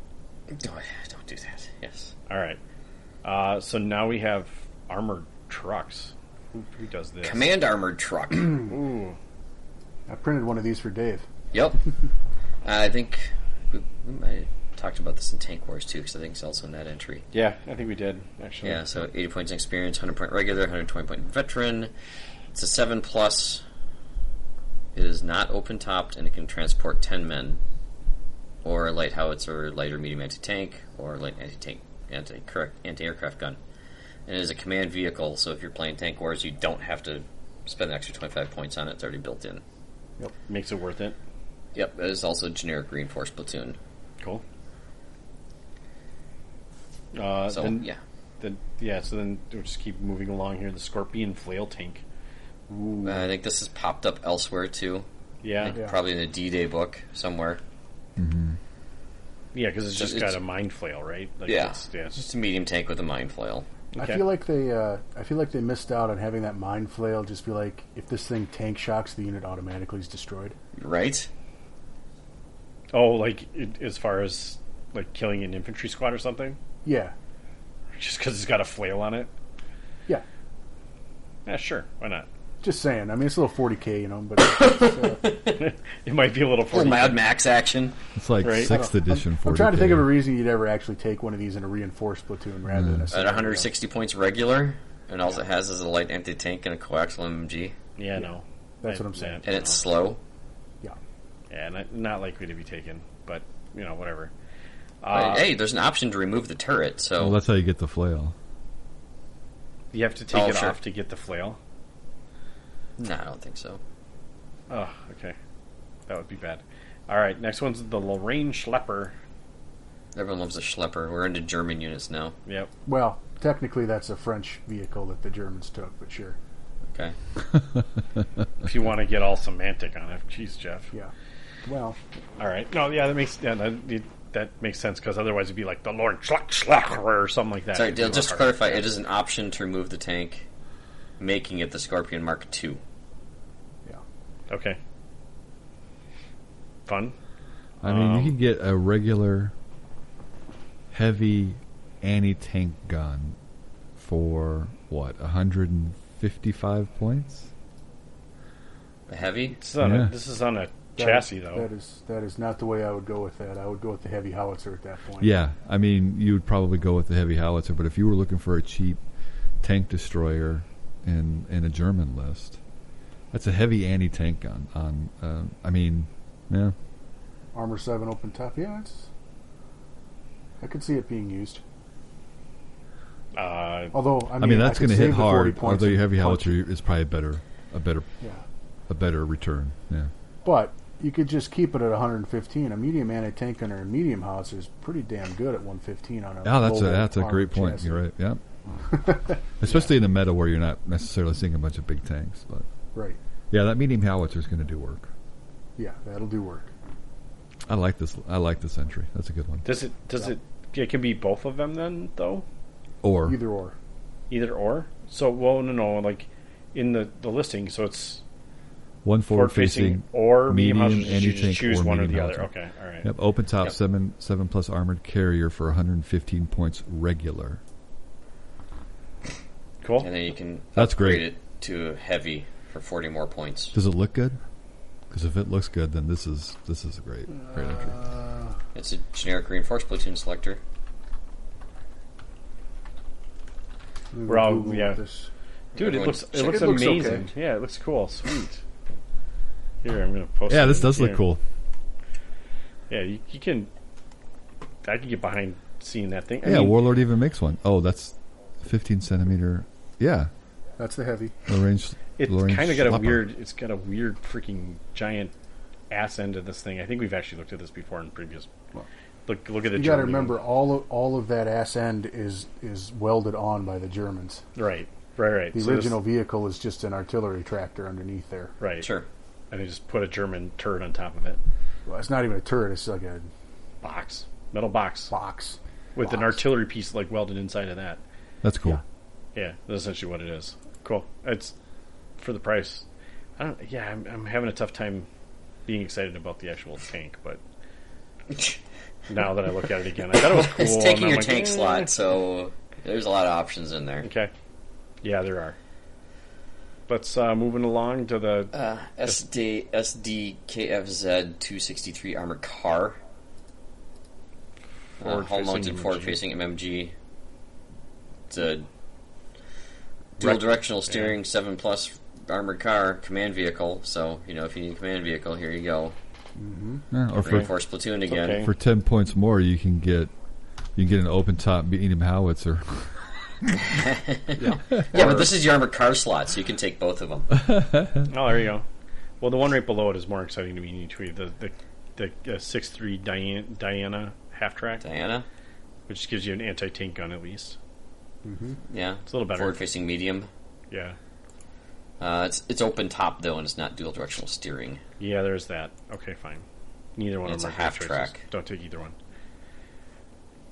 Don't, Oh, don't do that. Yes.
All right. Uh, so now we have armored trucks. Who, who does this?
Command armored truck.
Ooh.
I printed one of these for Dave.
yep. I think we, we might have talked about this in Tank Wars too, because I think it's also in that entry.
Yeah, I think we did actually.
Yeah, so 80 points in experience, 100 point regular, 120 point veteran. It's a 7 plus. It is not open topped and it can transport 10 men or a light howitzer, light or medium anti tank, or light anti tank, anti correct anti aircraft gun. And it is a command vehicle, so if you're playing Tank Wars, you don't have to spend an extra 25 points on it. It's already built in.
Makes it worth it.
Yep, it is also generic reinforced platoon.
Cool. Uh,
So,
then,
yeah.
Then, yeah, so then we'll just keep moving along here. The Scorpion flail tank. Ooh.
I think this has popped up elsewhere too.
yeah, yeah,
Probably in the D Day book somewhere.
because it's just
It's-
got a mind flail, right? Like
Yeah.
It's, yeah, it's
It's
just,
a medium tank with a mine flail.
Okay.
I feel like they, uh, I feel like they missed out on having that mind flail. Just be like, if this thing tank shocks, the unit automatically is destroyed.
Right?
oh, like it, as far as like killing an infantry squad or something,
Yeah,
just because it's got a flail on it.
yeah.
Yeah, sure. Why not?
Just saying. I mean, it's a little 40k, you know, but it's, uh,
It might be a little
Or
forty.
Mad Max action.
It's like
Right.
sixth edition for
I'm trying to think of a reason you'd ever actually take one of these in a reinforced platoon rather than
Mm.
a.
At
single
160 points regular, and all it has is a light anti tank and a coaxial MMG,
Yeah, no.
That's
I-
what I'm saying.
yeah,
and it's slow.
Yeah.
yeah, not, not likely to be taken, but you know, whatever.
But, hey, there's an option to remove the turret, so
Well, Oh, that's how you get the flail.
You have to take
Oh,
it
sure.
off to get the flail.
no, I don't think so.
Oh, okay. That would be bad. All right, next one's the Lorraine Schlepper.
Everyone loves a schlepper. We're into German units now.
Yep.
Well, technically, that's a French vehicle that the Germans took, but sure.
Okay,
If you want to get all semantic on it, jeez, Jeff.
Yeah. Well,
All right. No, yeah, that makes yeah, that, it- that makes sense because otherwise it'd be like the Lorraine Schleck Schlepper or something like that.
sorry.
It'd be
Dale, just to
hard.
clarify, it is an option to remove the tank, making it the Scorpion Mark II.
yeah.
Okay. Fun.
I mean, you can get a regular heavy anti-tank gun for what 155 points.
A heavy.
This is on
Yeah.
a, this is on a
That-
chassis though.
That is that is not the way I would go with that. I would go with the heavy howitzer at that point.
Yeah, I mean, you would probably go with the heavy howitzer, but if you were looking for a cheap tank destroyer in in a German list, that's a heavy anti-tank gun. On, uh, I mean, yeah,
Armor seven open top. Yeah, it's. I could see it being used.
Uh,
Although I mean,
I mean that's
I could
going to
save
hit
the 40
hard.
points
Although your
and
heavy
punch
howitzer
it.
is probably a better, a better,
Yeah,
a better return. Yeah,
but you could just keep it at 115. A medium anti-tank gunner and medium howitzer is pretty damn good at 115 on a.
oh, that's a
low
that's a
armored
great point.
chassis.
You're right. Yeah, especially in a meta where you're not necessarily seeing a bunch of big tanks, but
Right.
yeah, that medium howitzer is going to do work.
Yeah, that'll do work.
I like this. I like this entry. That's a good one.
does it does it it can be both of them then though?
Or
Either or.
Either or. So well, no, no, like in the the listing, so it's
One
forward
forward
facing
facing
or medium,
medium,
howitzer. You
anti-tank,
just choose
or
one or the
medium
other.
howitzer.
Okay, all right.
Yep, open top
Yep.
seven seven plus armored carrier for 115 points regular.
Cool.
And then you can
That's
upgrade
great.
it to heavy for 40 more points.
Does it look good? Because if it looks good, then this is this is a great great entry.
It's a generic reinforced platoon selector.
We're all-
Google
yeah.
This.
Dude, it
Everyone
looks it
check-
looks
It looks
amazing.
okay.
Yeah, it looks cool. Sweet. Here, I'm gonna post.
Yeah,
it
this
in
does look
here.
cool.
Yeah, you, you can. I can get behind seeing that thing. I
yeah,
mean,
Warlord even makes one. Oh, that's 15 centimeter. Yeah,
That's the heavy.
Lorraine.
it's
Lorraine
kind of got a
Schlepper.
weird. It's got a weird freaking giant ass end of this thing. I think we've actually looked at this before in previous. Look, look at the.
You got to
German-
remember, all of, all of that ass end is is welded on by the Germans.
Right, right, right.
The
So this-
original vehicle is just an artillery tractor underneath there.
right.
Sure.
And they just put a German turret on top of it.
Well, it's not even a turret; it's like a
Box, metal box,
box
with an
box.
artillery piece like welded inside of that.
That's cool.
Yeah, that's essentially what it is. Cool. It's for the price. I don't. Yeah, I'm, I'm having a tough time being excited about the actual tank, but now that I look at it again, I thought it was cool.
It's
and
taking
I'm
your
like,
tank
"Eh."
slot, so there's a lot of options in there.
Okay. Yeah, there are. Let's uh, moving along to the
Uh, SD SDKFZ 263 armored car. Uh, hull
Forward-facing
mounted
MMG.
forward facing MMG. It's a dual directional steering, 7 plus armored car, command vehicle. So, you know, if you need a command vehicle, here you go.
Yeah, or for,
Reinforced platoon again.
okay.
for ten points more, you can get you can get an open top medium howitzer.
Yeah, but this is your armored car slot, so you can take both of them.
oh, there you go. Well, the one right below it is more exciting to me. You tweeted the the the uh, six three Diana, Diana half track,
Diana?
which gives you an anti tank gun at least.
Yeah.
It's a little better.
Forward facing medium.
Yeah,
Uh, it's, it's open top, though, and it's not dual directional steering.
yeah. There's that. Okay, fine. Neither one
It's
of
a
them are
half
good choices.
track.
Don't take either one.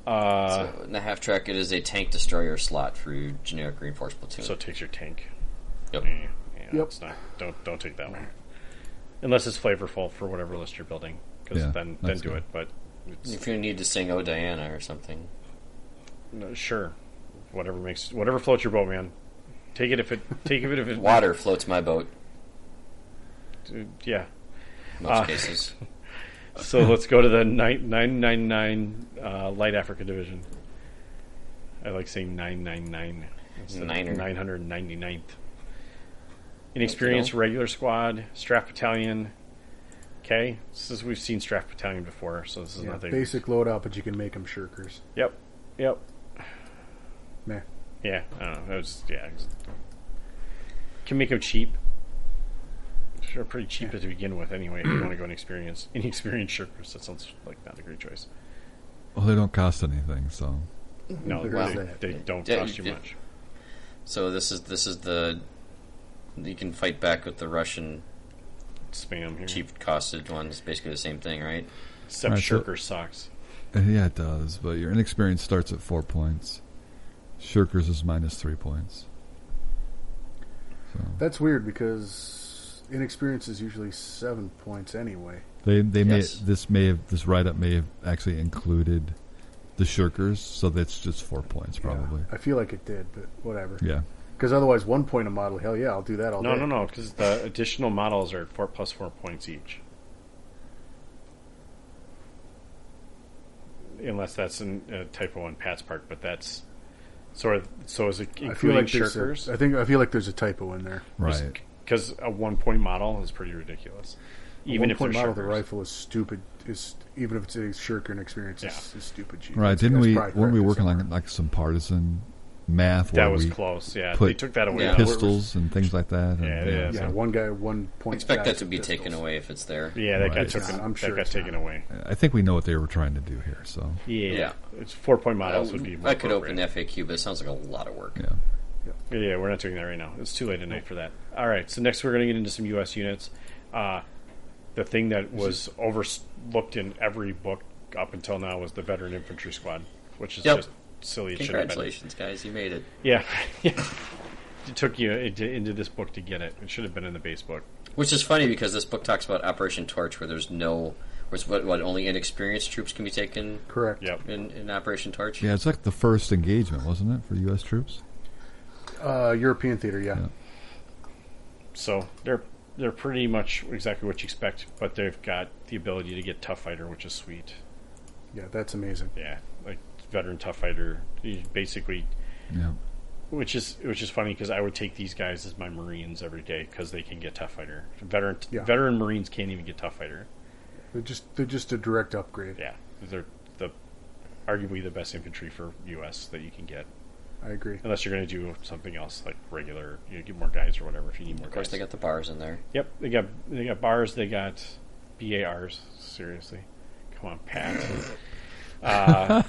Uh,
So in the half track, it is a tank destroyer slot for your generic reinforced platoon.
so it takes your tank.
Yep.
Eh, yeah,
Yep.
it's not- don't don't take that one. Unless it's flavorful for whatever list you're building, because
Yeah,
then then
that's
do
good.
it. But it's,
if you need to sing "Oh Diana" or something,
No, sure, whatever makes whatever floats your boat, man. Take it if it take it if it
water floats my boat.
Yeah.
In
Uh,
most cases,
So let's go to the nine nine nine nine uh, light Africa division. I like saying nine nine nine.
Niner.
Nine hundred ninety ninth. Inexperienced regular squad, Straf Battalion. Okay, this is we've seen Straf Battalion before, so this is
yeah,
nothing.
basic loadout, but you can make them shirkers.
Yep, yep,
Meh.
yeah. I don't know. That was yeah. it's- Can make them cheap. They're pretty cheap to begin with, anyway. If you want to go inexperienced, inexperienced shirkers, that sounds like not a great choice.
Well, they don't cost anything, so
No,
There's
they,
that.
they don't
Yeah,
cost you
yeah.
much.
so this is this is the you can fight back with the Russian
Spam here.
cheap costed one. It's basically the same thing, right?
Except
Alright, so-
Shirker socks.
Uh, yeah, it does. But your inexperience starts at four points. Shirkers is minus three points.
That's weird because inexperience is usually seven points anyway.
They they
Yes.
may this may have this write up may have actually included the shirkers, so that's just four points
Yeah,
probably.
I feel like it did, but whatever.
Yeah.
Because otherwise, one point a model. Hell yeah, I'll do that all
No,
day.
no, no, because the additional models are four plus four points each. Unless that's in uh, typo on Pat's part, but that's sort of so is it
I feel
including
like
shirkers?
there's a, I think I feel like there's a typo in there.
right.
Because a one point model is pretty ridiculous. Even
one
if
point
they're
model, the
shirkers.
rifle is stupid. Is even if it's a shirker and experience is,
Yeah.
is stupid. Cheap.
Right.
That's-
Didn't
that's
we
probably
weren't we
correct
working
somewhere.
like like some partisan math
That
where
was
we
close, yeah.
put
They took that away.
Yeah.
now.
pistols and things like that? and-
Yeah, it is.
Yeah,
so-
one guy, one point.
Expect that
guys
to be
pistols.
taken away if it's there.
Yeah, that
Right.
got
It's
taken
not. I'm sure
that got
it's
taken
not.
away.
I think we know what they were trying to do here, so
Yeah.
Yeah.
It's four point models would be more
I could open
appropriate.
FAQ, but it sounds like a lot of work.
yeah.
Yeah, yeah, we're not doing that right now. It's too late at night for that. All right, so next we're going to get into some U.S. units. Uh, the thing that was overlooked in every book up until now was the Veteran Infantry Squad, which is
Yep.
just silly. It shouldn't have been.
Congratulations, guys! You made it.
Yeah, yeah. It took you into, into this book to get it. It should have been in the base book.
Which is funny because this book talks about Operation Torch, where there's no, where it's what, what only inexperienced troops can be taken
Correct.
Yep.
in, in Operation Torch.
Yeah, it's like the first engagement, wasn't it, for US troops?
Uh, European theater. Yeah.
Yeah.
So they're they're pretty much exactly what you expect, but they've got the ability to get tough fighter, which is sweet.
yeah, that's amazing.
Yeah, like veteran tough fighter, you basically
Yeah.
which is which is funny because I would take these guys as my Marines every day because they can get tough fighter. Veteran
Yeah.
veteran Marines can't even get tough fighter.
They're just they're just a direct upgrade.
Yeah, they're the arguably the best infantry for U.S. that you can get,
I agree.
unless you're going to do something else like regular, you know, get more guys or whatever if you need more.
Of course,
guys.
they got the bars in there.
Yep, they got they got bars. They got B A R S. Seriously, come on, Pat. uh,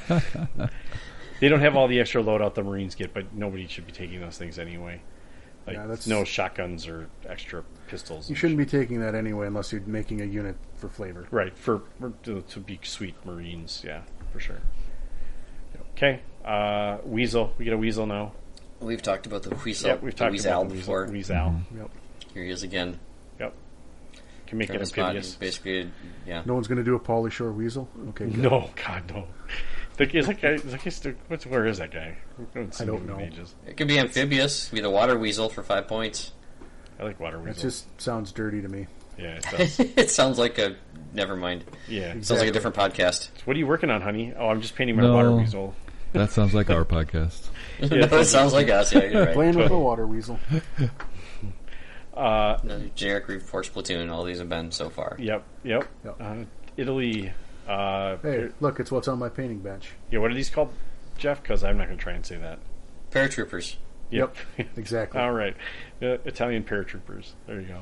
they don't have all the extra loadout the Marines get, but nobody should be taking those things anyway. Like
Yeah, that's-
no shotguns or extra pistols.
You
and
shouldn't be taking that anyway unless you're making a unit for flavor.
Right for, for to, to be sweet Marines, yeah, for sure. Okay, uh, Weasel. We get a Weasel now.
We've talked about the Weasel,
Yeah, we've talked
Weasel
about the
before. Mm-hmm.
Weasel. Weasel.
Yep.
Here he is again.
Yep. Can make
Turn his
it
body,
amphibious.
basically, yeah.
No one's going to do a Pauly Shore weasel. Okay. good.
No, God, no. The, is that guy? Is that guy still, what's, where is that guy? We haven't seen
don't
him in
know.
ages.
It could be amphibious. Could be the water weasel for five points.
I like water
That
weasel.
just sounds dirty to me.
yeah, it does.
it sounds like a. Never mind.
yeah.
Sounds like
Exactly.
a different podcast.
What are you working on, honey? Oh, I'm just painting my
No.
water weasel.
That sounds like our podcast.
Yeah,
no, it sounds like us. Yeah, you're right.
Playing with the water weasel.
Another generic reinforced platoon. All these have been so far.
Yep, yep.
Yep.
Uh, Italy. Uh,
Hey, look, it's what's on my painting bench.
yeah, what are these called, Jeff? Because I'm not going to try and say that.
Paratroopers.
Yep.
Exactly.
All right. Uh, Italian paratroopers. There you go.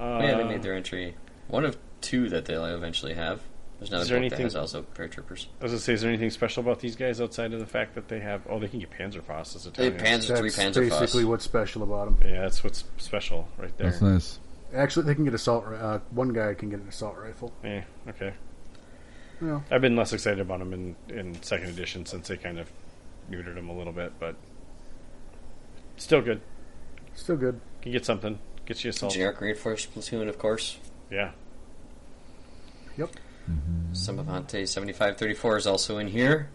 Uh,
Oh, yeah, they made their entry. One of two that they'll eventually have. There's another
Is there
book that
anything-
has also paratroopers.
I was going to say, is there anything special about these guys outside of the fact that they have. Oh, they can get Panzerfaust as
They
Italian.
Panzer three
That's
Panzer
basically
Foss.
what's special about them.
yeah, that's what's special right there.
That's nice.
Actually, they can get assault. ri- Uh, one guy can get an assault rifle.
Yeah, Eh, okay.
Well.
I've been less excited about them in, in second edition since they kind of neutered them a little bit, but still good.
Still good.
Can get something. Gets you assault.
Generic reinforced platoon, of course.
Yeah.
Yep.
Samavante seventy five thirty four is also in here.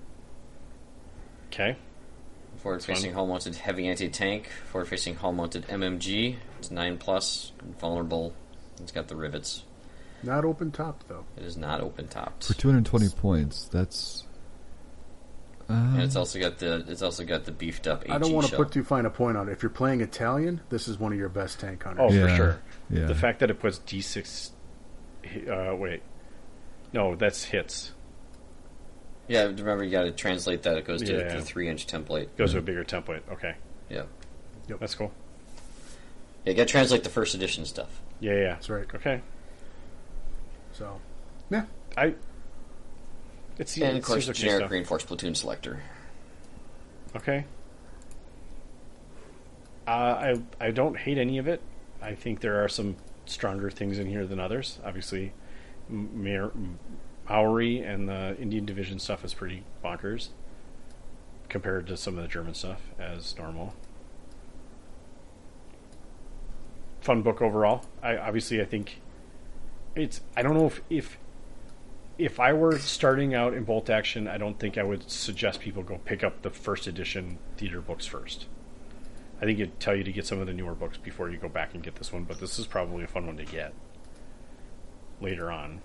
Okay.
Forward facing hull mounted heavy anti tank. Forward facing hull mounted MMG. It's nine plus, vulnerable. It's got the rivets.
Not open top though.
It is not open topped.
For 220 points, that's.
And it's also got the it's also got the beefed up HE
I don't want to
shell.
put too fine a point on it. If you're playing Italian, this is one of your best tank
Oh,
hunters.
for
Yeah,
sure.
yeah.
The fact that it puts D6. Uh, wait. No, that's hits.
Yeah, remember you got to translate that. It goes to
Yeah.
the three inch template.
Goes
Mm.
to a bigger template. Okay.
Yeah,
That's cool.
yeah, you got to translate the first edition stuff.
Yeah, yeah.
That's right.
Okay.
So, yeah,
I. It's
and of
it's
course,
just okay
generic
stuff.
reinforced platoon selector.
Okay. Uh, I I don't hate any of it. I think there are some stronger things in here than others. Obviously, M- Mir- M- Maori and the Indian Division stuff is pretty bonkers compared to some of the German stuff as normal. Fun book overall. I obviously I think it's I don't know if if if I were starting out in bolt action, I don't think I would suggest people go pick up the first edition theater books first. I think it'd tell you to get some of the newer books before you go back and get this one, but this is probably a fun one to get later on.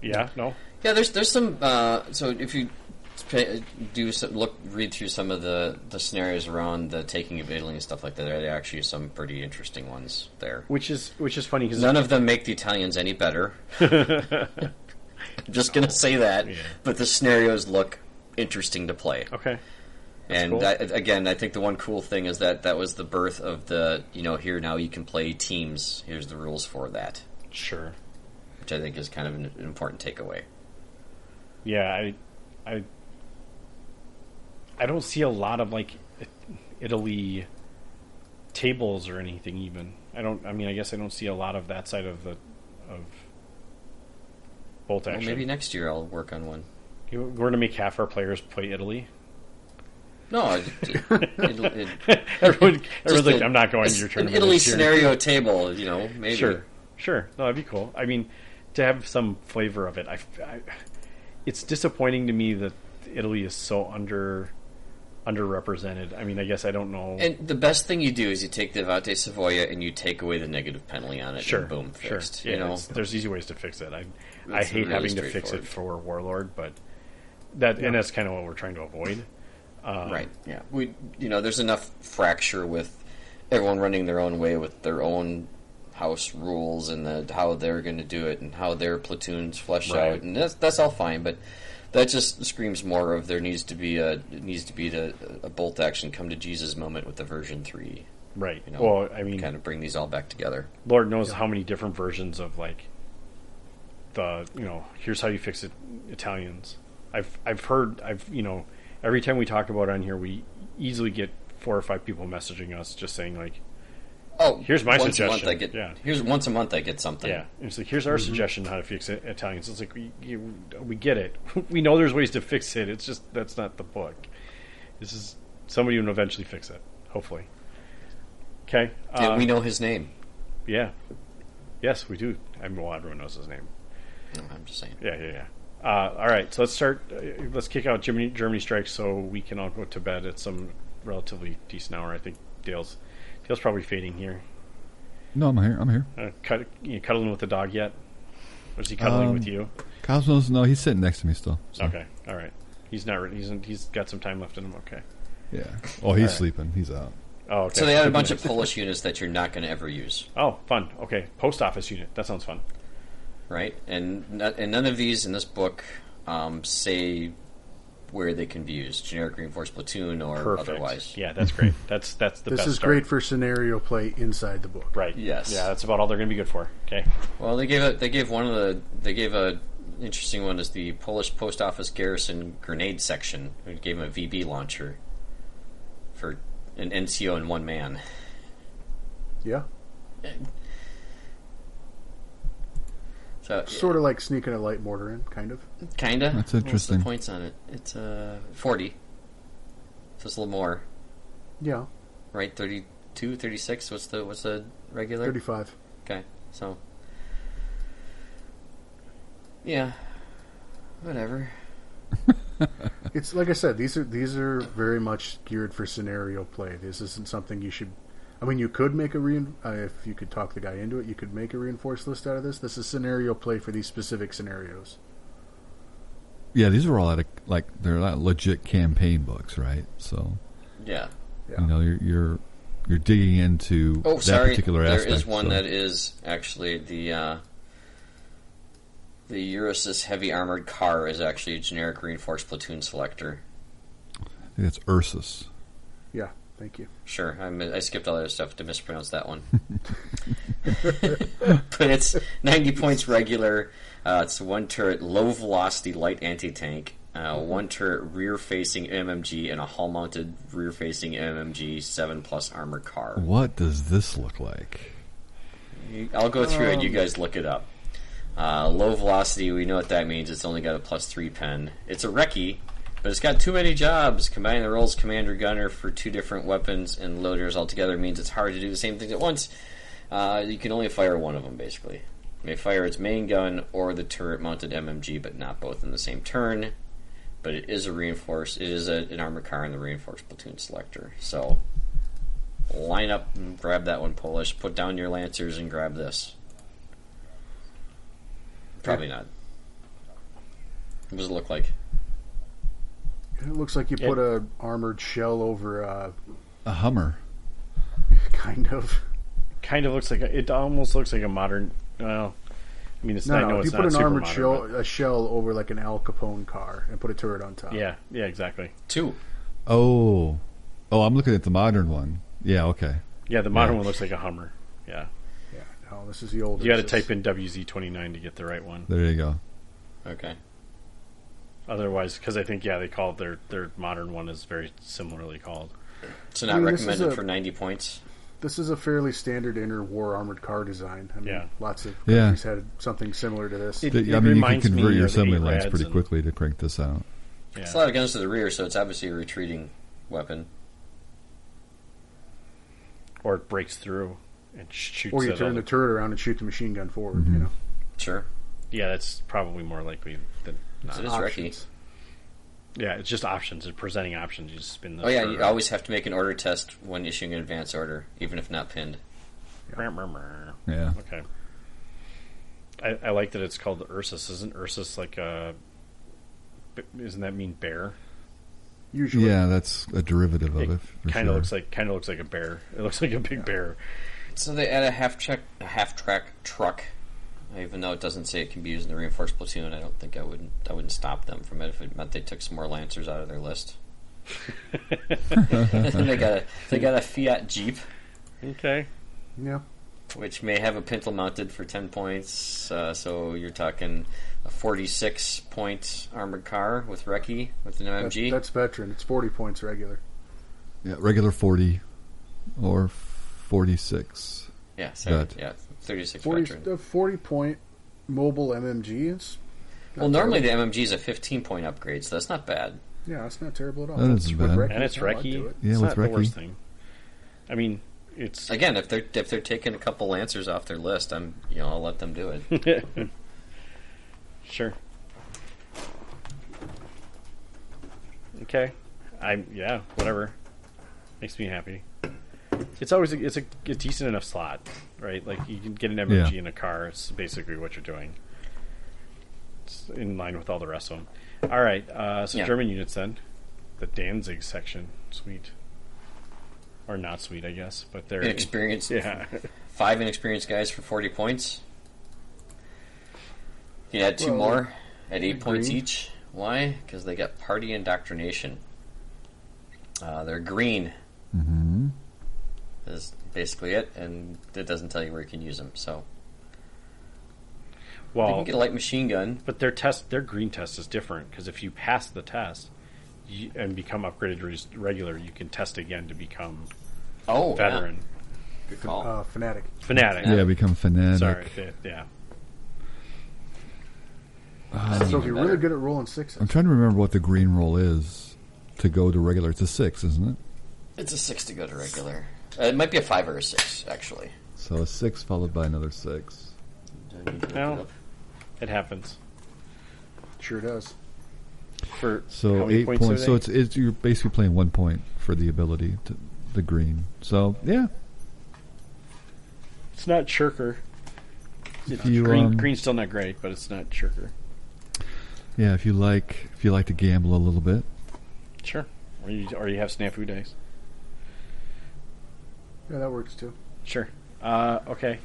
Yeah, no?
Yeah, there's there's some. Uh, so if you pay, do some, look read through some of the the scenarios around the taking of Italy and stuff like that, there are actually some pretty interesting ones there.
Which is which is funny because
None of them make the Italians any better. I'm just gonna say that. But the scenarios look interesting to play.
okay,
and
Oh, cool.
I, again, I think the one cool thing is that that was the birth of the you know here now you can play teams. Here's the rules for that,
sure.
which I think is kind of an, an important takeaway.
yeah i i i don't see a lot of like it- italy tables or anything even i don't i mean i guess i don't see a lot of that side of the of bolt
Well,
action
maybe next year I'll work on one.
You- we're going to make half our players play italy
No, I- it, it, it,
everyone
just
everyone's like
a-
i'm not going
a-
to your tournament
An Italy
this year.
scenario table, you know, maybe.
Sure, sure. No, that'd be cool. I mean, to have some flavor of it. I, I- it's disappointing to me that Italy is so under underrepresented. I mean, I guess I don't know.
And the best thing you do is you take the Vate Savoia and you take away the negative penalty on it.
sure,
And boom,
sure.
fixed.
Yeah,
you know,
it's- there's easy ways to fix it. I I
It's
hate
really
having to fix it for Warlord, but that and that's kind of what we're trying to avoid.
right? Yeah, we you know, there's enough fracture with everyone running their own way with their own house rules and the, how they're going to do it and how their platoons flesh
Right.
out, and that's that's all fine, but. That just screams more of there needs to be a it needs to be a, a bolt action come to Jesus moment with the version three
Right.
you know,
well, I mean,
kind of bring these all back together.
Lord knows how many different versions of like the you know here's how you fix it Italians. I've I've heard I've you know every time we talk about it on here we easily get four or five people messaging us just saying like
Oh,
Here's my
once A month
suggestion.
I get,
Yeah.
Here's once a month I get something.
yeah And it's like here's our suggestion how to fix it Italians. It's like we you, we get it we know there's ways to fix it. It's just that's not the book. This is somebody will eventually fix it hopefully. Okay.
Yeah,
uh,
we know his name.
yeah. Yes, we do. I mean, well, everyone knows his name.
No, I'm just saying.
Yeah, yeah, yeah. Uh, all right, so let's start. Uh, let's kick out Germany, Germany strikes, so we can all go to bed at some relatively decent hour. I think Dale's Dale's probably fading here.
No, I'm here. I'm here.
Uh, cut, you cuddling with the dog yet? Or is he cuddling
Um,
with you?
Cosmos, no, he's sitting next to me still. so,
Okay, all right. He's not. re- He's he's got some time left in him. Okay.
Yeah. Oh, he's
right.
sleeping. He's out.
Oh, okay.
So they had a bunch of Polish units that you're not going to ever use,
Oh, fun. Okay, post office unit. That sounds fun.
right? And no- and none of these in this book um, say where they can be used: generic reinforced platoon or
Perfect.
otherwise.
Yeah, that's great. That's that's the
This
best.
is
start.
great for scenario play inside the book.
Right.
Yes.
Yeah, that's about all they're going to be good for. Okay.
Well, they gave a they gave one of the they gave a interesting one is the Polish post office garrison grenade section. We gave him a VB launcher for an NCO and one man.
Yeah.
So
Sort of like sneaking a light mortar in, kind of.
Kinda. What's
That's
the
interesting.
points on it? It's uh forty. So it's a little more,
Yeah.
right? 32, 36? What's the what's the regular?
35.
Okay, so yeah, whatever.
It's like I said, these are these are very much geared for scenario play. This isn't something you should. I mean, you could make a rein. Uh, if you could talk the guy into it, you could make a reinforced list out of this. This is scenario play for these specific scenarios.
Yeah, these are all out of like they're not legit campaign books, right? So
Yeah.
you know you're you're, you're digging into
Oh,
that
sorry.
particular
there
aspect.
is one
so-
that is actually the uh, the Eurosys heavy armored car is actually a generic reinforced platoon selector.
I think that's Ursus.
Yeah. Thank you.
Sure, I, mi- I skipped all the other stuff to mispronounce that one. but it's 90 points regular. Uh, it's one turret low velocity light anti tank, uh, one turret rear facing MMG, and a hull mounted rear facing MMG 7 plus armor car.
What does this look like?
You- I'll go through and you guys look it up. Uh, low velocity, we know what that means. It's only got a plus three pen. It's a recce, but it's got too many jobs. Combining the roles commander gunner for two different weapons and loaders altogether means it's hard to do the same things at once. Uh, you can only fire one of them, basically. You may fire its main gun or the turret mounted MMG, but not both in the same turn. But it is a reinforced, it is a, an armored car and the reinforced platoon selector. So line up and grab that one, Polish. Put down your lancers and grab this. Probably not. What does it look like?
It looks like you
Yeah.
put a armored shell over, uh,
A Hummer.
kind of.
kind of looks like a, it almost looks like a modern. Well, I mean, it's
No,
not.
no.
no,
if
it's
you
not
put an
super
armored
modern,
shell, a shell over like an Al Capone car, and put a turret on top.
but- yeah, yeah, exactly.
Two.
Oh, oh, I'm looking at the modern one. Yeah, okay.
Yeah, the modern
Yeah.
one looks like a Hummer. Yeah,
Yeah. No, this is the older.
you got to
this is-
type in WZ29 to get the right one.
There you go.
Okay.
Otherwise, because I think yeah, they called their their modern one is very similarly called.
So not
I mean, this is
recommended
a-
for 90 points.
This is a fairly standard interwar armored car design. I mean,
Yeah.
lots of
Yeah.
countries had something similar to this.
It-
Th- I mean, you can
reminds
convert
me
your
of the
assembly
eight
lines
rads
pretty
and-
quickly to crank this out.
It's a
Yeah,
lot of guns to the rear, so it's obviously a retreating weapon.
or it breaks through and sh- shoots.
or you
at
turn
other-
the turret around and shoot the machine gun forward.
Mm-hmm.
You know,
Sure.
yeah, that's probably more likely than not.
So it is recce.
Options.
Yeah, it's just options. It's presenting options. You just spin the.
Oh, yeah, you
turret.
always have to make an order test when issuing an advance order, even if not pinned.
Yeah.
Okay. I, I like that it's called the Ursus. Isn't Ursus like a? b- Isn't that mean bear?
Usually,
Yeah, that's a derivative of it.
It
for
kind of
sure.
looks like kind of looks like a bear. It looks like a big bear.
So they add a half check, a half track truck, even though it doesn't say it can be used in the reinforced platoon. I don't think I wouldn't I wouldn't stop them from it if it meant they took some more lancers out of their list. they got a they got a Fiat Jeep.
Okay.
yeah.
which may have a pintle mounted for 10 points. Uh, so you're talking a 46 point armored car with recce with an
That's,
MMG.
that's veteran. It's 40 points regular.
Yeah, regular 40 or 46.
yeah, sorry,
that.
yeah, 36 veteran.
40, uh, 40 point mobile MMG. It's,
Well, normally the MMG is a 15 point upgrade, so that's not bad.
yeah, it's not terrible at all.
That
That's
isn't
with
bad.
recce.
and it's
I'll do
Reki.
it.
Yeah,
it's
with
not the worst
recce.
thing. I mean, it's
Again, if they're if they're taking a couple lancers off their list, I'm you know I'll let them do it.
sure. Okay, I'm yeah, whatever. Makes me happy. It's always a, it's a, a decent enough slot, right? Like you can get an MMG
Yeah.
in a car. It's basically what you're doing. It's in line with all the rest of them. All right, uh, so
Yeah.
German units then, the Danzig section, sweet, or not sweet, I guess, but they're
Inexperienced,
yeah.
five inexperienced guys for 40 points. If you add two
Well,
more at eight points
green.
each, why? Because they got party indoctrination. Uh, they're green.
Mm-hmm.
Is basically it, and it doesn't tell you where you can use them. So you
Well,
can get a light machine gun.
But their test, their green test is different because if you pass the test you, and become upgraded res- regular, you can test again to become
Oh, yeah.
veteran
Good call.
Uh, fanatic.
fanatic.
Yeah, become fanatic.
Sorry, yeah, yeah.
So if you're really
better.
good at rolling sixes,
I'm trying to remember what the green roll is to go to regular. It's a 6, isn't it?
It's a six to go to regular. Uh, it might be a five or a six, actually.
So a 6 followed by another 6.
No, it happens.
sure does.
For how
So
many
8 points.
are
So
they?
it's, it's you're basically playing 1 point for the ability to the green. So, yeah.
it's not shirker.
If you
green,
um,
green's still not great, but it's not shirker.
yeah, if you like if you like to gamble a little bit,
Sure, or you or you have snafu days.
Yeah, that works too.
Sure. Uh, okay.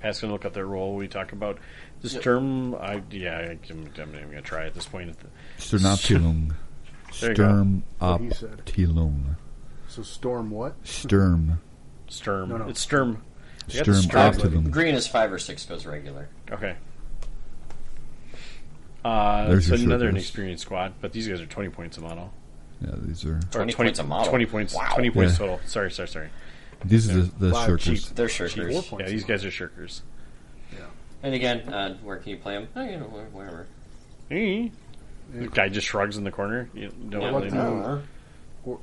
Pat's gonna look up their role. We talk about this term. I yeah, I, I'm, I'm gonna try at this point.
Sturmabteilung.
There you go.
What he said.
Sturmabteilung.
So storm what?
Sturm.
Sturm.
No, no.
It's Sturm. You got the
Sturmabteilung.
Green is five or six goes regular.
Okay. Uh,
There's
so
your short
another
list.
inexperienced squad, but these guys are twenty points a model.
Yeah, these are
Or
20 points a model.
Twenty points.
Wow.
Twenty points
Yeah.
total. Sorry, sorry, sorry.
these are the, the
Wow,
shirkers.
cheap.
They're
Four
shirkers.
points
Yeah,
a
these
model.
guys are shirkers.
And again, uh, where can you play them? Oh, you know, where- wherever.
Eh. The guy just shrugs in the corner. You don't
Yeah,
really
what
know.
whatever.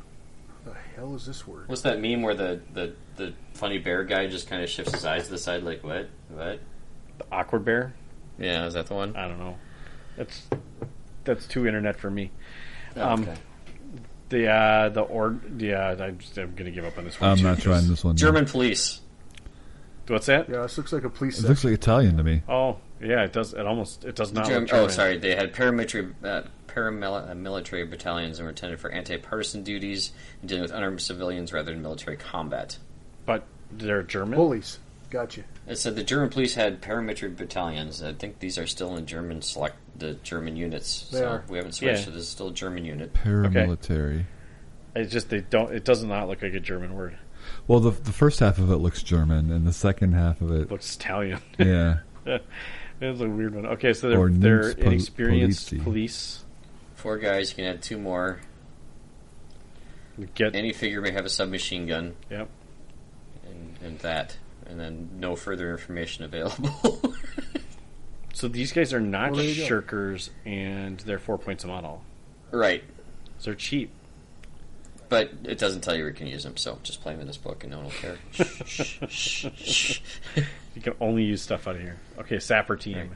The hell is this word?
What's that meme where the, the, the funny bear guy just kind of shifts his eyes to the side, like, what? What?
The awkward bear.
Yeah, is that the one?
I don't know. That's that's too internet for me. um,
okay.
The uh, the or the uh, I'm, just, I'm gonna give up on this one.
I'm
too,
not
'cause-
trying this one.
German police.
What's that?
Yeah, this looks like a police.
It looks
section.
like Italian to me.
Oh yeah, it does. It almost it does not.
Germ-
look
oh,
German.
sorry. They had paramilitary, uh, paramil- uh, military battalions and were intended for anti partisan duties and dealing with unarmed civilians rather than military combat.
But they're German.
Bullies. Gotcha.
It said the German police had paramilitary battalions. I think these are still in German select the German units.
They
so
are.
we haven't switched.
Yeah.
So this is still a German unit.
Paramilitary.
It's just they don't. It does not look like a German word.
Well, the the first half of it looks German, and the second half of
It
it,
looks Italian.
yeah,
That's a weird one. Okay, so they're,
Or
they're
nukes pol-
inexperienced
polizzi.
police.
Four guys. You can add two more.
Get
Any figure may have a submachine gun.
Yep.
And, and that, and then no further information available.
so these guys are not
Well, there you go.
shirkers, and they're four points a model.
right.
So they're cheap.
But it doesn't tell you where you can use them, so just play them in this book and no one will care. Shh, shh, shh, shh.
You can only use stuff out of here. Okay, sapper team,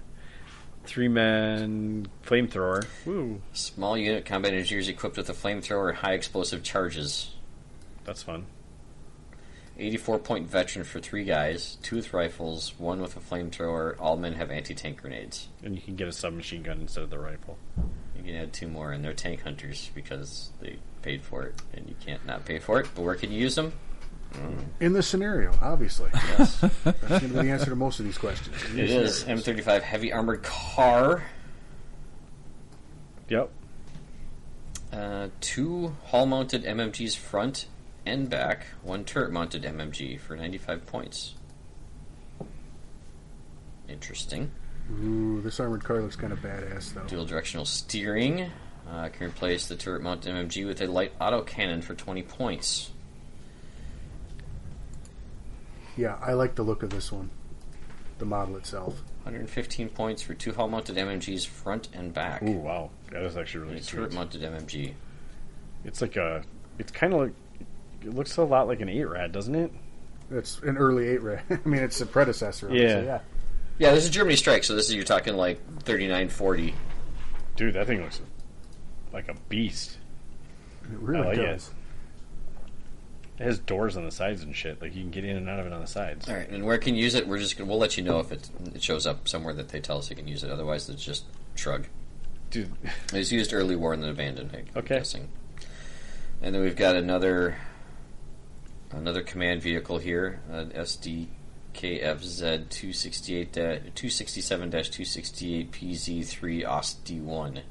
three men, flamethrower. Woo,
Small unit combat engineers equipped with a flamethrower and high explosive charges.
that's fun.
84 point veteran for three guys, two with rifles, one with a flamethrower. All men have anti tank grenades.
And you can get a submachine gun instead of the rifle.
You can add two more, and they're tank hunters because they paid for it, and you can't not pay for it. But where can you use them?
In this scenario, obviously.
Yes, it
That's going to be the answer to most of these questions.
is M35 heavy armored car,
Yep.
uh, two hull mounted MMGs front and back, one turret mounted MMG for 95 points. Interesting.
Ooh, this armored car looks kind of badass, though.
Dual directional steering. Uh, can replace the turret mount MMG with a light autocannon for 20 points.
Yeah, I like the look of this one, the model itself.
115 points for two hull mounted MMGs front and back.
Ooh, wow, that is actually
And
really
a turret
sweet.
mounted MMG.
It's like a, it's kind of like, it looks a lot like an eight rad, doesn't it?
It's an early eight ray. I mean, it's a predecessor. of it,
Yeah.
so yeah.
Yeah, this is Germany Strike, so this is you're talking like 3940.
Dude, that thing looks like a beast.
It really
I like
does.
It has doors on the sides and shit. Like you can get in and out of it on the sides.
All right, and where can you use it? We're just gonna, we'll let you know if it it shows up somewhere that they tell us you can use it. Otherwise, it's just shrug.
Dude,
It was used early war and then abandoned. I'm
Okay.
guessing. And then we've got another another command vehicle here, an SDKFZ 268 267-268 PZ3 OST D1. Do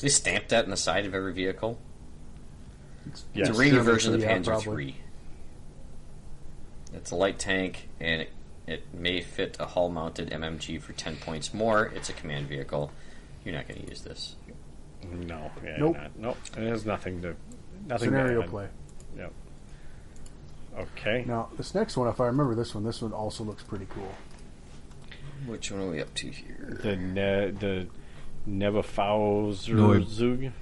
they stamp that in the side of every vehicle?
yes.
It's a radio version of the
Yeah,
Panzer
probably.
III. It's a light tank, and it, it may fit a hull-mounted MMG for 10 points more. It's a command vehicle. You're not going to use this.
No, yeah,
Nope.
Not, nope. It has nothing to, nothing
Scenario
to add.
play.
Yep. Okay.
Now, this next one, if I remember this one, this one also looks pretty cool.
Which one are we up to here?
The ne- the Nebuchadnezzar.
Noib.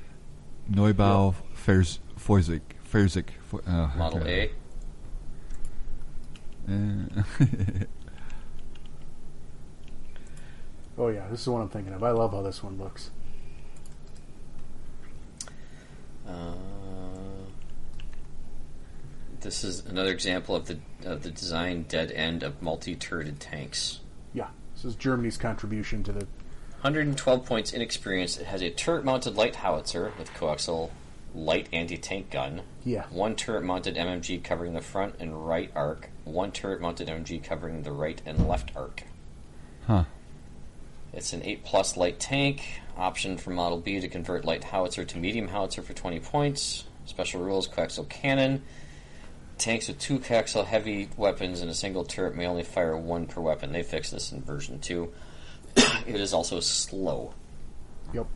Neubau Fers Forzig Ferzig Fo- uh,
Model A.
Uh,
Oh yeah, this is what I'm thinking of. I love how this one looks.
Uh, this is another example of the of the design dead end of multi-turreted tanks.
Yeah, this is Germany's contribution to the
112 points in experience. It has a turret-mounted light howitzer with coaxial light anti-tank gun.
yeah.
One turret-mounted MMG covering the front and right arc. One turret-mounted MMG covering the right and left arc.
huh.
It's an 8 plus light tank, option from Model B to convert light howitzer to medium howitzer for 20 points. Special rules coaxial cannon. Tanks with two coaxial heavy weapons and a single turret may only fire one per weapon. They fixed this in version 2. it is also slow.
Yep.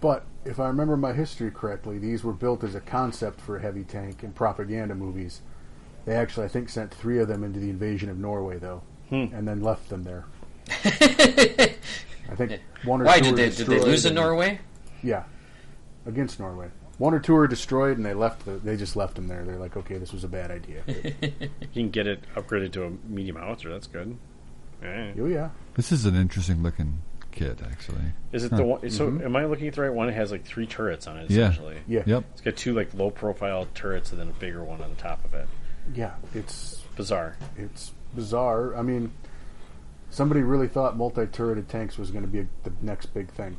But if I remember my history correctly, these were built as a concept for a heavy tank in propaganda movies. They actually, I think, sent three of them into the invasion of Norway, though,
Hmm.
and then left them there. I think one or
Why
two
did
were
they did they
destroyed
lose in
and-
Norway?
Yeah, against Norway. One or two were destroyed, and they left. The, they just left them there. They're like, okay, this was a bad idea.
You can get it upgraded to a medium howitzer. That's good. Yeah.
oh yeah,
This is an interesting looking kit, actually.
Is it the one? So, am I looking at the right one? It has like three turrets on it.
Yeah.
Essentially,
yeah,
Yep.
it's got two like low profile turrets and then a bigger one on the top of it.
yeah. It's
Bizarre.
it's bizarre. I mean, somebody really thought multi-turreted tanks was going to be the next big thing.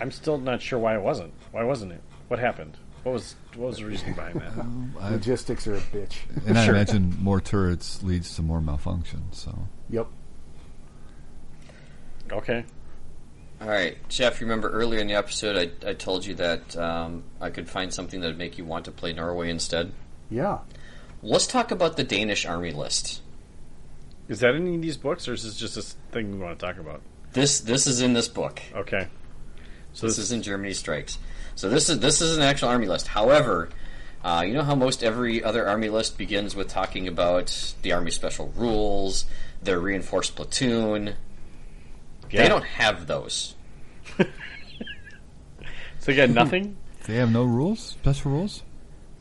I'm still not sure why it wasn't. Why wasn't it? What happened? What was what was the reason behind that?
Logistics are a bitch.
And I imagine more turrets leads to more malfunctions. So
Yep.
Okay.
All right, Jeff. Remember earlier in the episode, I, I told you that um, I could find something that would make you want to play Norway instead.
Yeah.
Let's talk about the Danish army list.
Is that in any of these books, or is this just a thing we want to talk about?
This this is in this book.
Okay. So
This is in Germany strikes. So this is this is an actual army list. However, uh, you know how most every other army list begins with talking about the army special rules, their reinforced platoon. They
Yeah.
don't have those.
So again, nothing.
they have no rules, special rules.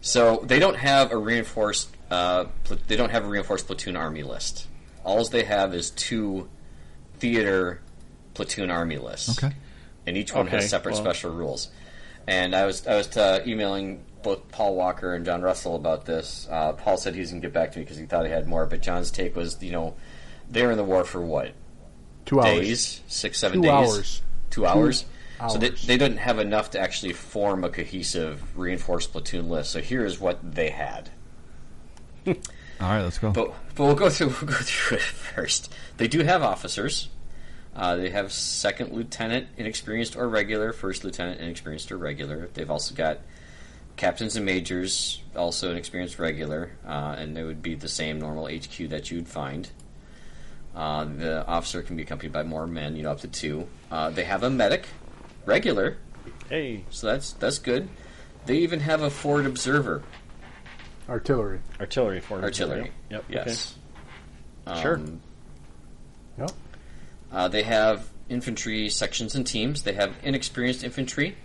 So they don't have a reinforced uh, pl- they don't have a reinforced platoon army list. All they have is two theater platoon army lists.
Okay.
and each one
Okay,
has separate
well-
special rules. And I was I was uh, emailing both Paul Walker and John Russell about this. Uh, Paul said he was going to get back to me because he thought I had more, but John's take was, you know, they're in the war for what
Two hours.
days, six, seven
Two
days,
hours.
two hours. So they,
hours.
they didn't have enough to actually form a cohesive reinforced platoon list. So here is what they had.
All right, let's go.
But but we'll go through we'll go through it first. They do have officers. Uh, they have second lieutenant, inexperienced or regular, first lieutenant, inexperienced or regular. They've also got captains and majors, also an experienced regular, uh, and they would be the same normal HQ that you'd find. Uh, the officer can be accompanied by more men, you know, up to two. Uh, they have a medic, regular,
Hey,
so that's that's good. They even have a forward observer,
Artillery.
artillery for
artillery.
Yep.
Yes.
Okay. Sure.
Um,
Yep.
Uh, they have infantry sections and teams. They have inexperienced infantry,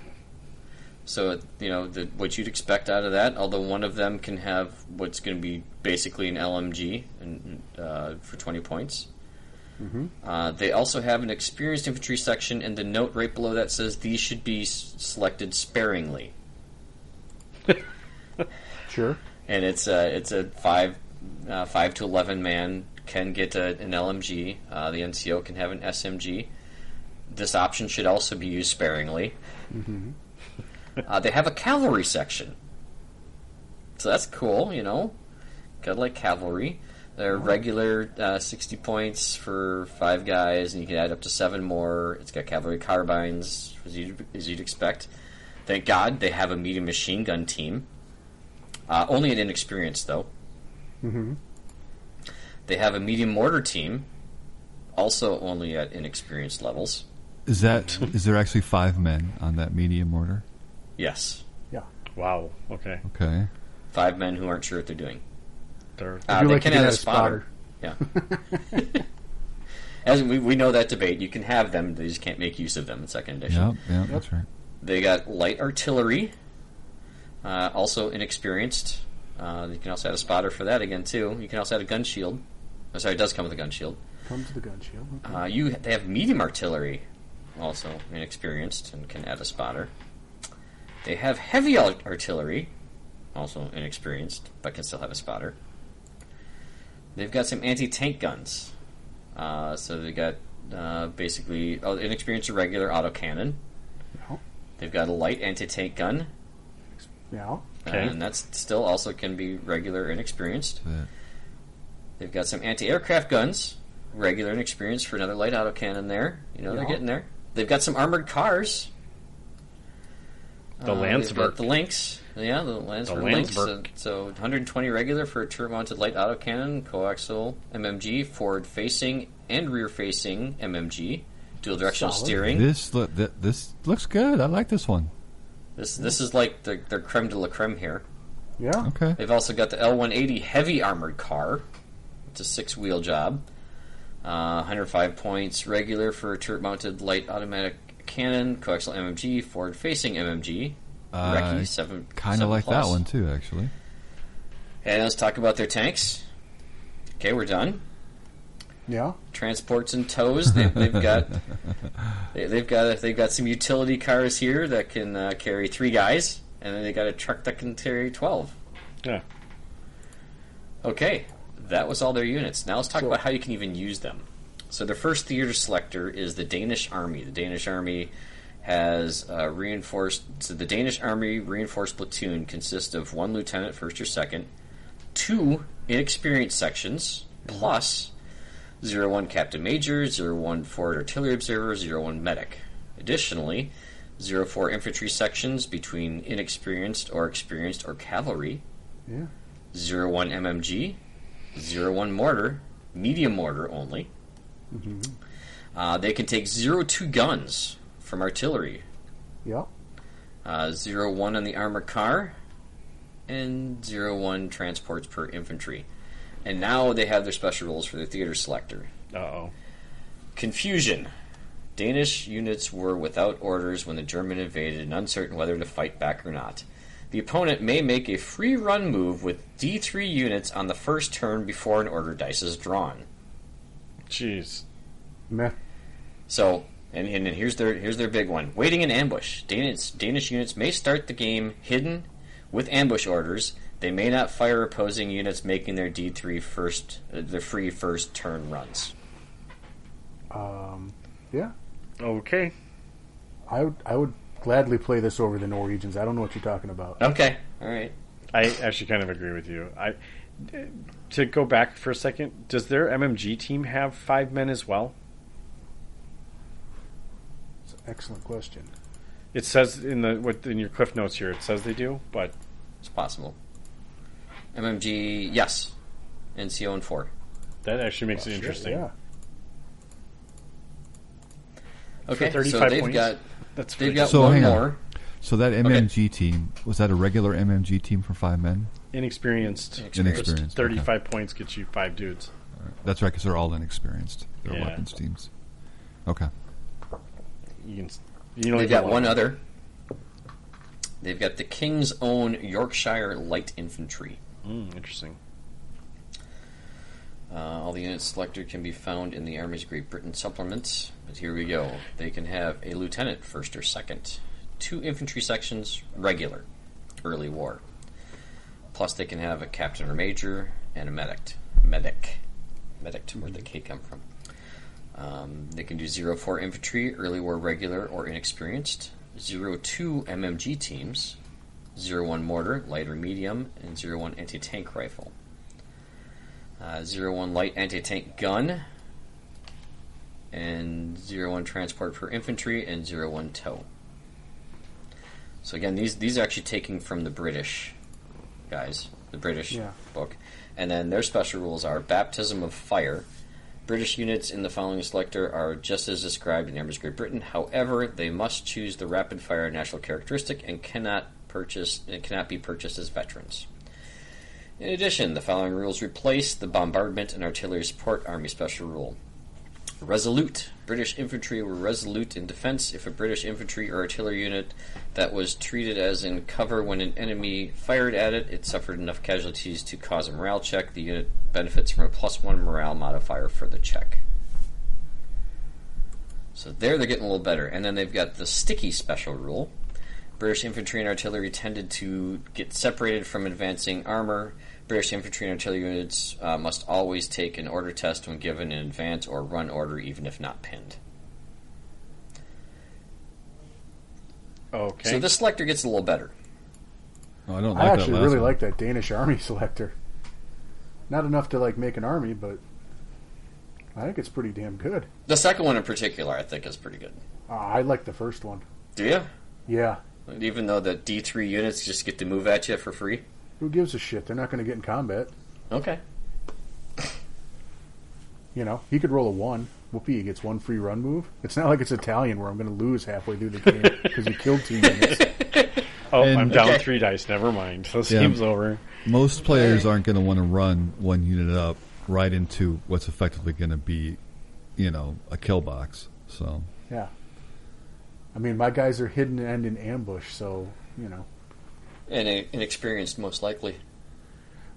so you know the, what you'd expect out of that. Although one of them can have what's going to be basically an LMG and, uh, for twenty points. Uh, they also have an experienced infantry section, and the note right below that says these should be s- selected sparingly.
Sure.
and it's a it's a five uh, five to eleven man can get a, an LMG. Uh, the NCO can have an SMG. This option should also be used sparingly. uh, they have a cavalry section, so that's cool. You know, kind of like cavalry. They're regular uh, sixty points for five guys, and you can add up to seven more. It's got cavalry carbines, as you'd, as you'd expect. Thank God they have a medium machine gun team. Uh, only an inexperienced, though. Mm-hmm. They have a medium mortar team, also only at inexperienced levels.
Is that is there actually five men on that medium mortar?
Yes.
Wow. Okay.
Okay.
Five men who aren't sure what they're doing.
They're-
Uh,
you
they
like
can
to get
add a
a
spotter.
spotter?
Yeah. As we, we know that debate, you can have them, they just can't make use of them in second edition.
Yep. Yep. That's right.
They got light artillery, uh, also inexperienced. Uh, you can also add a spotter for that again, too. You can also add a gun shield. Oh, sorry, it does come with a gun shield.
Comes the gun shield.
Uh-huh.
Uh, you they have medium artillery, also inexperienced and can add a spotter. They have heavy ar- artillery, also inexperienced but can still have a spotter. They've got some anti-tank guns, uh, so they got uh, basically oh, inexperienced or regular autocannon.
Yeah.
They've got a light anti-tank gun,
Yeah.
Okay.
and that's still also can be regular and experienced.
That-
They've got some anti-aircraft guns, regular and experienced for another light autocannon there. You know, they're
Yeah.
getting there. They've got some armored cars. Uh,
The
they've
Landsberg.
got The Lynx. Yeah, the Landsberg. Lynx.
Landsberg.
So, so 120 regular for a turret-mounted light autocannon, coaxial MMG, forward-facing and rear-facing MMG, dual directional
Solid.
steering.
This look that this looks good. I like this one.
This this is like the, their creme de la creme here.
Yeah.
Okay.
They've also got the L180 heavy armored car. It's a six wheel job. Uh, 105 points regular for turret mounted light automatic cannon, coaxial MMG, forward facing MMG.
Uh,
Recce, seven.
Kind of
seven
like
plus.
that one too, actually.
And let's talk about their tanks. Okay, we're done.
Yeah.
Transports and tows. They've, they've got they, they've got they've got some utility cars here that can uh, carry three guys, and then they got a truck that can carry twelve.
yeah.
Okay, that was all their units. Now let's talk
So-
about how you can even use them. So the first theater selector is the Danish Army. The Danish Army has uh, reinforced. So the Danish Army reinforced platoon consists of one lieutenant, first or second, two inexperienced sections, plus zero one captain major, zero one forward artillery observer, zero one medic. Additionally, zero four infantry sections between inexperienced or experienced or cavalry.
Yeah.
Zero one MMG, zero one mortar, medium mortar only. Uh, they can take zero two guns from artillery,
Yeah.
uh, zero one on the armored car, and zero one transports per infantry. And now they have their special rules for the theater selector.
Uh oh.
Confusion. Danish units were without orders when the German invaded and uncertain whether to fight back or not. The opponent may make a free run move with D3 units on the first turn before an order dice is drawn.
Jeez.
Meh.
So, and, and then here's their here's their big one. Waiting in ambush. Danish Danish units may start the game hidden with ambush orders. They may not fire opposing units making their D3 first uh, their free first turn runs.
Um, yeah.
Okay.
I would. I would gladly play this over the Norwegians. I don't know what you're talking about.
Okay. All right.
I actually kind of agree with you. I to go back for a second. Does their MMG team have five men as well?
It's an excellent question.
It says in the what in your cliff notes here. It says they do, but
It's possible. MMG, yes. NCO and 4.
that actually makes
Oh,
it
Shit,
interesting.
Yeah.
Okay, so
35
they've
points.
got
That's
they've
pretty
got
So,
one
hang on.
more.
So that MMG team was that a regular MMG team for five men?
inexperienced.
Inexperienced.
Inexperienced. okay.
Thirty-five points gets you five dudes.
That's right, because they're all inexperienced. They're
Yeah.
weapons teams. Okay.
You can. s- You only
They've got
get
one other. They've got the King's Own Yorkshire Light Infantry.
Mm, interesting.
Uh, all the units selected can be found in the Army's Great Britain supplements. But here we go. They can have a lieutenant, first or second, two infantry sections, regular, early war. Plus, they can have a captain or major and a medic. Medic. Medic, where'd the K come from? Um, they can do 04 infantry, early war regular or inexperienced, 02 MMG teams, 01 mortar, light or medium, and 01 anti tank rifle. Uh, 01 light anti tank gun, and 01 transport for infantry, and 01 tow. So again, these, these are actually taking from the British guys, the British
Yeah.
book. And then their special rules are baptism of fire. British units in the following selector are just as described in Amber's Great Britain. However, they must choose the rapid fire national characteristic and cannot purchase and cannot be purchased as veterans. In addition, the following rules replace the bombardment and artillery support army special rule. Resolute. British infantry were resolute in defense if a British infantry or artillery unit that was treated as in cover when an enemy fired at it, it suffered enough casualties to cause a morale check. The unit benefits from a plus one morale modifier for the check. So there they're getting a little better. And then they've got the sticky special rule. British infantry and artillery tended to get separated from advancing armor. British infantry and artillery units uh, must always take an order test when given an advance or run order, even if not pinned.
Okay. Oh,
So this selector gets a little better.
Oh, I don't
I
like that
actually
last
really
one.
like that Danish army selector. Not enough to like make an army, but I think it's pretty damn good.
The second one in particular, I think, is pretty good.
Uh, I like the first one.
Do you?
Yeah.
Even though the D three units just get to move at you for free.
Who gives a shit? They're not going to get in combat.
Okay.
You know, he could roll a one. Whoopee, he gets one free run move. It's not like it's Italian where I'm going to lose halfway through the game because he killed two units.
oh,
and-
I'm down
Okay.
three dice. Never mind. This
Yeah.
game's over.
Most players aren't going to want to run one unit up right into what's effectively going to be, you know, a kill box. So
Yeah. I mean, my guys are hidden and in ambush, so, you know.
And uh, inexperienced, most likely.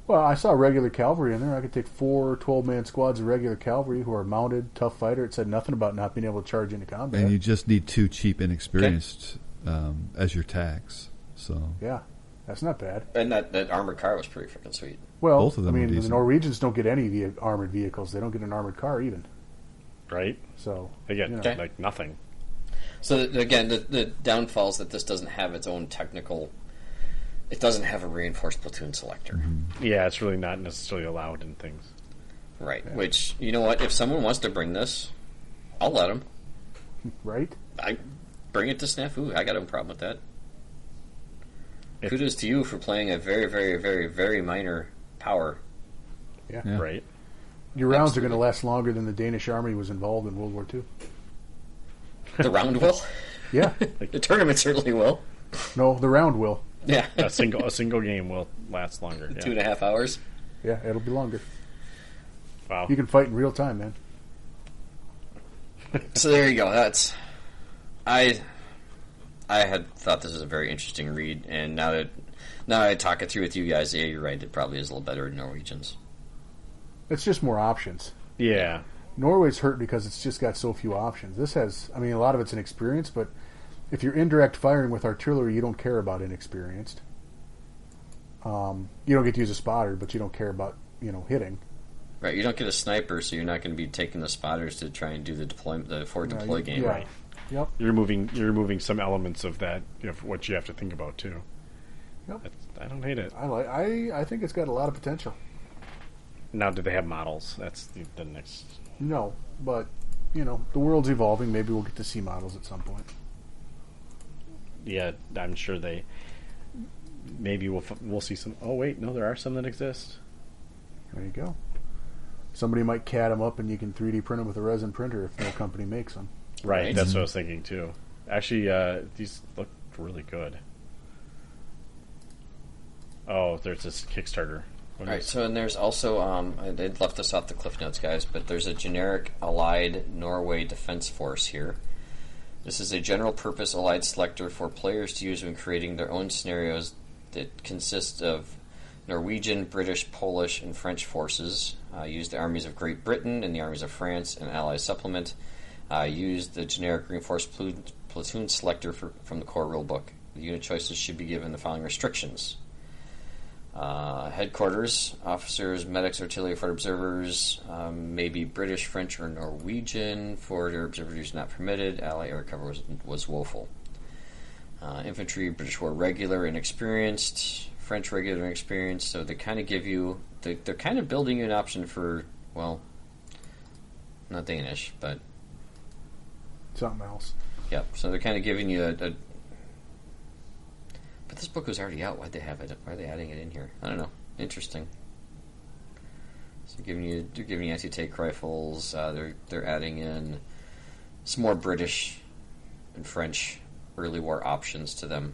Well, I saw regular cavalry in there. I could take four 12 man squads of regular cavalry who are mounted, tough fighter. It said nothing about not being able to charge into combat.
and you just need two cheap inexperienced um, as your tax. So
yeah, that's not bad.
And that, that armored car was pretty freaking sweet.
Well,
Both of them
I
are
mean, the
decent.
Norwegians don't get any ve- armored vehicles. They don't get an armored car even.
Right?
So,
They get
you know,
Okay.
like nothing.
So th- again, the, the downfall is that this doesn't have its own technical. It doesn't have a reinforced platoon selector,
Yeah, it's really not necessarily allowed in things.
right? Which you know what? If someone wants to bring this, I'll let them.
right?
I bring it to Snafu. I got no problem with that.
If-
Kudos to you for playing a very, very, very, very minor power.
Yeah.
Right?
Your rounds are going to last longer than the Danish army was involved in World War II.
The round will.
Yeah,
The tournament certainly will.
no, the round will.
Yeah,
A single a single game will last longer. Yeah.
two and a half hours.
Yeah, it'll be longer.
Wow.
You can fight in real time, man.
So there you go. That's I. I had thought this was a very interesting read, and now that now that I talk it through with you guys, yeah, you're right. It probably is a little better in Norwegians.
It's just more options.
Yeah.
Norway's hurt because it's just got so few options. This has, I mean, a lot of it's inexperienced, but if you're indirect firing with artillery, you don't care about inexperienced. Um, you don't get to use a spotter, but you don't care about you know hitting.
Right, you don't get a sniper, so you're not going to be taking the spotters to try and do the deployment, the forward
Uh,
deploy
you-
game.
yeah.
Right.
Yep.
You're removing you're removing some elements of that of what you have to think about too.
Yep.
That's- I don't hate it.
I like. I I think it's got a lot of potential.
Now, do they have models? That's the, the next.
No, but you know the world's evolving. Maybe we'll get to see models at some point.
yeah, I'm sure they. Maybe we'll f- we'll see some. Oh wait, no, there are some that exist.
There you go. Somebody might cat them up, and you can 3D print them with a resin printer if no company makes them.
Right,
Right.
that's what I was thinking too. Actually, uh, these look really good. Oh, there's this Kickstarter. What
All right,
is-
so and there's also um, I did left this off the cliff notes, guys, but there's a generic Allied Norway Defense Force here. This is a general-purpose Allied selector for players to use when creating their own scenarios that consist of Norwegian, British, Polish, and French forces. Uh, use the armies of Great Britain and the armies of France and Allies supplement. Uh, use the generic reinforced plu- platoon selector for, from the core rulebook. The unit choices should be given the following restrictions. Uh, headquarters, officers, medics, artillery, forward observers, um, maybe British, French, or Norwegian. Forward air observers not permitted. Ally air cover was, was woeful. Uh, infantry, British were regular and experienced. French regular and experienced. So they kind of give you, they, they're kind of building you an option for, well, not Danish, but
Something else.
Yep. So they're kind of giving you a, a. But this book was already out. Why'd they have it? Why are they adding it in here? I don't know. Interesting. So they're giving you they're giving you anti-tank rifles. Uh, they're they're adding in some more British and French early war options to them.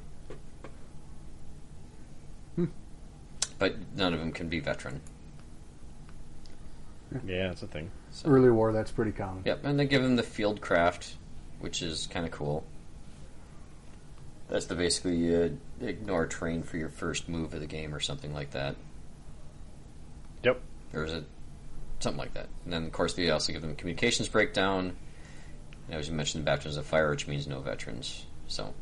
But none of them can be veteran.
yeah, that's a thing.
So.
Early war, that's pretty common.
Yep, and they give him the field craft, which is kind of cool. That's the basically you ignore terrain for your first move of the game or something like that.
Yep.
Or is it something like that? And then, of course, they also give them communications breakdown. And as you mentioned, the baptisms of fire, which means no veterans. So,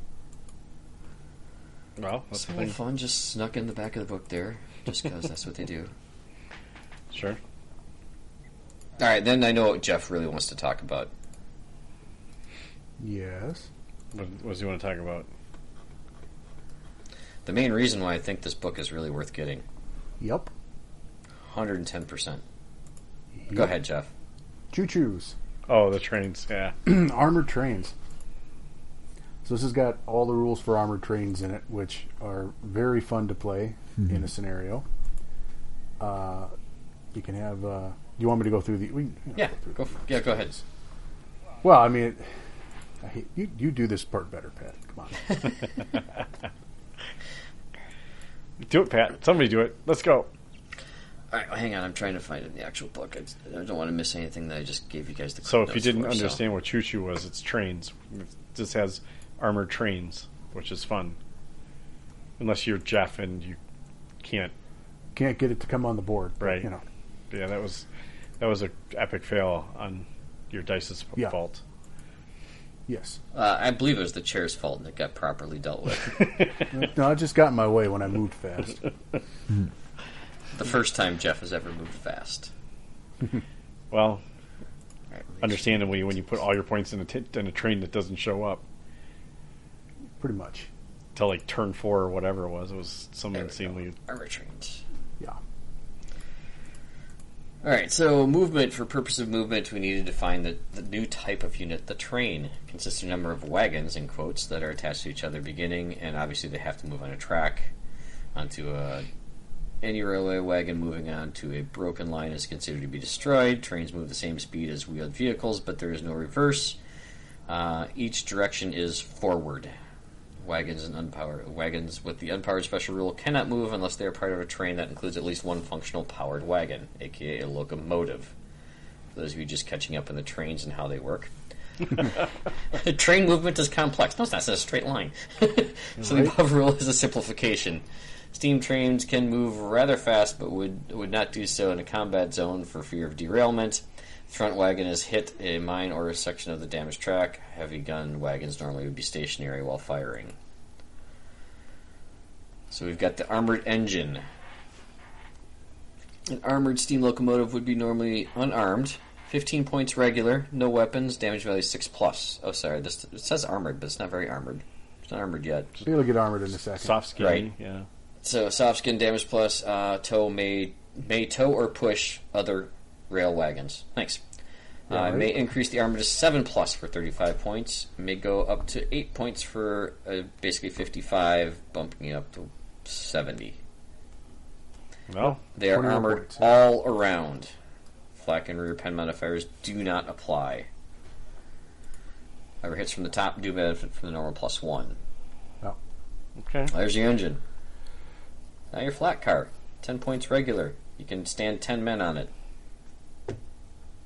Well, that's the
some
thing.
fun just snuck in the back of the book there, just because that's what they do.
Sure.
All right, then I know what Jeff really wants to talk about.
Yes.
What, what does he want to talk about?
The main reason why I think this book is really worth getting
Yep.
110%.
Mm-hmm.
Go ahead, Jeff.
Choo choos.
Oh, the trains. Yeah.
armored trains. So this has got all the rules for armored trains in it, which are very fun to play in a scenario. Uh, you can have. Uh, you want me to go through the? We, you know,
Yeah,
go through
go
the-
f yeah, go ahead.
Well, I mean, it, I hate, you you do this part better, Pat. Come on.
Do it, Pat. Somebody do it. Let's go.
All right, well, hang on. I'm trying to find it in the actual book. I, I don't want to miss anything that I just gave you guys the.
So if you
notes
didn't
for, so-
understand what Choo Choo was, it's trains. It just has armored trains, which is fun. Unless you're Jeff and you can't.
Can't get it to come on the board, but,
Right.
You know,
Yeah, that was that was a epic fail on your dice's f-
Yeah.
fault.
yes.
uh, I believe it was the chair's fault and it got properly dealt with
no, I just got in my way when I moved fast.
the first time Jeff has ever moved fast.
Well,
All right, let me-
understandably, when you put all your points in a, t- in a train that doesn't show up
Pretty much.
till like turn four or whatever it was, it was some
There we
insanely.
go. I retreat.
Yeah.
All right, so movement for purpose of movement, we needed to find the, the new type of unit, the train, consists of a number of wagons in quotes that are attached to each other beginning, and obviously they have to move on a track onto a any railway wagon moving on to a broken line is considered to be destroyed. Trains move the same speed as wheeled vehicles, but there is no reverse. Uh, each direction is forward. Wagons and unpowered wagons with the unpowered special rule cannot move unless they are part of a train that includes at least one functional powered wagon, aka a locomotive. For those of you just catching up on the trains and how they work. train movement is complex. No, it's not. It's a straight line. so the above rule is a simplification. Steam trains can move rather fast, but would would not do so in a combat zone for fear of derailment. Front wagon has hit a mine or a section of the damaged track. Heavy gun wagons normally would be stationary while firing. So we've got the armored engine. An armored steam locomotive would be normally unarmed. 15 points regular, no weapons, damage value 6 plus. Oh, sorry, this it says armored, but it's not very armored. It's not armored yet.
It'll get armored in a second.
Soft skin,
Right.
yeah.
So soft skin damage plus uh, tow may may tow or push other rail wagons. Thanks. Uh, it may increase the armor to 7 plus for 35 points. May go up to 8 points for uh, basically 55, bumping it up to 70.
Well,
They are
20
armored
points.
all around. Flak and rear pen modifiers do not apply. However, hits from the top do benefit from the normal plus 1.
okay.
There's your engine. Now your flat car. 10 points regular. You can stand 10 men on it.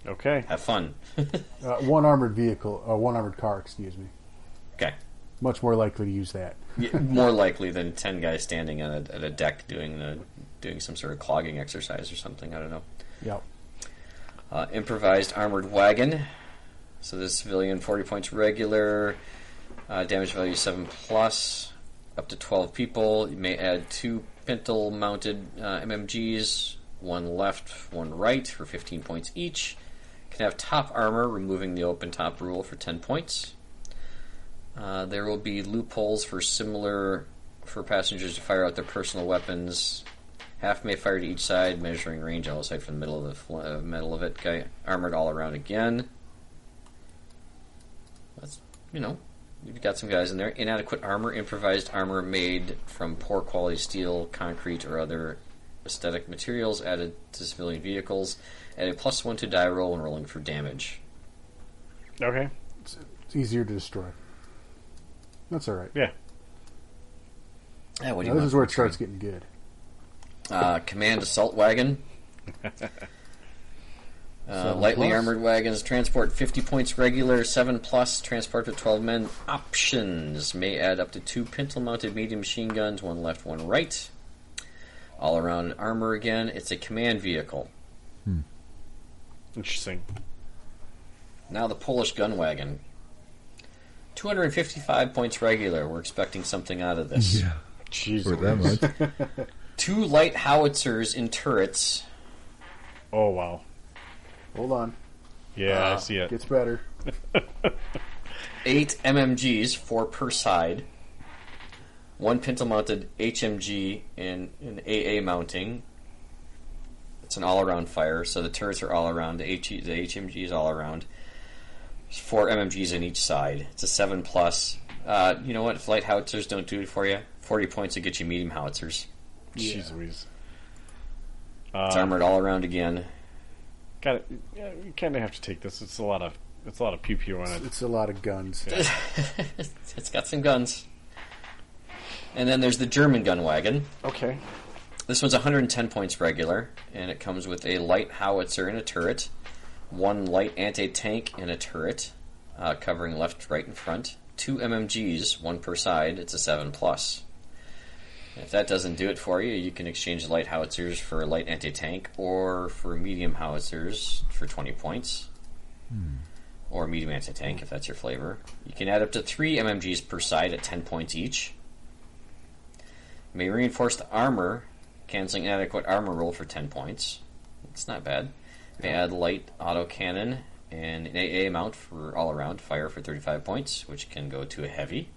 Okay.
Have fun.
Uh, one armored vehicle, uh, one armored car, excuse me.
Okay.
Much more likely to use that.
Yeah, more likely than ten guys standing on a, at a deck doing the doing some sort of clogging exercise or something. I don't know.
Yep.
Uh, improvised armored wagon. So this civilian forty points regular. Uh, damage value seven plus. Up to twelve people. You may add two pintle mounted uh, MMGs, one left, one right, for fifteen points each. Can have top armor, removing the open top rule for ten points. Uh, there will be loopholes for similar for passengers to fire out their personal weapons. Half may fire to each side, measuring range all aside from the middle of the fl- uh, middle of it. Okay, armored all around again. That's you know, you've got some guys in there. Inadequate armor, improvised armor made from poor quality steel, concrete, or other aesthetic materials added to civilian vehicles. Add a plus one to die roll when rolling for damage.
Okay.
It's, it's easier to destroy. That's all right.
Yeah.
Yeah, what do
Now,
you
this
want
is where it starts getting good.
Uh, command assault wagon. Uh,
Seven
lightly
plus.
armored wagons transport 50 points regular, 7 plus, transport with 12 men. Options may add up to two pintle mounted medium machine guns, one left, one right. All around armor again. It's a command vehicle.
Interesting.
Now the Polish gun wagon. 255 points regular. We're expecting something out of this.
Yeah,
Jesus.
for that much.
Two light howitzers in turrets.
Oh wow.
Hold on.
Yeah, I see it.
Gets better.
eight MMGs, four per side, one pintle mounted HMG, and an AA mounting. It's an all around fire, so the turrets are all around, the, H- the HMG is all around. There's four MMGs on each side. It's a 7 plus. Uh, you know what? If light howitzers don't do it for you, 40 points will get you medium howitzers.
Jeez Louise.
It's armored all around again.
Got it. Yeah, you kind of have to take this. It's a lot of it's a lot of pew pew on it.
It's a lot of guns.
it's got some guns. And then there's the German gun wagon.
Okay.
This one's 110 points regular, and it comes with a light howitzer and a turret, one light anti tank and a turret, uh, covering left, right, and front, two MMGs, one per side. It's a 7 plus. If that doesn't do it for you, you can exchange light howitzers for light anti tank or for medium howitzers for 20 points. Or medium anti tank if that's your flavor. You can add up to three MMGs per side at 10 points each. May reinforce the armor, canceling adequate armor roll for 10 points. It's not bad. May add light autocannon and an AA mount for all around fire for 35 points, which can go to a heavy.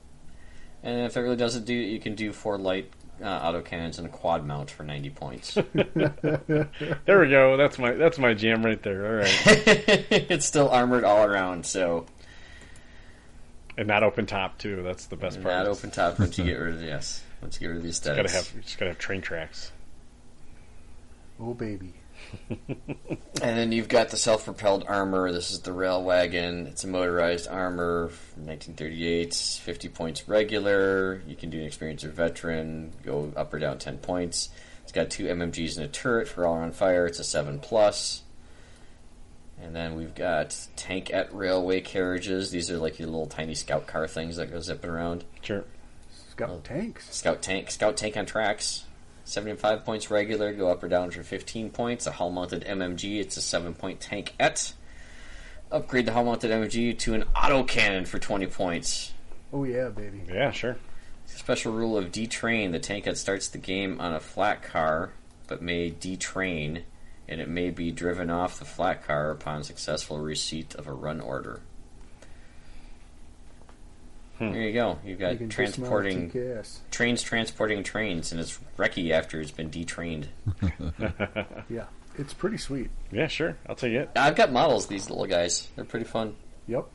And if that really doesn't do it, you can do four light uh, autocannons and a quad mount for 90 points.
There we go. That's my that's my jam right there. All right.
it's still armored all around, so
and not open top too. That's the best part.
not open top once you get rid of yes. Once you get rid of the
Gotta
aesthetics.
have you just gotta have train tracks.
Oh, baby.
And then you've got the self-propelled armor. This is the rail wagon. It's a motorized armor, from 1938, 50 points regular. You can do an experience or veteran, go up or down 10 points. It's got two MMGs and a turret for all on fire. It's a 7 plus. And then we've got tank at railway carriages. These are like your little tiny scout car things that go zipping around.
Sure.
It's got tanks.
Scout tank, scout tank on tracks. 75 points regular, go up or down for 15 points. A hull mounted MMG, it's a 7 point tank et. Upgrade the hull mounted MMG to an autocannon for 20 points.
Oh, yeah, baby.
Yeah, sure.
Special rule of detrain the tank that starts the game on a flat car, but may detrain, and it may be driven off the flat car upon successful receipt of a run order. There you go. You've
You
got
can dismount
transporting
and kick ass.
trains transporting trains, and it's wrecky after it's been detrained.
Yeah. it's pretty sweet.
Yeah, sure. I'll take it.
I've got models of these little guys. They're pretty fun.
Yep.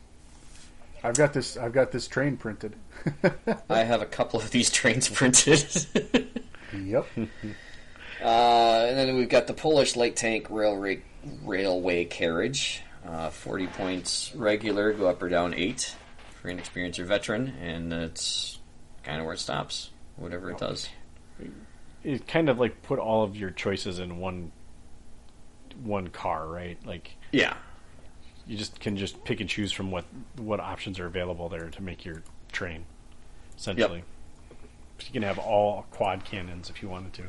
I've got this. I've got this train printed.
I have a couple of these trains printed.
Yep.
uh, and then we've got the Polish light tank railway railway carriage. Uh, Forty points regular, go up or down eight for an experienced or veteran, and that's kind of where it stops. Whatever it does.
It kind of like put all of your choices in one one car, right? Like
Yeah.
you just can just pick and choose from what what options are available there to make your train essentially. So you can have all quad cannons if you wanted to.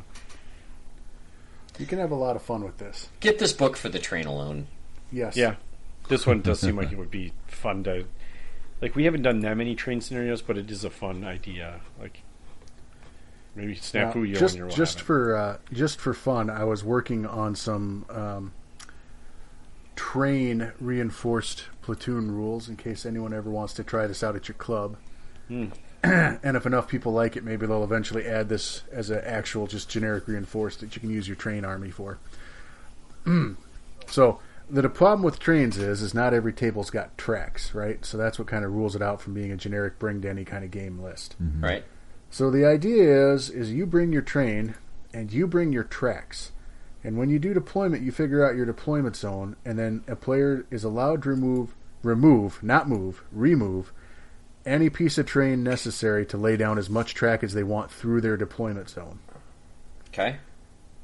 you can have a lot of fun with this.
Get this book for the train alone.
Yes.
Yeah. This one does seem like it would be fun to like we haven't done that many train scenarios, but it is a fun idea. Like maybe
Now,
snafu you
just
and you'll
just
have it.
for uh, just for fun, I was working on some um, train reinforced platoon rules in case anyone ever wants to try this out at your club. and if enough people like it, maybe they'll eventually add this as an actual, just generic reinforced that you can use your train army for. so the, the problem with trains is is not every table's got tracks, right? So that's what kind of rules it out from being a generic bring to any kind of game list.
Right.
So the idea is is you bring your train and you bring your tracks. And when you do deployment, you figure out your deployment zone and then a player is allowed to remove remove, not move, remove any piece of train necessary to lay down as much track as they want through their deployment zone.
Okay.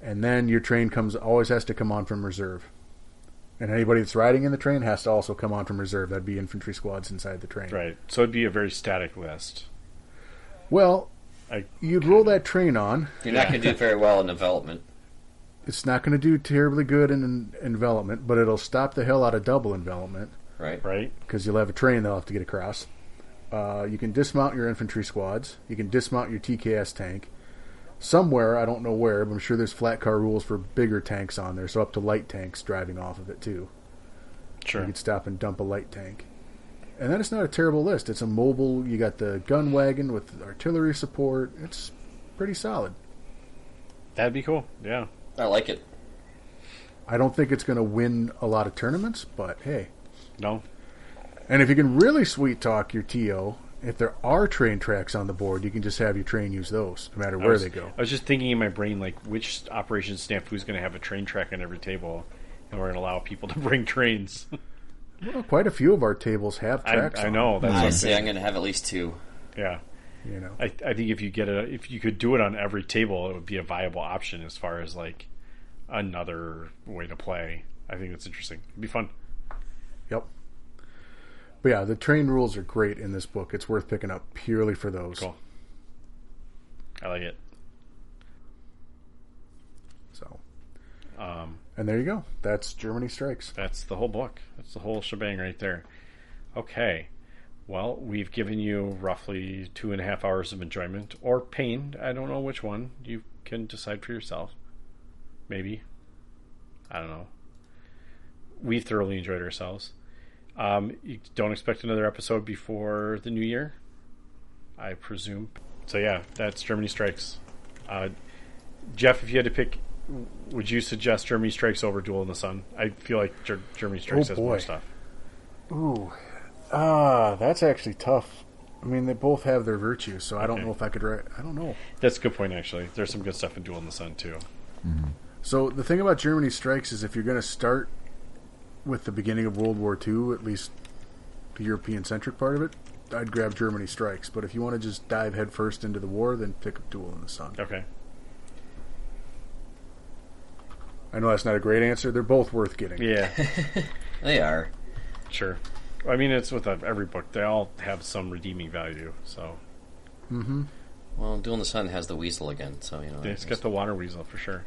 And then your train comes always has to come on from reserve. And anybody that's riding in the train has to also come on from reserve. That'd be infantry squads inside the train.
right. So it'd be a very static list.
Well,
I-
you'd roll that train on,
You're not going to do very well in development.
it's not going to do terribly good in, in envelopment, but it'll stop the hell out of double envelopment
Right.
Right?
because you'll have a train they'll have to get across. Uh, you can dismount your infantry squads. You can dismount your TKS tank. Somewhere, I don't know where, but I'm sure there's flat car rules for bigger tanks on there, so up to light tanks driving off of it too. You
Sure.
could stop and dump a light tank. And then it's not a terrible list. It's a mobile. You got the gun wagon with artillery support. It's pretty solid.
That'd be cool. Yeah.
I like it.
I don't think it's going to win a lot of tournaments, but hey,
No?
And if you can really sweet talk your TO, if there are train tracks on the board, you can just have your train use those, no matter
I
where
was-
they go.
I was just thinking in my brain, like, which operation Snafu's going to have a train track on every table, and we're going to allow people to bring trains.
Well, quite a few of our tables have
I,
tracks.
I
on
know. That's what
I
I'm
say I'm
saying.
going to have at least two.
Yeah.
them, you know,
I, I think if you get a, if you could do it on every table, it would be a viable option as far as, like, another way to play. I think that's interesting. It'd be fun.
yep. But yeah, the train rules are great in this book. It's worth picking up purely for those.
Cool. I like it.
So, um, and there you go. That's Germany Strikes.
That's the whole book. That's the whole shebang right there. Okay. Well, we've given you roughly two and a half hours of enjoyment or pain. I don't know which one. You can decide for yourself. Maybe. I don't know. We've thoroughly enjoyed ourselves. Um, you don't expect another episode before the new year, I presume. So, yeah, that's Germany Strikes. Uh, Jeff, if you had to pick would you suggest Germany Strikes over Duel in the Sun? I feel like Ger- Germany Strikes
Oh,
has more
boy.
stuff.
Ooh, ah, that's actually tough. I mean, they both have their virtues, so I don't
Okay.
know if I could. Re- I don't know.
That's a good point, actually. There's some good stuff in Duel in the Sun too.
So the thing about Germany strikes is if you're going to start with the beginning of World War II, at least the European centric part of it, I'd grab Germany strikes. But if you want to just dive headfirst into the war, then pick up Duel in the Sun.
Okay,
I know that's not a great answer. They're both worth getting.
yeah,
They are.
sure. I mean, it's with uh, every book; they all have some redeeming value. So
Well, Duel in the Sun has the weasel again, so you know.
it's got the water weasel for sure.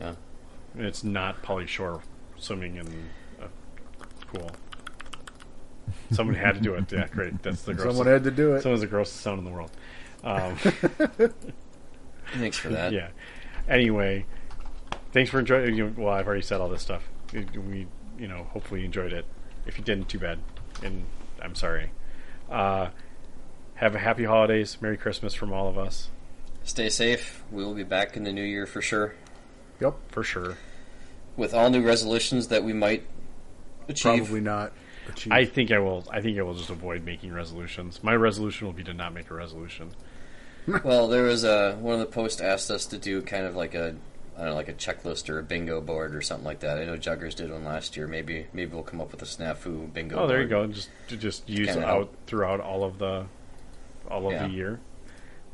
Yeah.
And it's not Polly Shore swimming in a pool. Someone had to do it. Yeah, great. That's the grossest.
Someone had to do it.
someone's the grossest sound in the world. Um,
Thanks for that.
yeah. Anyway, thanks for enjoying. You well, I've already said all this stuff. We, you know, hopefully you enjoyed it. If you didn't, too bad, and I'm sorry. Uh, have a happy holidays, Merry Christmas from all of us,
Stay safe. We will be back in the new year for sure.
Yep.
for sure.
with all new resolutions that we might achieve?
Probably not. achieve-
I think I will. I think I will just avoid making resolutions. My resolution will be to not make a resolution.
Well, there was a one of the posts asked us to do kind of like a I don't know, like a checklist or a bingo board or something like that. I know Juggers did one last year. Maybe maybe we'll come up with a snafu bingo.
Oh, there you
board.
go. Just to just use
Kinda
out
help.
throughout all of the all of
Yeah.
the year.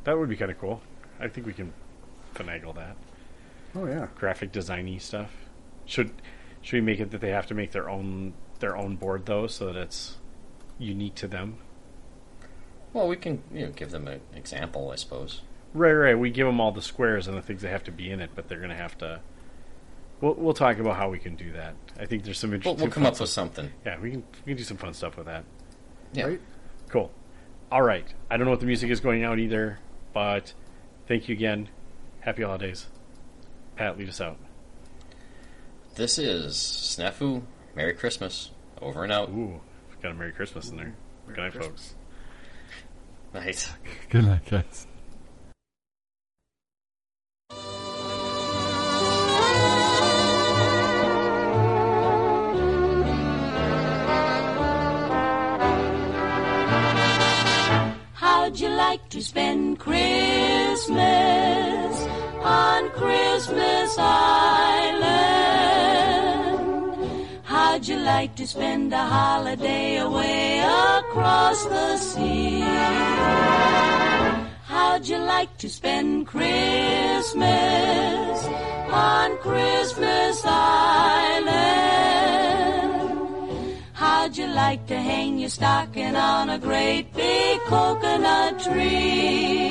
That would be kind of cool. I think we can finagle that
Oh yeah.
graphic designy stuff. Should should we make it that they have to make their own their own board though, so that it's unique to them?
Well, we can you know give them an example, I suppose.
Right, right. We give them all the squares and the things that have to be in it, but they're going to have to. We'll, we'll talk about how we can do that. I think there's some
We'll,
interesting.
we'll come
fun
up with something.
stuff. Yeah, we can we can do some fun stuff with that.
Yeah.
Right?
Cool. All right. I don't know what the music is going out either, but thank you again. Happy holidays. Pat, lead us out.
This is snafu. Merry Christmas. Over and out.
Ooh, got a Merry Christmas in there. Good night, folks.
Nice.
Good night, guys.
How'd you like to spend Christmas on Christmas Island? How'd you like to spend a holiday away across the sea? How'd you like to spend Christmas on Christmas Island? How'd you like to hang your stocking on a great big coconut tree?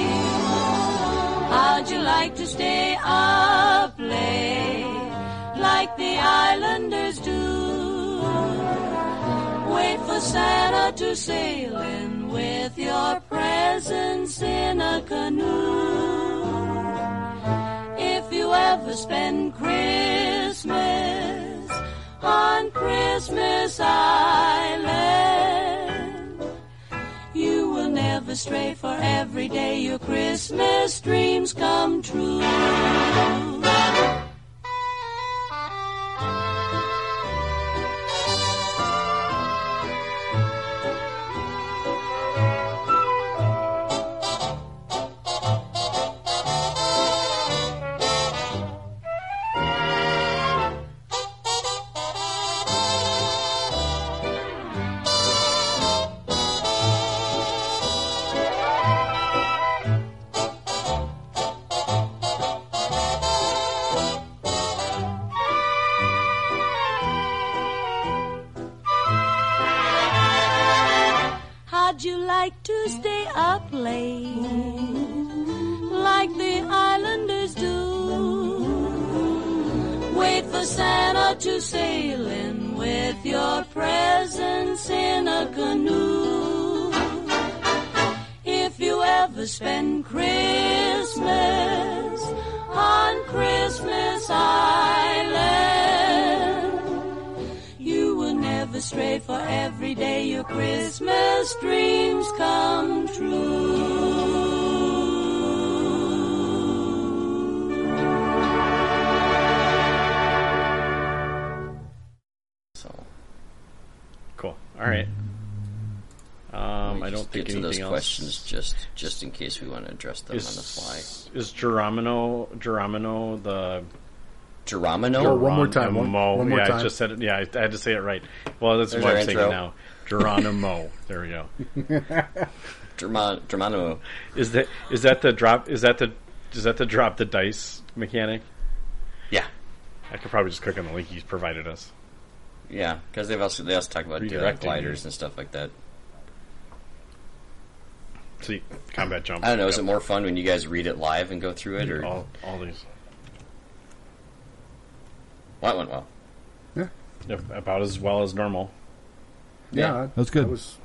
How'd you like to stay up late like the islanders do? Wait for Santa to sail in with your presents in a canoe. If you ever spend Christmas on Christmas Island, you will never stray, for every day your Christmas dreams come true. How'd you like to stay up late like the islanders do? Wait for Santa to sail in with your presents in a canoe. If you ever spend Christmas on Christmas Island, you will never stray, for every day your Christmas dreams come true.
So
Cool. All right.
let
Um,
me
I
just
don't think
get to
anything
those
else.
questions just just in case we want to address them on the fly.
is is Geronimo Geronimo the
Geronimo.
Well, one more time, one-
Geronimo-
one more
yeah, I
time.
just said it. Yeah, I, I had to say it right. Well, that's
There's
what
our
I'm saying
intro.
now. Geronimo. there we go.
German- Geronimo.
Is that is that the drop? Is that the is that the drop the dice mechanic?
Yeah.
I could probably just click on the link he's provided us.
Yeah, because they've also they also talk about direct
Redirecting you.
gliders and stuff like that.
See, combat jump.
I don't know. Is
Yep.
it more fun when you guys read it live and go through it, or
all all these
well, that went well?
Yep, about as well as normal?
Yeah.
Yeah.
I-
That's good.
I was